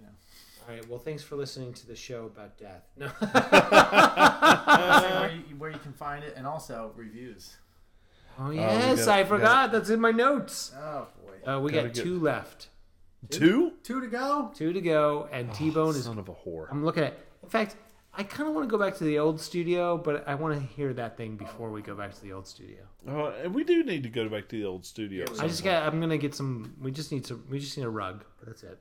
[SPEAKER 1] [laughs]
[SPEAKER 3] know.
[SPEAKER 1] All right. Well, thanks for listening to the show about death. No.
[SPEAKER 2] [laughs]
[SPEAKER 3] I'll say where, you, where you can find it and also reviews.
[SPEAKER 1] Oh
[SPEAKER 2] Uh, we
[SPEAKER 1] yes,
[SPEAKER 2] gotta-
[SPEAKER 1] I
[SPEAKER 2] we gotta-
[SPEAKER 1] forgot. That's in my notes.
[SPEAKER 3] Oh boy.
[SPEAKER 1] Uh, we
[SPEAKER 2] Gotta
[SPEAKER 1] got
[SPEAKER 2] get-
[SPEAKER 1] two left,
[SPEAKER 2] Two.
[SPEAKER 3] Two to go.
[SPEAKER 1] two to go, and
[SPEAKER 2] Oh,
[SPEAKER 1] T-Bone is.
[SPEAKER 2] Son of a whore.
[SPEAKER 1] I'm looking at. In fact, I kind of want to go back to the old studio, but I want to hear that thing before we go back to the old studio.
[SPEAKER 2] Oh, and we do need to go back to the old studio.
[SPEAKER 3] Yeah, we-
[SPEAKER 1] I just got. I'm gonna get some. We just need some. We just need a rug. That's it.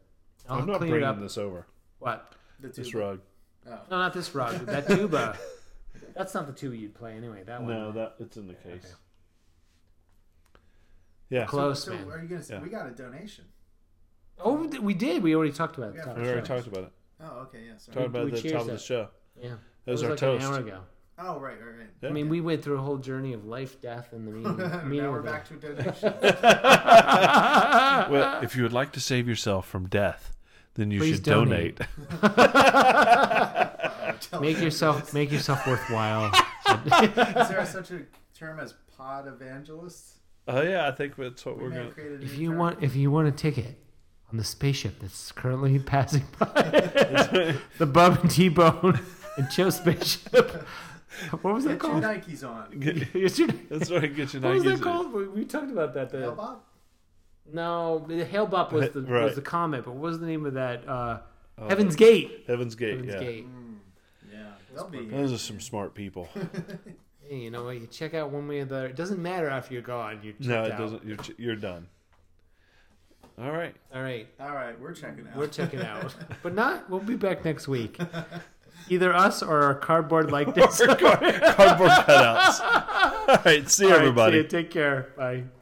[SPEAKER 1] I'll
[SPEAKER 2] I'm not
[SPEAKER 1] clean it
[SPEAKER 2] bringing
[SPEAKER 1] up.
[SPEAKER 2] this over.
[SPEAKER 1] What?
[SPEAKER 3] The two.
[SPEAKER 2] This rug.
[SPEAKER 1] No, not this rug. That tuba.
[SPEAKER 2] [laughs]
[SPEAKER 1] That's not the tuba you'd play anyway. That one.
[SPEAKER 2] No, that it's in the case. Yeah.
[SPEAKER 1] Close,
[SPEAKER 3] so
[SPEAKER 1] man.
[SPEAKER 3] are you gonna? s
[SPEAKER 2] Yeah.
[SPEAKER 3] We got a donation.
[SPEAKER 1] Oh, we did- we did. We already talked about it.
[SPEAKER 3] Yeah,
[SPEAKER 1] Top
[SPEAKER 2] We
[SPEAKER 1] of
[SPEAKER 2] already
[SPEAKER 1] the show.
[SPEAKER 2] talked about it.
[SPEAKER 3] Oh, okay, yeah. Sorry.
[SPEAKER 2] Talked about
[SPEAKER 1] we
[SPEAKER 2] it at the
[SPEAKER 1] cheers
[SPEAKER 2] top of
[SPEAKER 1] that.
[SPEAKER 2] the show.
[SPEAKER 1] Yeah.
[SPEAKER 2] That was,
[SPEAKER 1] it
[SPEAKER 2] our
[SPEAKER 1] was like
[SPEAKER 2] toast.
[SPEAKER 1] an hour ago.
[SPEAKER 3] Oh, right, right, right.
[SPEAKER 1] I mean, we went through a whole journey of life, death, and the
[SPEAKER 3] [laughs]
[SPEAKER 1] meaning. meaning
[SPEAKER 3] now
[SPEAKER 1] of
[SPEAKER 3] we're
[SPEAKER 1] it.
[SPEAKER 3] back
[SPEAKER 1] [laughs]
[SPEAKER 3] to donation.
[SPEAKER 2] Well, if you would like to save yourself from death, then you
[SPEAKER 1] Ah. Please
[SPEAKER 2] should
[SPEAKER 1] donate.
[SPEAKER 2] donate.
[SPEAKER 1] [laughs] Make yourself make yourself worthwhile.
[SPEAKER 3] Is there such a term as pod evangelists?
[SPEAKER 2] Oh yeah, I think that's what
[SPEAKER 3] We
[SPEAKER 2] we're
[SPEAKER 3] may
[SPEAKER 2] gonna.
[SPEAKER 3] have created a
[SPEAKER 1] If
[SPEAKER 3] new
[SPEAKER 1] you
[SPEAKER 3] term.
[SPEAKER 1] want, if you want a ticket on the spaceship that's currently passing by, [laughs] the Bub and T Bone and Joe spaceship. What was that
[SPEAKER 3] get your
[SPEAKER 1] called?
[SPEAKER 3] Nikes on.
[SPEAKER 2] [laughs]
[SPEAKER 1] [laughs]
[SPEAKER 2] Get-
[SPEAKER 1] Yes, your-
[SPEAKER 2] that's right. Get your
[SPEAKER 1] what was
[SPEAKER 2] Nikes.
[SPEAKER 1] that
[SPEAKER 2] in.
[SPEAKER 1] called? We, we talked about that.
[SPEAKER 3] Hell,
[SPEAKER 1] The,
[SPEAKER 3] Bob?
[SPEAKER 1] no, the Hail Bop was the was
[SPEAKER 2] Right.
[SPEAKER 1] the comment, but what was the name of that? Uh,
[SPEAKER 2] Oh,
[SPEAKER 1] Heaven's Gate.
[SPEAKER 2] Heaven's Gate.
[SPEAKER 1] Heaven's
[SPEAKER 2] yeah.
[SPEAKER 1] Gate.
[SPEAKER 3] Mm, yeah, they'll be.
[SPEAKER 2] Those are some smart people.
[SPEAKER 1] [laughs] Hey, you know what? You check out one way or the other. It doesn't matter after you're gone. You're checked
[SPEAKER 2] no, it
[SPEAKER 1] out.
[SPEAKER 2] doesn't. You're ch- you're done. All [laughs] right.
[SPEAKER 1] All right.
[SPEAKER 3] All right, we're checking out.
[SPEAKER 1] We're checking out. but not. We'll be back next week. Either us or our cardboard like this.
[SPEAKER 2] Cardboard cutouts. All right. See you, [laughs] everybody.
[SPEAKER 1] Take care. Bye.